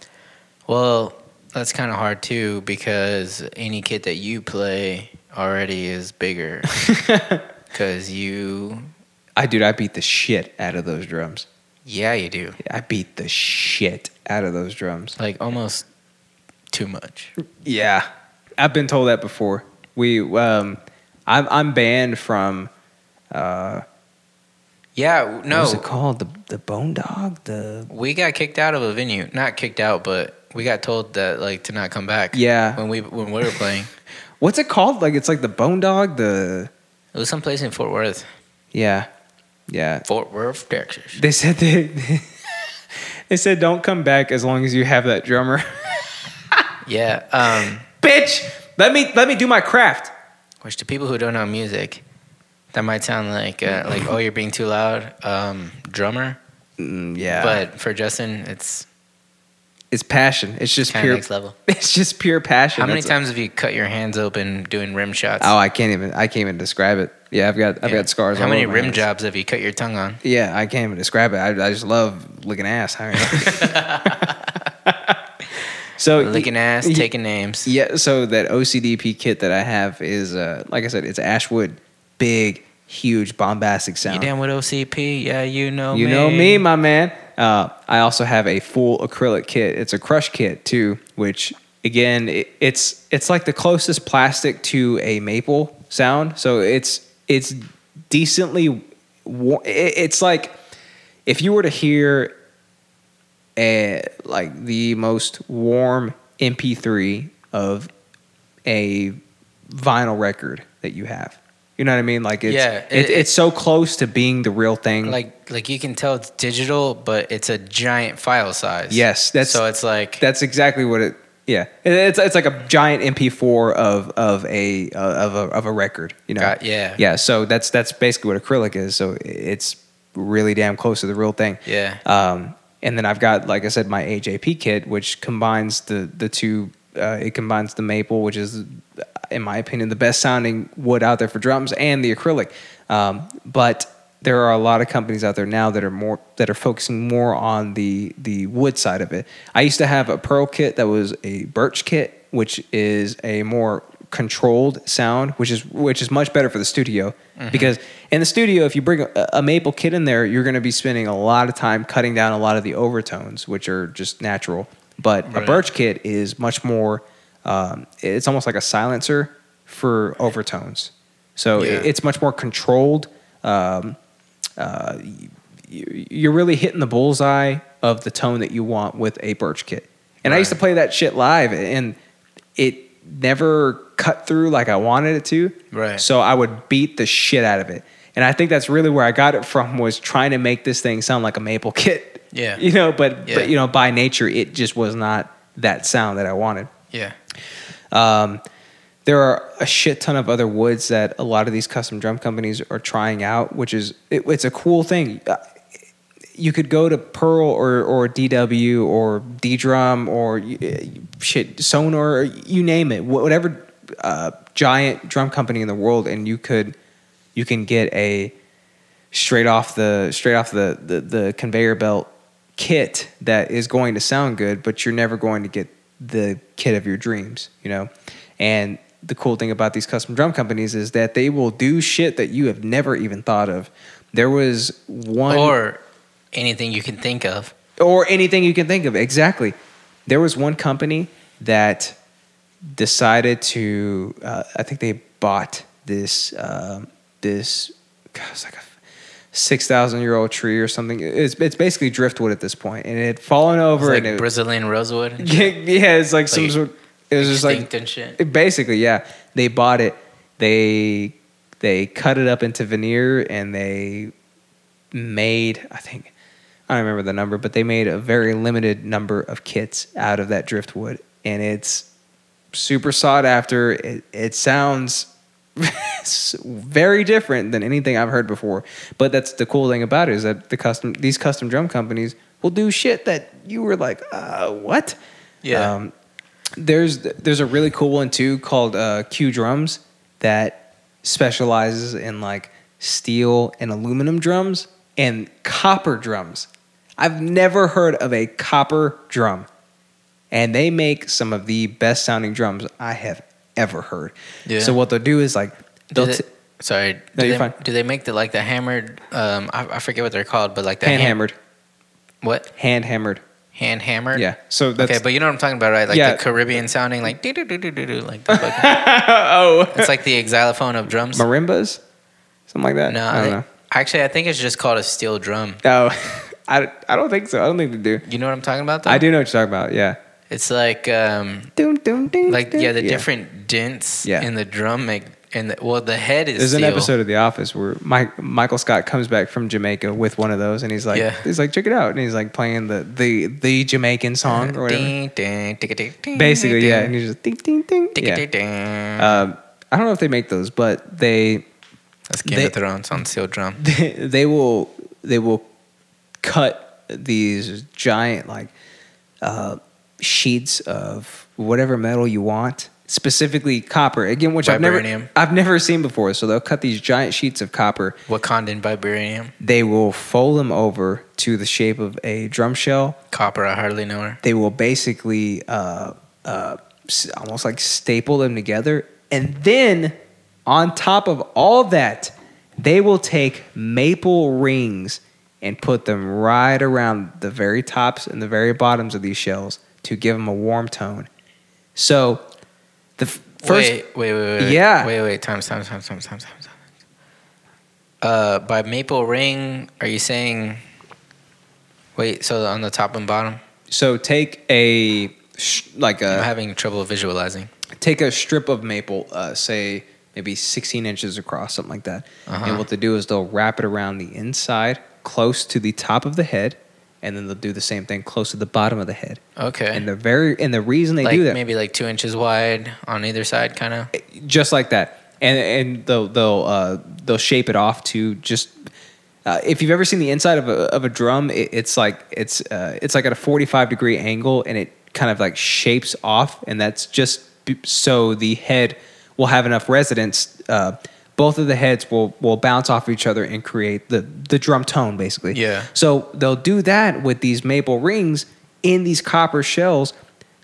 Well, that's kind of hard too because any kit that you play already is bigger because you.
i dude i beat the shit out of those drums
Yeah, you do
i beat the shit out of those drums
like almost too much.
yeah i've been told that before we um i'm, I'm banned from uh
Yeah, no.
what's it called the the bone dog the
We got kicked out of a venue. Not kicked out, but we got told that like to not come back.
Yeah.
When we when we were playing,
what's it called like it's like the bone dog the
it was someplace in Fort Worth,
yeah yeah
Fort Worth, Texas.
They said they, they said don't come back as long as you have that drummer.
Yeah. Um,
Bitch, let me let me do my craft.
which to people who don't know music, that might sound like uh, like oh you're being too loud, um, drummer.
yeah, but
But for Justin, it's
it's passion. It's just
kind of
pure.
next level.
It's just pure passion.
How many
That's-
times have you cut your hands open doing rim shots?
Oh, I can't even. I can't even describe it. Yeah, I've got I've
Yeah.
got scars.
How
all
many
over my
rim
hands.
jobs have you cut your tongue on?
Yeah, I can't even describe it. I, I just love licking ass. I mean- so
Licking ass,
taking.
taking names.
Yeah, so that OCDP kit that I have is, uh, like I said, it's Ashwood, big, huge, bombastic
You
sound.
damn with OCP? Yeah, you know
You
me.
know me, my man. Uh, I also have a full acrylic kit. It's a crush kit too, which again, it, it's it's like the closest plastic to a maple sound. So it's it's decently. wa- it- It's like if you were to hear a, like the most warm MP3 of a vinyl record that you have. You know what I mean? Like it's
Yeah, it-
it, it's so close to being the real thing.
like like you can tell it's digital, but it's a giant file size.
Yes, that's-
so it's like
That's exactly what it. Yeah, It- it's it's like a giant MP4 of of a uh, of a of a record. You know.
Got- yeah.
Yeah. So that's that's basically what acrylic is. So it's really damn close to the real thing.
Yeah.
Um, and then I've got like I said my AJP kit, which combines the the two. Uh, it combines the maple, which is, in my opinion, the best sounding wood out there for drums, and the acrylic. Um, but there are a lot of companies out there now that are more that are focusing more on the the wood side of it. I used to have a pearl kit that was a birch kit, which is a more controlled sound, which is which is much better for the studio
Mm-hmm.
because in the studio, if you bring a, a maple kit in there, you're going to be spending a lot of time cutting down a lot of the overtones, which are just natural. But a
Right.
birch kit is much more. Um, it's almost like a silencer for overtones, so
Yeah.
it- it's much more controlled. Um, uh, you- you're really hitting the bullseye of the tone that you want with a birch kit. And I used to play that shit live, and it never cut through like I wanted it to.
Right.
So I would beat the shit out of it. And I think that's really where I got it from was trying to make this thing sound like a maple kit.
Yeah.
You know, but
Yeah.
but you know, by nature, it just was not that sound that I wanted.
yeah,
Um, there are a shit ton of other woods that a lot of these custom drum companies are trying out, which is it, it's a cool thing. Uh, You could go to Pearl or or DW or D Drum or uh, shit Sonar, you name it, wh- whatever uh, giant drum company in the world, and you could you can get a straight off the straight off the the, the conveyor belt kit that is going to sound good, but you're never going to get the kit of your dreams, you know? And the cool thing about these custom drum companies is that they will do shit that you have never even thought of. There was one
or anything you can think of.
or anything you can think of. Exactly. There was one company that decided to. Uh, I think they bought this um this. God, it's like a six thousand year old tree or something. It's it's basically driftwood at this point, and it had fallen
It's
over.
like
and it,
Brazilian rosewood. and
yeah, yeah, it's like, some
Like,
sort. It was just like
extinct and shit.
it- basically, yeah. They bought it. They they cut it up into veneer and they made I think I don't remember the number, but they made a very limited number of kits out of that driftwood, and it's super sought after. It, it sounds very different than anything I've heard before, but that's the cool thing about it is that the custom these custom drum companies will do shit that you were like, uh, what?
Yeah.
Um, there's there's a really cool one too called uh, Q Drums that specializes in like steel and aluminum drums and copper drums. I've never heard of a copper drum, and they make some of the best sounding drums I have ever heard.
Yeah.
So what they'll do is like
Do
they'll
they,
t-
sorry. Do
No,
they,
you're fine.
Do they make the like the hammered? Um, I, I forget what they're called, but like the
hand
ham-
hammered,
What
hand hammered.
hand hammered?
Yeah. So that's
okay, but you know what I'm talking about, right? Like
Yeah.
the Caribbean sounding, like do do do do do do, like the fucking,
oh
it's like the xylophone of drums. No,
marimbas, something like that. I
I
don't
think- actually, I think it's just called a steel drum.
know. Oh, I, I don't think so. I don't think they do.
You know what I'm talking about? Though?
I do know what you're talking about. Yeah.
It's like um,
Doom, doom, doom,
like
doom.
yeah, the different dents
Yeah.
in the drum make and the, well, the head is.
There's an
steel.
episode of The Office where Mike, Michael Scott comes back from Jamaica with one of those, and he's like,
Yeah.
he's like, check it out, and he's like playing the the the Jamaican song or whatever.
Ding, ding, ding, ding, ding,
Basically, yeah, and
ding,
he's just ding, ding, ding.
ding,
Yeah.
ding, ding.
Um, I don't know if they make those, but they
That's Game
they-
of Thrones on steel drum.
they, they will they will cut these giant like uh, sheets of whatever metal you want, specifically copper. Again, which I've
Vibranium.
never I've never seen before. So they'll cut these giant sheets of copper.
Wakandan vibranium,
They will fold them over to the shape of a drum shell.
copper. I hardly know her.
They will basically uh, uh, s- almost like staple them together. And then on top of all that, they will take maple rings and put them right around the very tops and the very bottoms of these shells to give them a warm tone. So the f- first.
wait, wait, wait, wait.
Yeah.
Wait, wait. Times, times, times, times, times, times. times. Uh, by maple ring, are you saying? Wait, so on the top and bottom,
So take a sh- like
I'm
a
having trouble visualizing.
take a strip of maple, uh, say maybe 16 inches across, something like that.
Uh-huh.
And what they do is they'll wrap it around the inside, close to the top of the head, and then they'll do the same thing close to the bottom of the head.
Okay,
And the very and the reason they
like
do that,
maybe like two inches wide on either side, kind of.
just like that, and and they'll they'll uh, they'll shape it off to just. Uh, if you've ever seen the inside of a of a drum, it, it's like it's uh, it's like at a forty five degree angle, and it kind of like shapes off, and that's just b- so the head will have enough resonance. Uh, both of the heads will will bounce off each other and create the the drum tone, basically.
Yeah.
So they'll do that with these maple rings in these copper shells.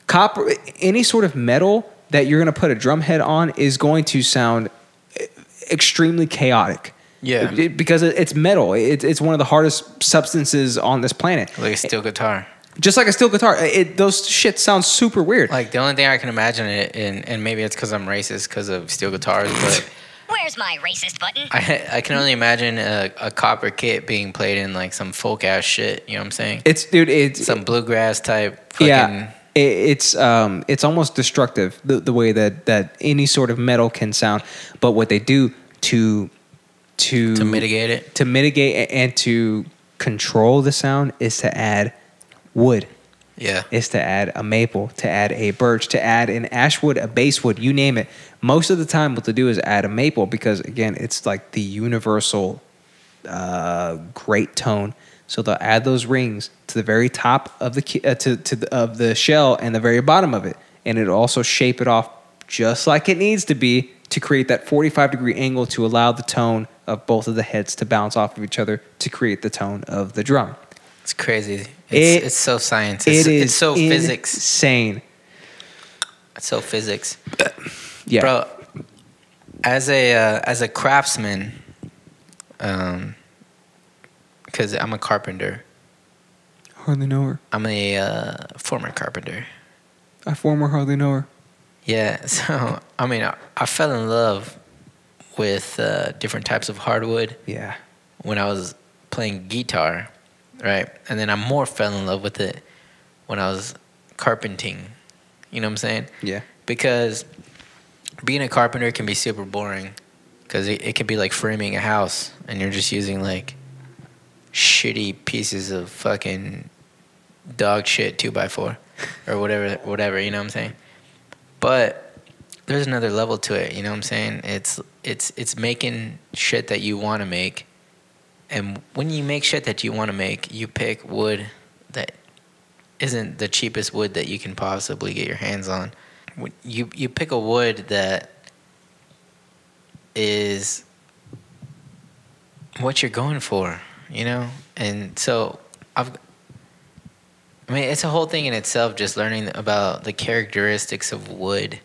Copper, any sort of metal that you're going to put a drum head on is going to sound extremely chaotic.
Yeah.
It- it- because it- it's metal. It, it's one of the hardest substances on this planet.
Like a steel guitar.
Just like a steel guitar, it, those shit sounds super weird.
Like the only thing I can imagine it, and and maybe it's because I'm racist because of steel guitars, but
Where's my racist button?
I I can only imagine a, a copper kit being played in like some folk ass shit. You know what I'm saying?
it's dude, it's
Some bluegrass type. Fucking,
yeah, it, it's um, it's almost destructive the, the way that that any sort of metal can sound. But what they do to to
To
Mm.
mitigate it.
to mitigate a- and to control the sound is to add wood,
Yeah.
is to add a maple, to add a birch, to add an ash wood, a basswood, you name it. Most of the time, what they do is add a maple because again, it's like the universal uh, great tone. So they'll add those rings to the very top of the ki- uh, to, to the, of the shell and the very bottom of it, and it'll also shape it off just like it needs to be to create that 45 degree angle to allow the tone of both of the heads to bounce off of each other to create the tone of the drum.
It's crazy. It's,
It-
it's so science. It's,
It is
it's so physics.
insane.
It's so physics.
Yeah,
Bro, as a uh, as a craftsman, um, because I'm a carpenter.
hardly know her.
I'm a uh, former carpenter.
I former hardly know her.
Yeah, so I mean, I, I fell in love with uh, different types of hardwood
Yeah,
when I was playing guitar, right? And then I more fell in love with it when I was carpenting. You know what I'm saying?
yeah,
Because being a carpenter can be super boring because it, it could be like framing a house and you're just using like shitty pieces of fucking dog shit two by four or whatever whatever you know what i'm saying but there's another level to it you know what i'm saying it's it's it's making shit that you want to make and when you make shit that you want to make you pick wood that isn't the cheapest wood that you can possibly get your hands on When- you you pick a wood that is what you're going for, you know? And so I've I mean, it's a whole thing in itself just learning about the characteristics of wood.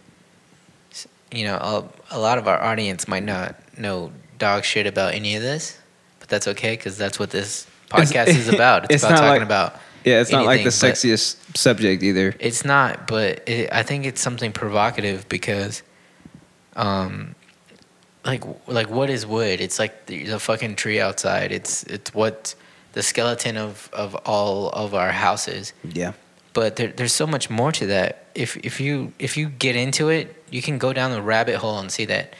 S- You know, a, a lot of our audience might not know dog shit about any of this, but that's okay cuz that's what this
It's-
podcast is about. It's,
it's
about
not
talking
like-
about
yeah. It's not like the
Anything but-
sexiest subject either.
it's not, but it, I think it's something provocative because, um, like like what is wood? It's like the, the fucking tree outside. It's it's what the skeleton of of all of our houses.
Yeah,
But there, there's so much more to that. If if you if you get into it, you can go down the rabbit hole and see that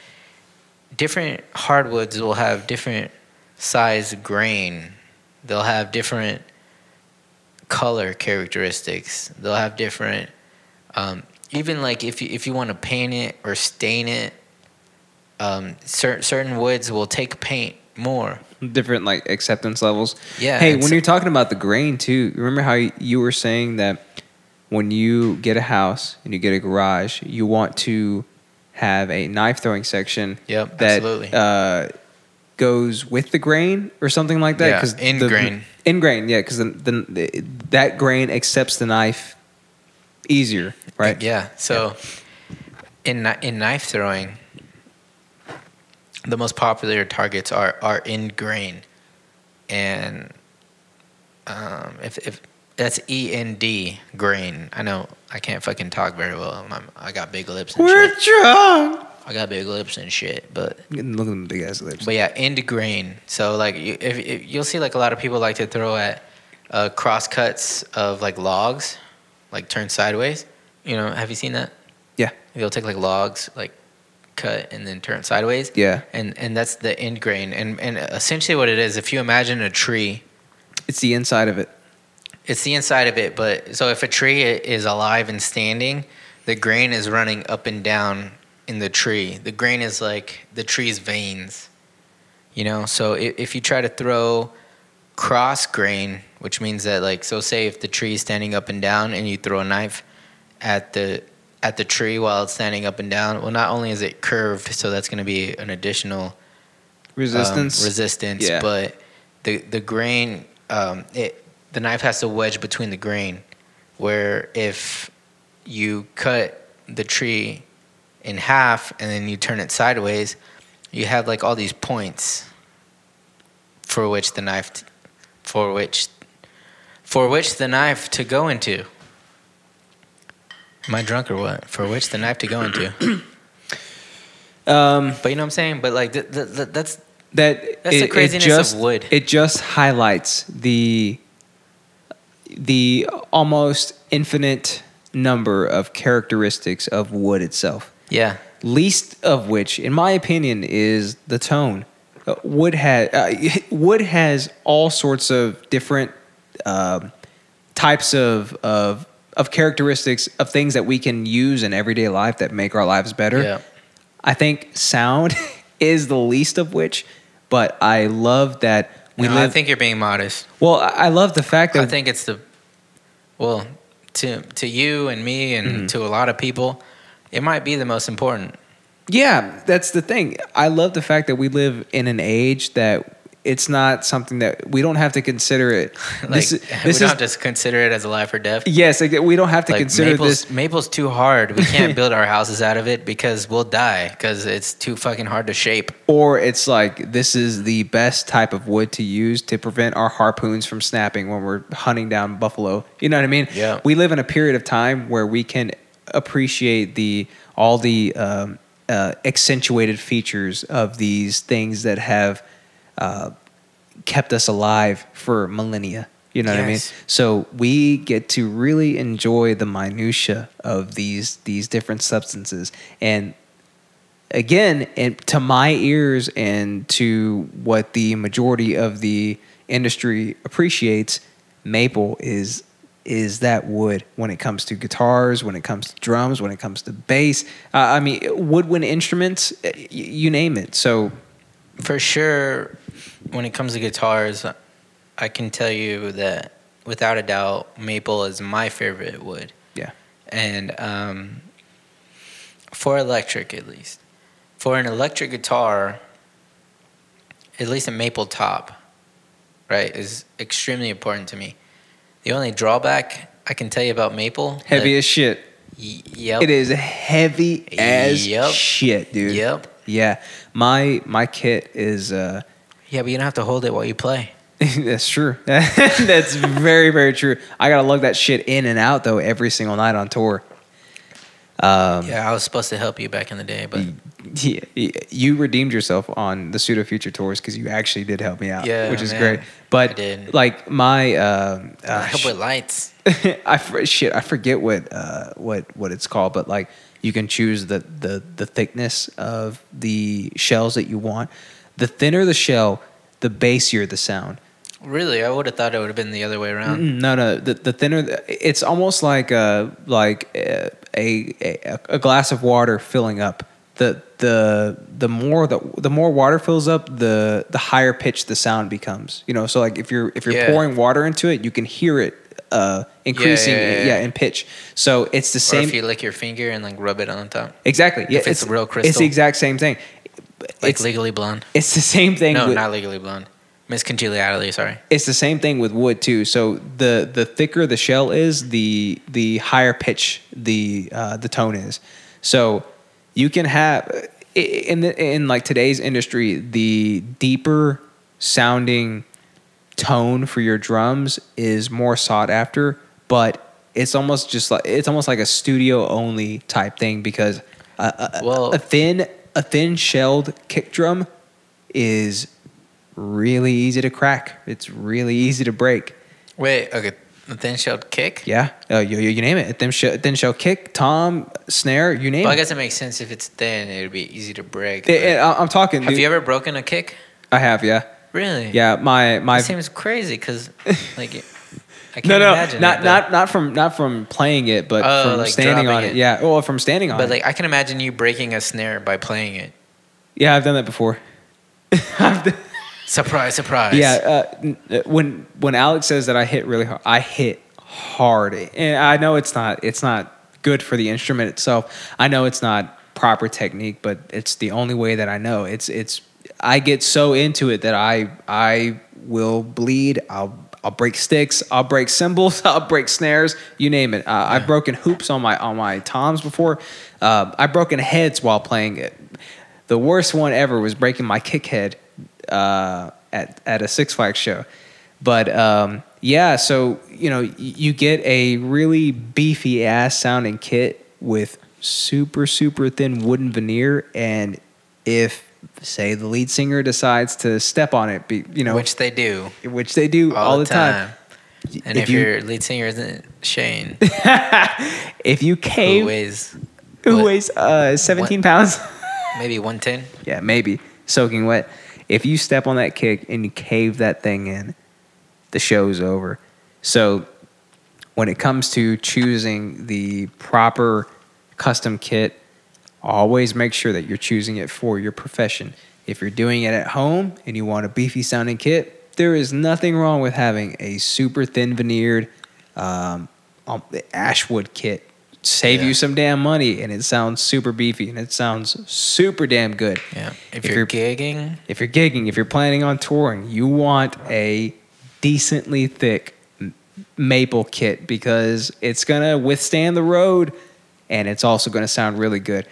different hardwoods will have different size grain. They'll have different color characteristics. They'll have different um, even like if you if you want to paint it or stain it, um, cer- certain woods will take paint more.
different like acceptance levels.
Yeah.
hey,
and
when
so-
you're talking about the grain too, remember how y- you were saying that when you get a house and you get a garage, you want to have a knife throwing section
Yep,
that
absolutely.
Uh, goes with the grain or something like that.
Yeah, in
the,
grain.
In grain, yeah, because then, then the- that grain accepts the knife easier, right?
Yeah. So in in in knife throwing, the most popular targets are are in grain, and um, if if that's E N D grain. I know I can't fucking talk very well. I'm, I'm- i got big lips and
We're
shit.
drunk.
I got big lips and shit, but
Look at them big ass lips.
but yeah, end grain. So like, you, if, if you'll see, like a lot of people like to throw at uh, cross cuts of like logs, like turned sideways. You know, have you seen that?
Yeah.
They'll take like logs, like cut and then turn sideways.
Yeah.
And and that's the end grain. And and essentially what it is, if you imagine a tree,
It's the inside of it.
it's the inside of it. But so if a tree i- is alive and standing, the grain is running up and down in the tree. The grain is like the tree's veins, you know. So if, if you try to throw cross grain, which means that like so say if the tree is standing up and down and you throw a knife at the at the tree while it's standing up and down, well, not only is it curved, so that's going to be an additional um,
Resistance.
resistance,
Yeah.
but the the grain, um, it the knife has to wedge between the grain. Where if you cut the tree in half and then you turn it sideways, you have like all these points for which the knife, t- for which, for which the knife to go into. Am I drunk or what? For which the knife to go into?
um,
But you know what I'm saying. But like th- th- th- that's
that
That's the craziness of
just,
wood.
It just highlights the the almost infinite number of characteristics of wood itself.
yeah.
Least of which, in my opinion, is the tone. Uh, wood has uh, wood has all sorts of different um types of of of characteristics of things that we can use in everyday life that make our lives better.
Yeah.
I think sound is the least of which, but I love that we
No,
live.
I think you're being modest.
well, I- I love the fact that
I think it's the well to to you and me and
Mm-hmm.
to a lot of people, it might be the most important.
yeah, that's the thing. I love the fact that we live in an age that it's not something that we don't have to consider it.
Like
this,
we
this
don't have
is
to consider it as a life or death.
yes, like, we don't have to
Like
consider
maple's,
this.
maple's too hard. We can't build our houses out of it because we'll die because it's too fucking hard to shape.
Or it's like this is the best type of wood to use to prevent our harpoons from snapping when we're hunting down buffalo. You know what I mean?
Yeah.
We live in a period of time where we can appreciate the all the um, uh, accentuated features of these things that have uh, kept us alive for millennia. You know what I mean?
Yes.
So we get to really enjoy the minutia of these these different substances and again, and to my ears and to what the majority of the industry appreciates, maple is is that wood when it comes to guitars, when it comes to drums, when it comes to bass. Uh, I mean, woodwind instruments, eh, y- you name it. So
For sure, when it comes to guitars, I can tell you that without a doubt, maple is my favorite wood.
Yeah.
And um, for electric, at least. For an electric guitar, at least a maple top, right, is extremely important to me. The only drawback I can tell you about maple
heavy as shit.
Y- yep.
It is heavy as
Yep.
shit, dude.
Yep.
Yeah. My my kit is uh
Yeah, but you don't have to hold it while you play.
That's true. That's very, very true. I gotta lug that shit in and out though every single night on tour. Um,
Yeah, I was supposed to help you back in the day, but
yeah, you redeemed yourself on the pseudo future tours because you actually did help me out,
Yeah,
which is
man.
great.
I
But
did.
like my, um, uh,
I help with lights.
I fr- shit, I forget what uh, what what it's called, but like you can choose the the the thickness of the shells that you want. The thinner the shell, the bassier the sound.
Really, I would have thought it would have been the other way around.
Mm, No, no. The, the thinner, it's almost like a like uh, a, a a glass of water filling up. The the the more the the more water fills up, the the higher pitch the sound becomes. You know, so like if you're if you're
Yeah.
pouring water into it, you can hear it uh, increasing,
yeah, yeah.
yeah, in pitch. So it's the
Or
same.
if you lick your finger and like rub it on top,
exactly. Yeah,
it's a real
It's
crystal.
the exact same thing.
like
it's
legally blonde.
it's the same thing.
No,
with,
not legally blonde. Miss Congeniality, sorry.
it's the same thing with wood too. So the the thicker the shell is, the the higher pitch the uh, the tone is. So you can have i- in the, in like today's industry, the deeper sounding tone for your drums is more sought after, but it's almost just like it's almost like a studio only type thing because a, a,
Well-
a thin a thin shelled kick drum is really easy to crack. It's really easy to break.
Wait, okay. The thin shelled kick?
Yeah, uh, you, you, you name it. Thin shell, thin shell kick, tom, snare, you name
Well, I
it.
guess it makes sense if it's thin, it would be easy to break.
They-
but-
and I- I'm talking.
have
dude.
you ever broken a kick?
I have, yeah,
Really?
yeah. My my.
That seems crazy because, like, I can't
no, no,
imagine.
not
it,
not not from not from playing it, but
Oh,
from
like
standing on
dropping
it.
it.
Yeah, well, from standing on
But, but,
it.
like, I can imagine you breaking a snare by playing it.
yeah, I've done that before. I've done,
Surprise, surprise.
Yeah, uh, n- uh, when when Alex says that I hit really hard, I hit hard, and I know it's not it's not good for the instrument itself. I know it's not proper technique, but it's the only way that I know. It's it's I get so into it that I I will bleed. I'll I'll break sticks. I'll break cymbals. I'll break snares. You name it. Uh, I've broken hoops on my on my toms before. Uh, I've broken heads while playing it. The worst one ever was breaking my kick head uh, at at a Six Flags show. But um, yeah, so you know, y- you get a really beefy ass sounding kit with super super thin wooden veneer, and if say the lead singer decides to step on it, be, you know,
Which they do
which, they do all, the time.
And if,
you
your lead singer isn't Shane,
if you
who
cave,
weighs
who
what,
weighs uh, seventeen pounds,
maybe 110,
yeah, maybe soaking wet. If you step on that kick and you cave that thing in, the show's over. So when it comes to choosing the proper custom kit, always make sure that you're choosing it for your profession. If you're doing it at home and you want a beefy sounding kit, there is nothing wrong with having a super thin veneered um, um, ashwood kit save
Yeah.
you some damn money, and it sounds super beefy and it sounds super damn good.
Yeah. If,
If
you're,
you're-
gigging,
If you're gigging, if you're planning on touring, you want a decently thick m- maple kit because it's gonna withstand the road, and it's also gonna sound really good.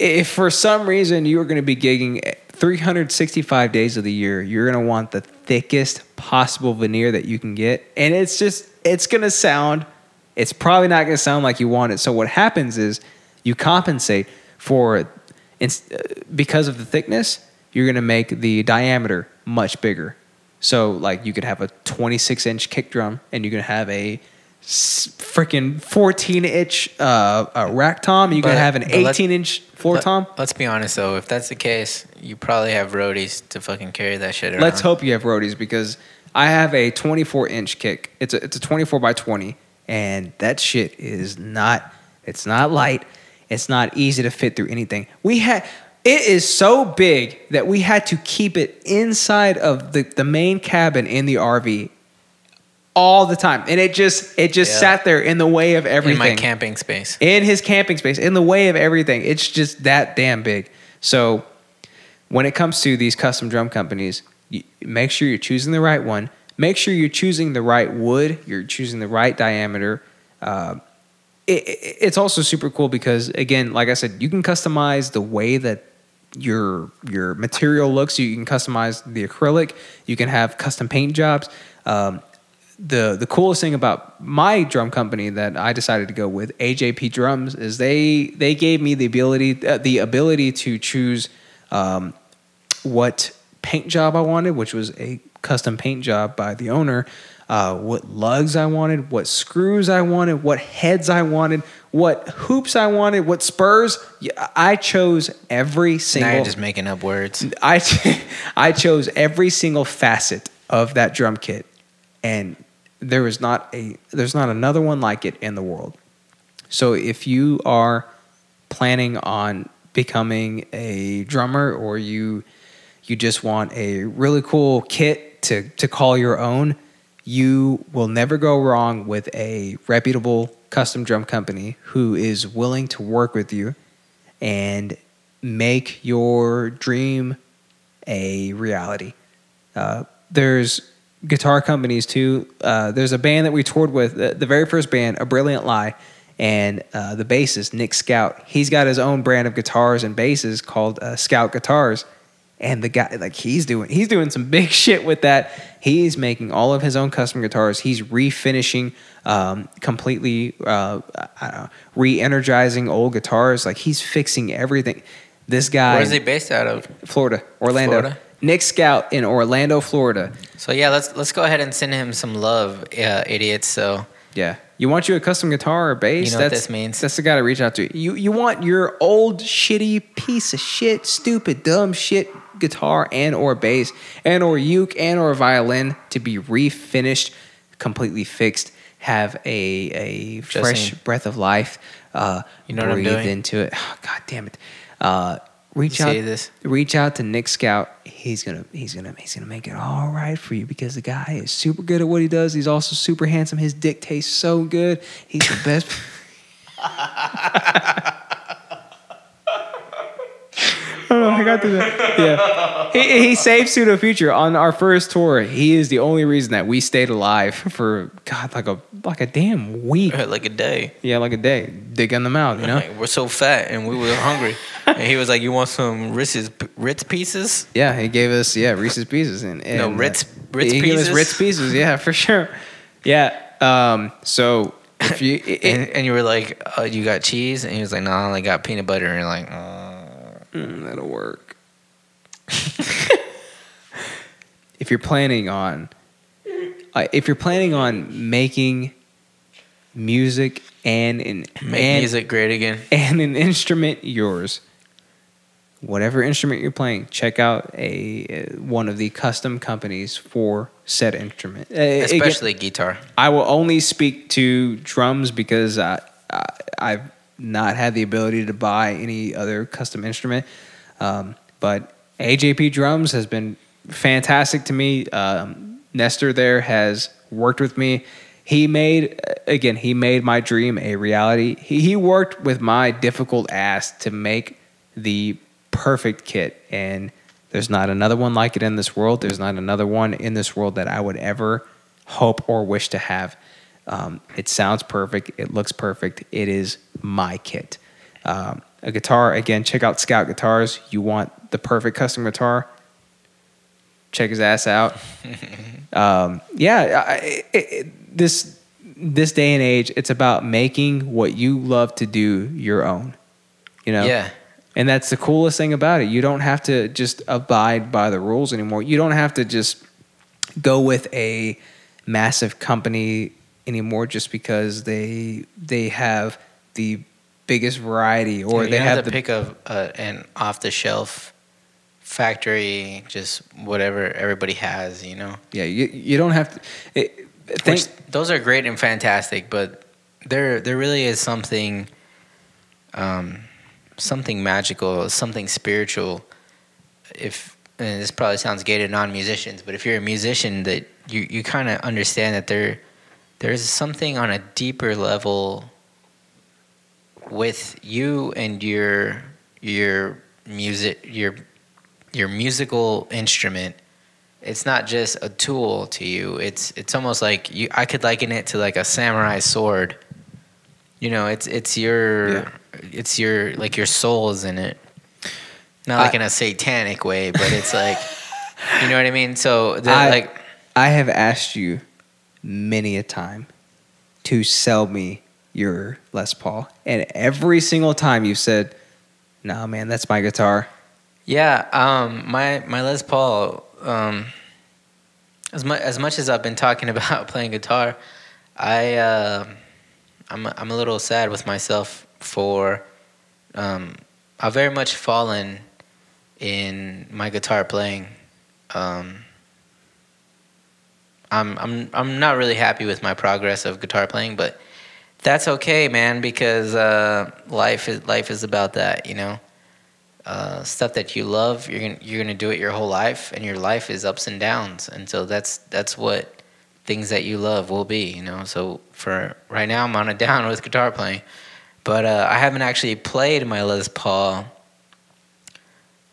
If for some reason you are gonna be gigging 365 days of the year, you're gonna want the thickest possible veneer that you can get, and it's just it's gonna sound it's probably not going to sound like you want it. So what happens is you compensate for ins- uh, because of the thickness, you're going to make the diameter much bigger. So like you could have a 26 inch kick drum, and you can have a s- freaking 14 inch uh, a rack tom, and you can
But-
have an
but let's-
18 inch floor
let-
tom.
Let's be honest though. If that's the case, you probably have roadies to fucking carry that shit around.
Let's hope you have roadies because I have a 24 inch kick. It's a it's a 24 by 20, and that shit is not. It's not light. It's not easy to fit through anything. We had it is so big that we had to keep it inside of the the main cabin in the RV all the time, and it just it just
Yeah.
sat there in the way of everything
in my camping space.
in his camping space, in the way of everything. It's just that damn big. So when it comes to these custom drum companies, you, make sure you're choosing the right one. Make sure you're choosing the right wood. You're choosing the right diameter. Uh, it, it- it's also super cool because again, like I said, you can customize the way that your your material looks. You can customize the acrylic. You can have custom paint jobs. Um, the the coolest thing about my drum company that I decided to go with AJP Drums is they they gave me the ability uh, the ability to choose um, what paint job I wanted, which was a custom paint job by the owner. Uh, what lugs I wanted, what screws I wanted, what heads I wanted, what hoops I wanted, what spurs. Yeah, I chose every single.
Now you're just making up words.
I I chose every single facet of that drum kit, and there is not a there's not another one like it in the world. So if you are planning on becoming a drummer, or you you just want a really cool kit to to call your own, you will never go wrong with a reputable custom drum company who is willing to work with you and make your dream a reality. Uh, there's guitar companies too. Uh, there's a band that we toured with, the, the very first band, A Brilliant Lie, and uh, the bassist, Nick Scout, he's got his own brand of guitars and basses called uh, Scout Guitars. And the guy, like he's doing, he's doing some big shit with that. He's making all of his own custom guitars. He's refinishing, um, completely, uh, I don't know, re-energizing old guitars. Like he's fixing everything. This guy,
Where's he based out of?
Florida, Orlando.
Florida?
Nick Scout in Orlando, Florida.
So yeah, let's let's go ahead and send him some love, uh, idiots. So
Yeah. You want you a custom guitar or bass?
You know what
that's,
this means.
That's the guy to reach out to. You you want your old shitty piece of shit, stupid, dumb shit guitar and or bass and or uke and or violin to be refinished, completely fixed, have a a fresh
Justine.
breath of life. Uh,
You know what I'm
breathe
doing?
into it. God damn it. Uh, reach
You
out.
see this?
Reach out to Nick Scout. He's gonna he's gonna he's gonna make it all right for you because the guy is super good at what he does. He's also super handsome. His dick tastes so good. He's the best. oh, I got to that. Yeah, he, he saved Pseudo Future on our first tour. He is the only reason that we stayed alive for God, like a like a damn week.
like a day.
Yeah, like a day. Dick in the mouth, you know.
Like, we're so fat and we were hungry. and he was like, "You want some Ritz's Ritz pieces?"
Yeah, he gave us yeah Reese's Pieces and, and uh,
No, Ritz- Ritz
he gave us
Pieces?
Ritz Pieces, yeah, for sure. Yeah. Um. So if you it-
And, and you were like, uh, "You got cheese?" And he was like, "No, I only got peanut butter." And you're like, uh,
Mm, that'll work. if you're planning on, uh, if you're planning on making music and an
"Make
and,
music great again."
and an instrument yours. Whatever instrument you're playing, check out a uh, one of the custom companies for said instrument. Uh, again-
Especially guitar.
I will only speak to drums because I, I I've not had the ability to buy any other custom instrument. Um, but AJP Drums has been fantastic to me. Um, Nestor there has worked with me. He made again. He made my dream a reality. He, he worked with my difficult ass to make the perfect kit, and there's not another one like it in this world. There's not another one in this world that I would ever hope or wish to have. Um, it sounds perfect. It looks perfect. It is my kit. Um, a guitar again. Check out Scout Guitars. You want the perfect custom guitar? Check his ass out um, yeah, I, it, it, this this day and age, it's about making what you love to do your own. You know,
Yeah.
and that's the coolest thing about it. You don't have to just abide by the rules anymore. You don't have to just go with a massive company anymore just because they they have the biggest variety or
you
they
don't
have,
have to
the
pick a, a an off the shelf factory, just whatever everybody has, you know.
yeah you, you don't have to it,
Which,
thank-
those are great and fantastic, but there there really is something, um, something magical, something spiritual. If and this probably sounds gay to non-musicians, but if you're a musician, that you you kind of understand that there there is something on a deeper level with you and your your music your your musical instrument it's not just a tool to you it's it's almost like you i could liken it to like a samurai sword you know it's it's your
Yeah.
it's your like your soul is in it not like
I-
in a satanic way but it's like you know what i mean so the,
I-
like
I have asked you many a time to sell me your Les Paul, and every single time you've said, "No, man, that's my guitar."
Yeah, um, my my Les Paul. Um, as much as much as I've been talking about playing guitar, I uh, I'm a- I'm a little sad with myself for um, I've very much fallen in my guitar playing. Um, I'm I'm I'm not really happy with my progress of guitar playing, but that's okay, man, because uh, life is life is about that, you know uh, stuff that you love, you're gonna you're gonna do it your whole life, and your life is ups and downs, and so that's that's what things that you love will be, you know. So for right now, I'm on a down with guitar playing, but uh, I haven't actually played my Les Paul.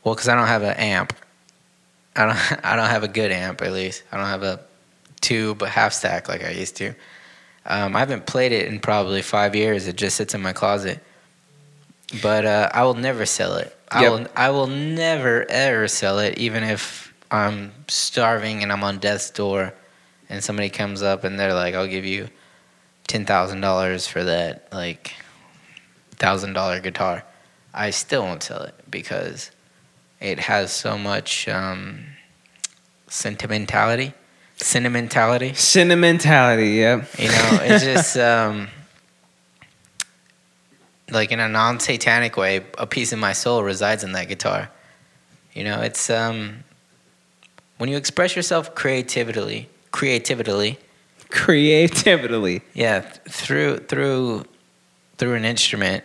Well, because I don't have an amp, I don't I don't have a good amp at least. I don't have a tube a half stack like I used to. Um, I haven't played it in probably five years. It just sits in my closet. But uh, I will never sell it. I
Yep.
will. I will never ever sell it, even if I'm starving and I'm on death's door, and somebody comes up and they're like, "I'll give you ten thousand dollars for that like thousand dollar guitar." I still won't sell it because it has so much um, sentimentality. Sentimentality.
Sentimentality, yeah.
You know, it's just um, like in a non-satanic way, a piece of my soul resides in that guitar. You know, it's um, when you express yourself creatively, creatively,
creativity.
yeah, th- through through through an instrument.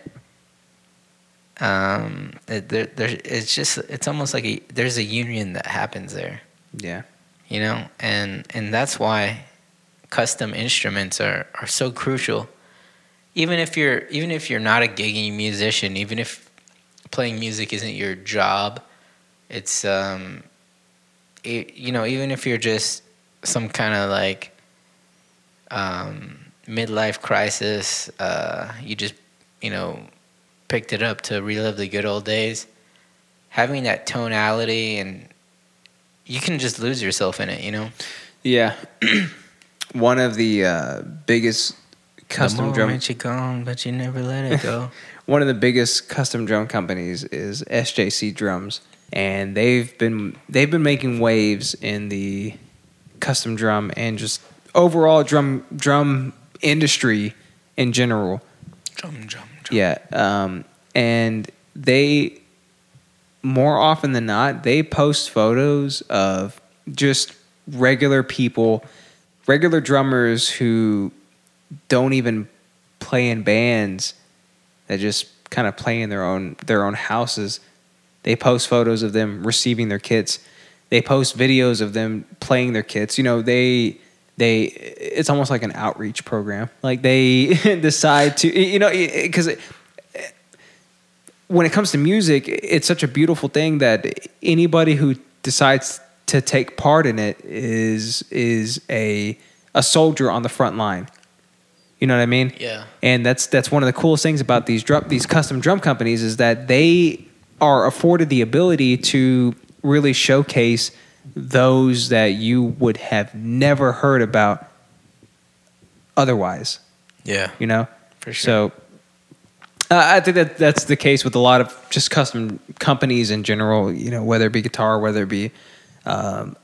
Um, it, there, there, it's just it's almost like a, there's a union that happens there.
Yeah,
you know and and that's why custom instruments are are so crucial even if you're even if you're not a gigging musician even if playing music isn't your job it's um it, you know even if you're just some kind of like um midlife crisis uh you just you know picked it up to relive the good old days having that tonality and you can just lose yourself in it, you know.
yeah. One of the uh, biggest custom
the
drum,
moment you're gone, but you never let it go.
one of the biggest custom drum companies is SJC Drums, and they've been they've been making waves in the custom drum and just overall drum drum industry in general.
drum, drum, drum.
Yeah. Um, and they, more often than not, they post photos of just regular people, regular drummers who don't even play in bands that just kind of play in their own their own houses. They post photos of them receiving their kits. They post videos of them playing their kits. You know, they they it's almost like an outreach program. Like they decide to you know because when it comes to music, it's such a beautiful thing that anybody who decides to take part in it is is a a soldier on the front line. You know what I mean?
Yeah.
And that's that's one of the coolest things about these drum these custom drum companies is that they are afforded the ability to really showcase those that you would have never heard about otherwise.
Yeah.
You know.
For sure.
So. Uh, I think that that's the case with a lot of just custom companies in general. You know, whether it be guitar, whether it be um,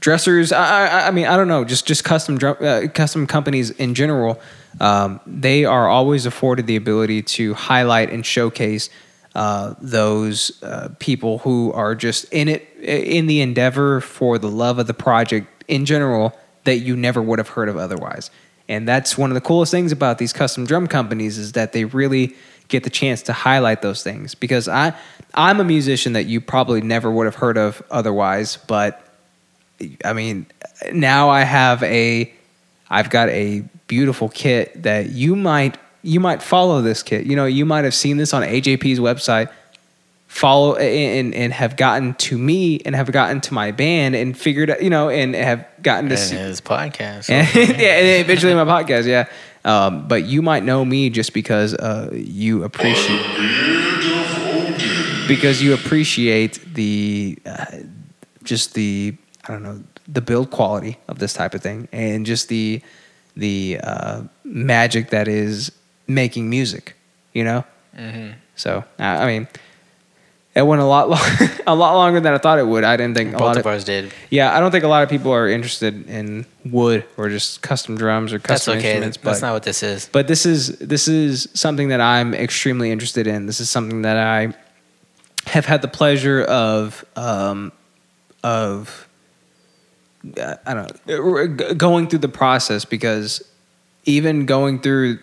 dressers. I, I, I mean, I don't know. Just just custom drum, uh, custom companies in general. Um, they are always afforded the ability to highlight and showcase uh, those uh, people who are just in it in the endeavor for the love of the project in general that you never would have heard of otherwise. And that's one of the coolest things about these custom drum companies is that they really get the chance to highlight those things because I I'm a musician that you probably never would have heard of otherwise, but I mean, now I have a I've got a beautiful kit that you might you might follow this kit. You know, you might have seen this on AJP's website, follow and and have gotten to me and have gotten to my band and figured out, you know, and have gotten to
And
see
his podcast.
and, yeah, and eventually my podcast, yeah. Um, but you might know me just because uh, you appreciate because you appreciate the uh, just the I don't know the build quality of this type of thing and just the the uh, magic that is making music, you know.
mm-hmm.
So I I mean, it went a lot long, a lot longer than I thought it would. I didn't think a lot
Both of
of-
ours did.
yeah, I don't think a lot of people are interested in wood or just custom drums or
That's
custom
okay.
instruments.
That's
But,
not what this is.
but this is this is something that I'm extremely interested in. This is something that I have had the pleasure of um, of uh, I don't know g- going through the process because even going through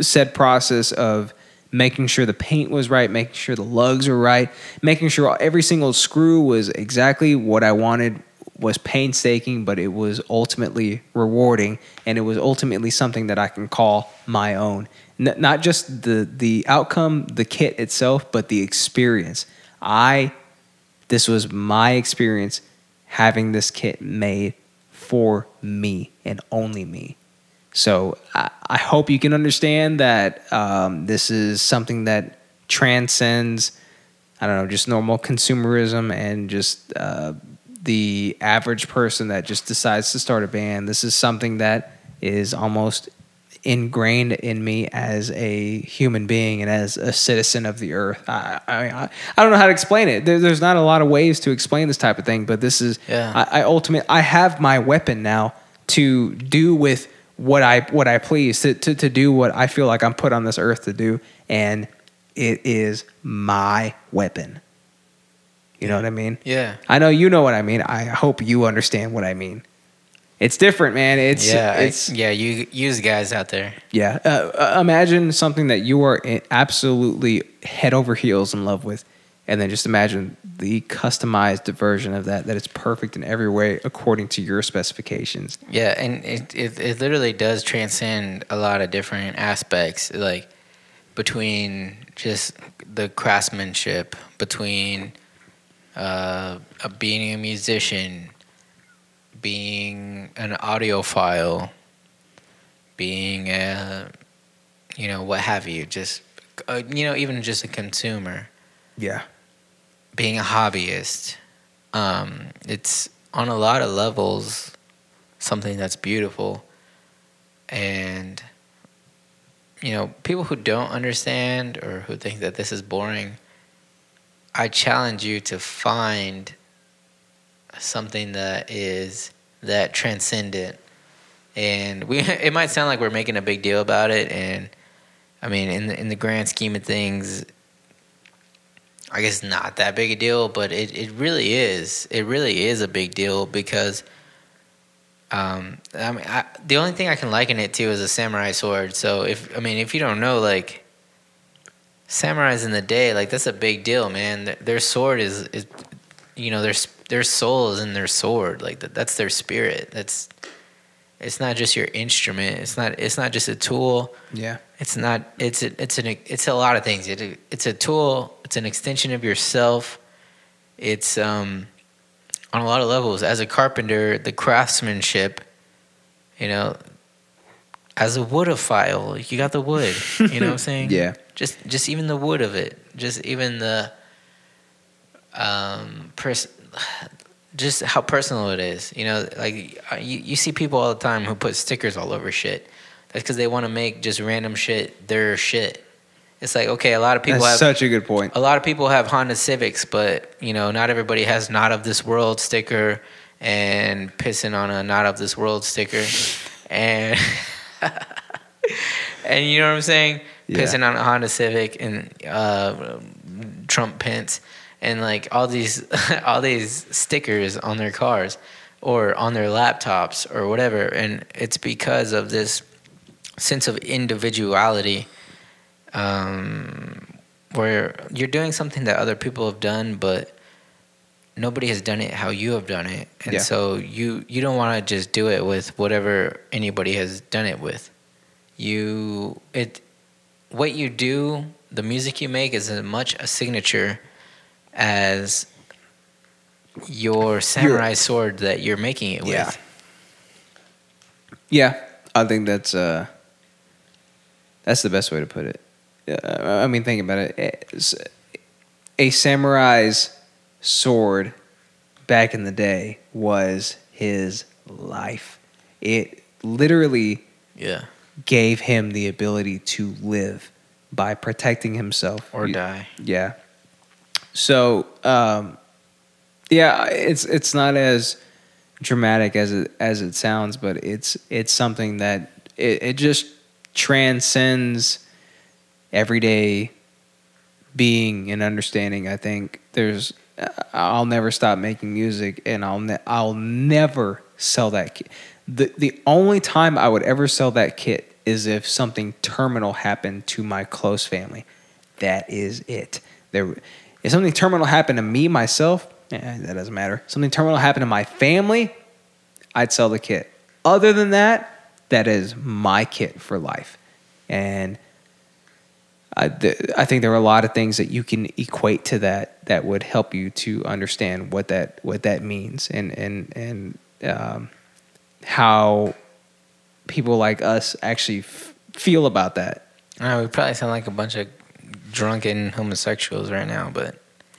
said process of making sure the paint was right, making sure the lugs were right, making sure every single screw was exactly what I wanted was painstaking, but it was ultimately rewarding and it was ultimately something that I can call my own. N- not just the the outcome, the kit itself, but the experience. I this was my experience having this kit made for me and only me. So I, I hope you can understand that um, this is something that transcends, I don't know, just normal consumerism and just uh, the average person that just decides to start a band. This is something that is almost ingrained in me as a human being and as a citizen of the earth. I, I, I, I don't know how to explain it. There, there's not a lot of ways to explain this type of thing, but this is,
Yeah.
I, I ultimately I have my weapon now to do with what I what I please to, to to do what I feel like I'm put on this earth to do, and it is my weapon. You know what I mean?
Yeah.
I know you know what I mean. I hope you understand what I mean. It's different, man. It's
yeah. I-
it's
yeah. You use guys out there.
yeah. Uh, uh, imagine something that you are i- absolutely head over heels in love with, and then just imagine the customized version of that that is perfect in every way according to your specifications.
Yeah, and it, it it literally does transcend a lot of different aspects, like between just the craftsmanship, between uh, uh, being a musician, being an audiophile, being a you know what have you, just uh, you know even just a consumer
Yeah.
being a hobbyist, um, it's on a lot of levels something that's beautiful. And, you know, people who don't understand or who think that this is boring, I challenge you to find something that is that transcendent. And we, it might sound like we're making a big deal about it, and I mean, in the, in the grand scheme of things, I guess not that big a deal, but it, it really is. It really is a big deal because, um, I mean, I, the only thing I can liken it to is a samurai sword. So if I mean, if you don't know, like samurais in the day, like that's a big deal, man. Their, their sword is, is, you know, their s- their soul is in their sword. Like that, that's their spirit. That's it's not just your instrument. It's not it's not just a tool.
Yeah.
It's not it's a, it's an it's a lot of things. It it's a tool. It's an extension of yourself. It's um on a lot of levels. As a carpenter, the craftsmanship, you know, as a woodophile, you got the wood. You know what I'm saying?
Yeah.
Just just even the wood of it. Just even the um pers- just how personal it is. You know, like uh, you, you see people all the time who put stickers all over shit. That's because they want to make just random shit their shit. It's like okay, a lot of people
That's
have
such a good point.
a lot of people have Honda Civics, but you know, not everybody has "Not of this world" sticker and pissing on a "Not of this world" sticker, and and you know what I'm saying?
Yeah.
Pissing on a Honda Civic and uh, Trump Pence and like all these all these stickers on their cars or on their laptops or whatever, and it's because of this sense of individuality. Um, where you're doing something that other people have done, but nobody has done it how you have done it, and
Yeah.
so you you don't want to just do it with whatever anybody has done it with. You it what you do, the music you make is as much a signature as your samurai sword that you're making it with.
Yeah. Yeah, I think that's uh, that's the best way to put it. Yeah, I I mean, think about it. It's- A samurai's sword back in the day was his life. It literally
Yeah.
gave him the ability to live by protecting himself
Or
You-
die.
Yeah. So, um, yeah, it's it's not as dramatic as it as it sounds, but it's it's something that it, it just transcends everyday being and understanding. I think there's uh, I'll never stop making music, and I'll ne- I'll never sell that kit. The the only time I would ever sell that kit is if something terminal happened to my close family. That is it. There, if something terminal happened to me myself, eh, that doesn't matter. Something terminal happened to my family, I'd sell the kit. Other than that, that is my kit for life, and I, th- I think there are a lot of things that you can equate to that that would help you to understand what that what that means and and and um, how people like us actually f- feel about that.
No, we probably sound like a bunch of drunken homosexuals right now, but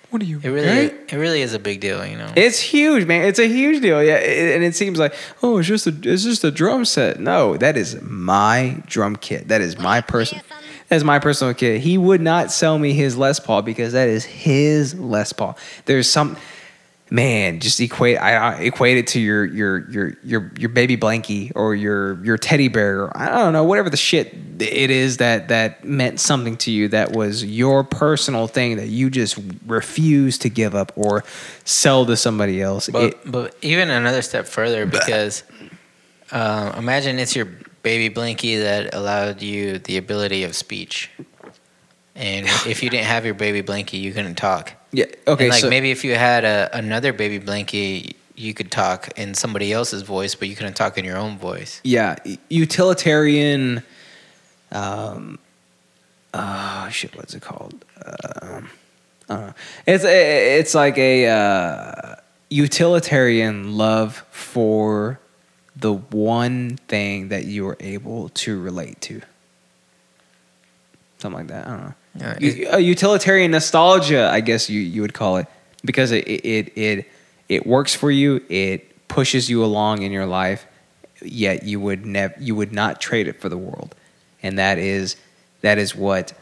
What do you?
it really it really is a big deal, you know.
It's huge, man. It's a huge deal. Yeah, it, and it seems like oh, it's just a it's just a drum set. No, that is my drum kit. That is my person. That's my personal kit. He would not sell me his Les Paul because that is his Les Paul. There's some man just equate I, I equate it to your your your your your baby blankie or your your teddy bear. Or I don't know whatever the shit it is that that meant something to you that was your personal thing that you just refuse to give up or sell to somebody else.
But
It-
but even another step further because uh, imagine it's your baby blankie that allowed you the ability of speech, and if you didn't have your baby blankie, you couldn't talk.
yeah. Okay.
and like
so,
maybe if you had a, another baby blankie, you could talk in somebody else's voice, but you couldn't talk in your own voice.
yeah u- utilitarian um oh shit what's it called um I don't know. It's a, it's like a uh, utilitarian love for the one thing that you are able to relate to. Something like that. I don't know.
Yeah,
U- a utilitarian nostalgia, I guess you, you would call it, because it it, it it works for you. It pushes you along in your life. Yet you would never you would not trade it for the world, and that is that is what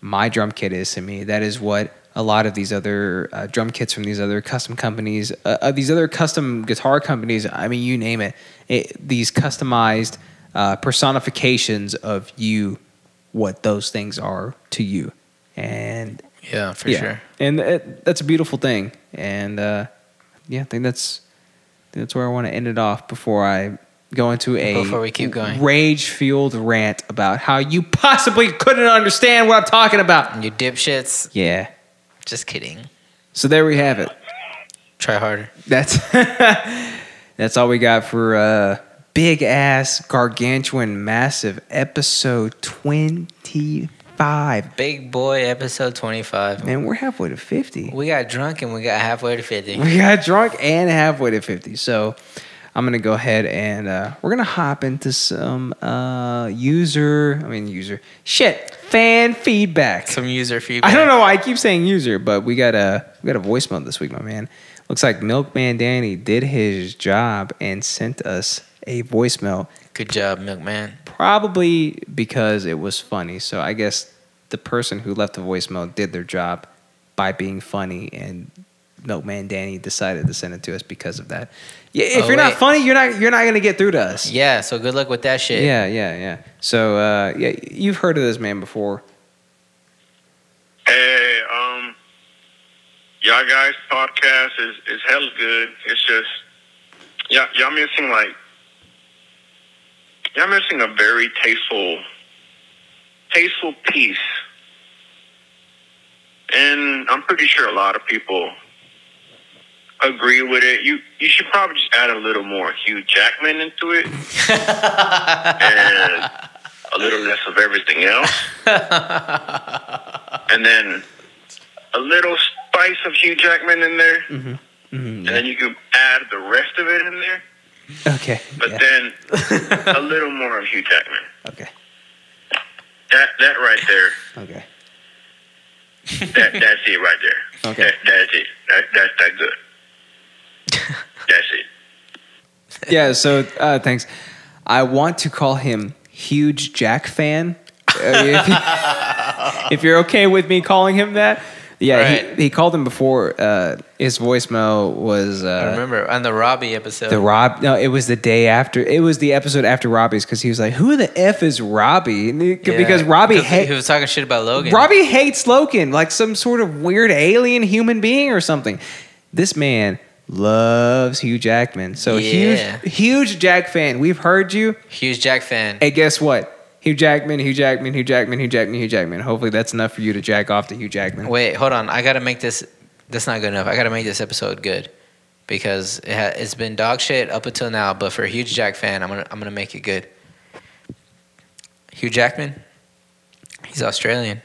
my drum kit is to me. That is what a lot of these other uh, drum kits from these other custom companies, uh, uh, these other custom guitar companies. I mean, you name it. it these customized uh, personifications of you, what those things are to you, and
Yeah, for
yeah.
sure.
And it, that's a beautiful thing. And uh, yeah, I think that's I think that's where I want to end it off before I go into a
Before we keep going.
rage fueled rant about how you possibly couldn't understand what I'm talking about.
And you dipshits,
Yeah.
just kidding.
So there we have it.
Try harder.
That's that's all we got for uh, big ass, gargantuan, massive episode 25.
Big boy episode 25.
Man, we're halfway to 50.
We got drunk and we got halfway to 50.
We got drunk and halfway to 50. So I'm going to go ahead and uh, we're going to hop into some uh, user, I mean, user, shit, fan feedback.
Some user feedback.
I don't know why I keep saying user, but we got a we got a voicemail this week, my man. Looks like Milkman Danny did his job and sent us a voicemail,
Good job, Milkman.
probably because it was funny. So I guess the person who left the voicemail did their job by being funny, and Milkman Danny decided to send it to us because of that. Yeah, if
Oh,
you're not
wait.
funny, you're not you're not gonna get through to us.
Yeah, so good luck with that shit.
Yeah, yeah, yeah. So uh, yeah, you've heard of this man before.
Hey, um, y'all guys' podcast is is hella good. It's just y'all y'all missing like y'all missing a very tasteful tasteful piece, and I'm pretty sure a lot of people agree with it. You you should probably just add a little more Hugh Jackman into it, and a little less of everything else and then a little spice of Hugh Jackman in there,
Mm-hmm.
and then you can add the rest of it in there,
Okay.
but
yeah,
then a little more of Hugh Jackman.
okay.
That that right there,
Okay.
that that's it right there.
Okay.
That, that's it. That that's that good. That's it.
yeah. So uh, thanks. I want to call him huge Jack fan. Uh, if, if you're okay with me calling him that, yeah.
Right.
He, he called him before. Uh, his voicemail was uh,
I remember on the Robbie episode.
the Rob. No, it was the day after. It was the episode after Robbie's because he was like, "Who the f is Robbie?" And it-
Yeah,
because Robbie
because
hates.
he was talking shit about Logan.
Robbie hates Loken, like some sort of weird alien human being or something. This man loves Hugh Jackman. So
Yeah.
huge huge Jack fan. We've heard you.
huge Jack fan.
And guess what? Hugh Jackman, Hugh Jackman, Hugh Jackman, Hugh Jackman, Hugh Jackman. Hopefully that's enough for you to jack off to Hugh Jackman.
Wait, hold on. I gotta make this. That's not good enough. I gotta make this episode good because it ha- it's been dog shit up until now. But for a huge Jack fan, I'm gonna I'm gonna make it good. Hugh Jackman, he's Australian.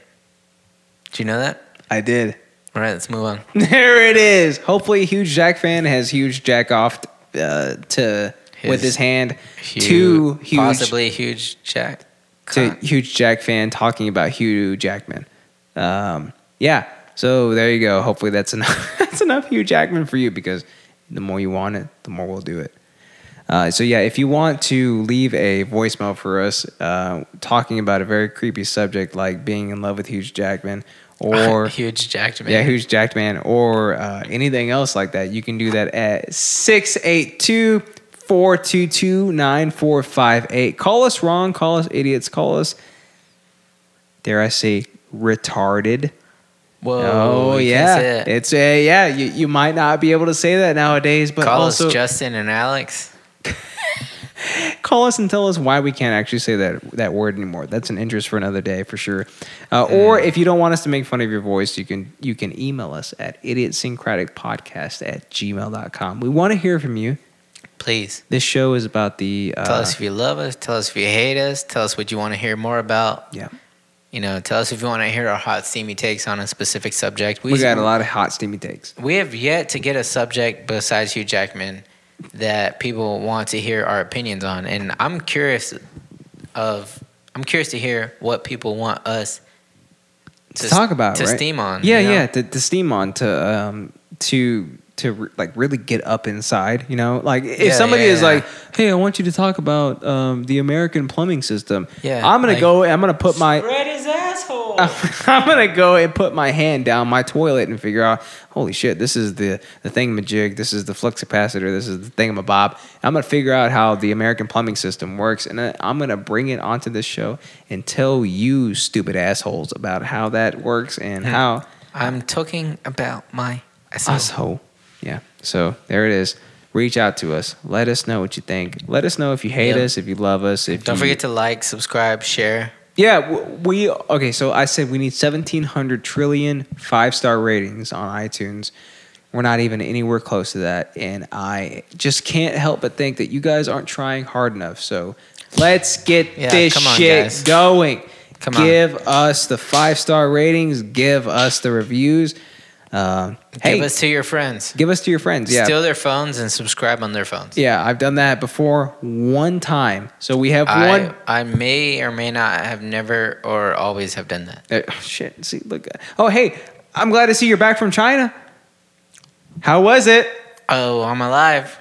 Do you know that?
I did.
All right, let's move on.
There it is. Hopefully huge Jack fan has huge jack off uh, to with
His
his hand
Hugh,
to huge
possibly huge Jack.
to huge Jack fan talking about Hugh Jackman. Um, yeah, so there you go. Hopefully that's enough. that's enough Hugh Jackman for you because the more you want it, the more we'll do it. Uh, so yeah, if you want to leave a voicemail for us uh, talking about a very creepy subject like being in love with Hugh Jackman or
huge Jack man.
yeah, who's Jacked Man or uh, anything else like that, you can do that at 682 422 9458. Call us wrong, call us idiots, call us, dare I say, retarded.
Whoa.
oh,
you can't say
yeah.
that.
It's a, yeah, you, you might not be able to say that nowadays, but
Call
also
us Justin and Alex.
call us and tell us why we can't actually say that that word anymore. That's an interest for another day for sure. Uh, Or
Mm.
if you don't want us to make fun of your voice, you can you can email us at idiotsyncraticpodcast at gmail.com. We want to hear from you.
Please
This show is about the uh,
tell us if you love us. Tell us if you hate us. Tell us what you want to hear more about.
Yeah.
You know, tell us if you want to hear our hot steamy takes on a specific subject.
We got a lot of hot steamy takes.
We have yet to get a subject besides Hugh Jackman that people want to hear our opinions on, and I'm curious of I'm curious to hear what people want us
To talk about,
to
right?
steam on.
Yeah,
you know?
yeah, to, to steam on to um to to re- like really get up inside, you know? Like if
Yeah,
somebody
yeah,
is
yeah.
like, "Hey, I want you to talk about um the American plumbing system."
Yeah,
I'm going
like-
to go I'm going to put my
Spread his asshole.
I'm gonna go and put my hand down my toilet and figure out, holy shit, this is the the thingamajig, this is the flux capacitor, this is the thingamabob. I'm gonna figure out how the American plumbing system works, and I- I'm gonna bring it onto this show and tell you stupid assholes about how that works and how
I'm talking about my asshole.
asshole. Yeah. So there it is. Reach out to us. Let us know what you think. Let us know if you hate
Yep.
us, if you love us. If
Don't
you-
forget to like, subscribe, share.
Yeah, w- we okay. So I said we need seventeen hundred trillion five star ratings on iTunes. We're not even anywhere close to that. And I just can't help but think that you guys aren't trying hard enough. So let's get
Yeah,
this
come on,
shit
guys.
going.
Come on.
give us the five star ratings. Give us the reviews. Um, hey,
Give us to your friends.
give us to your friends. Yeah.
Steal their phones and subscribe on their phones.
yeah, I've done that before one time. So we have
I,
one.
I may or may not have never or always have done that.
Uh, shit. See, look. Oh, hey, I'm glad to see you're back from China. How was it?
Oh, I'm alive.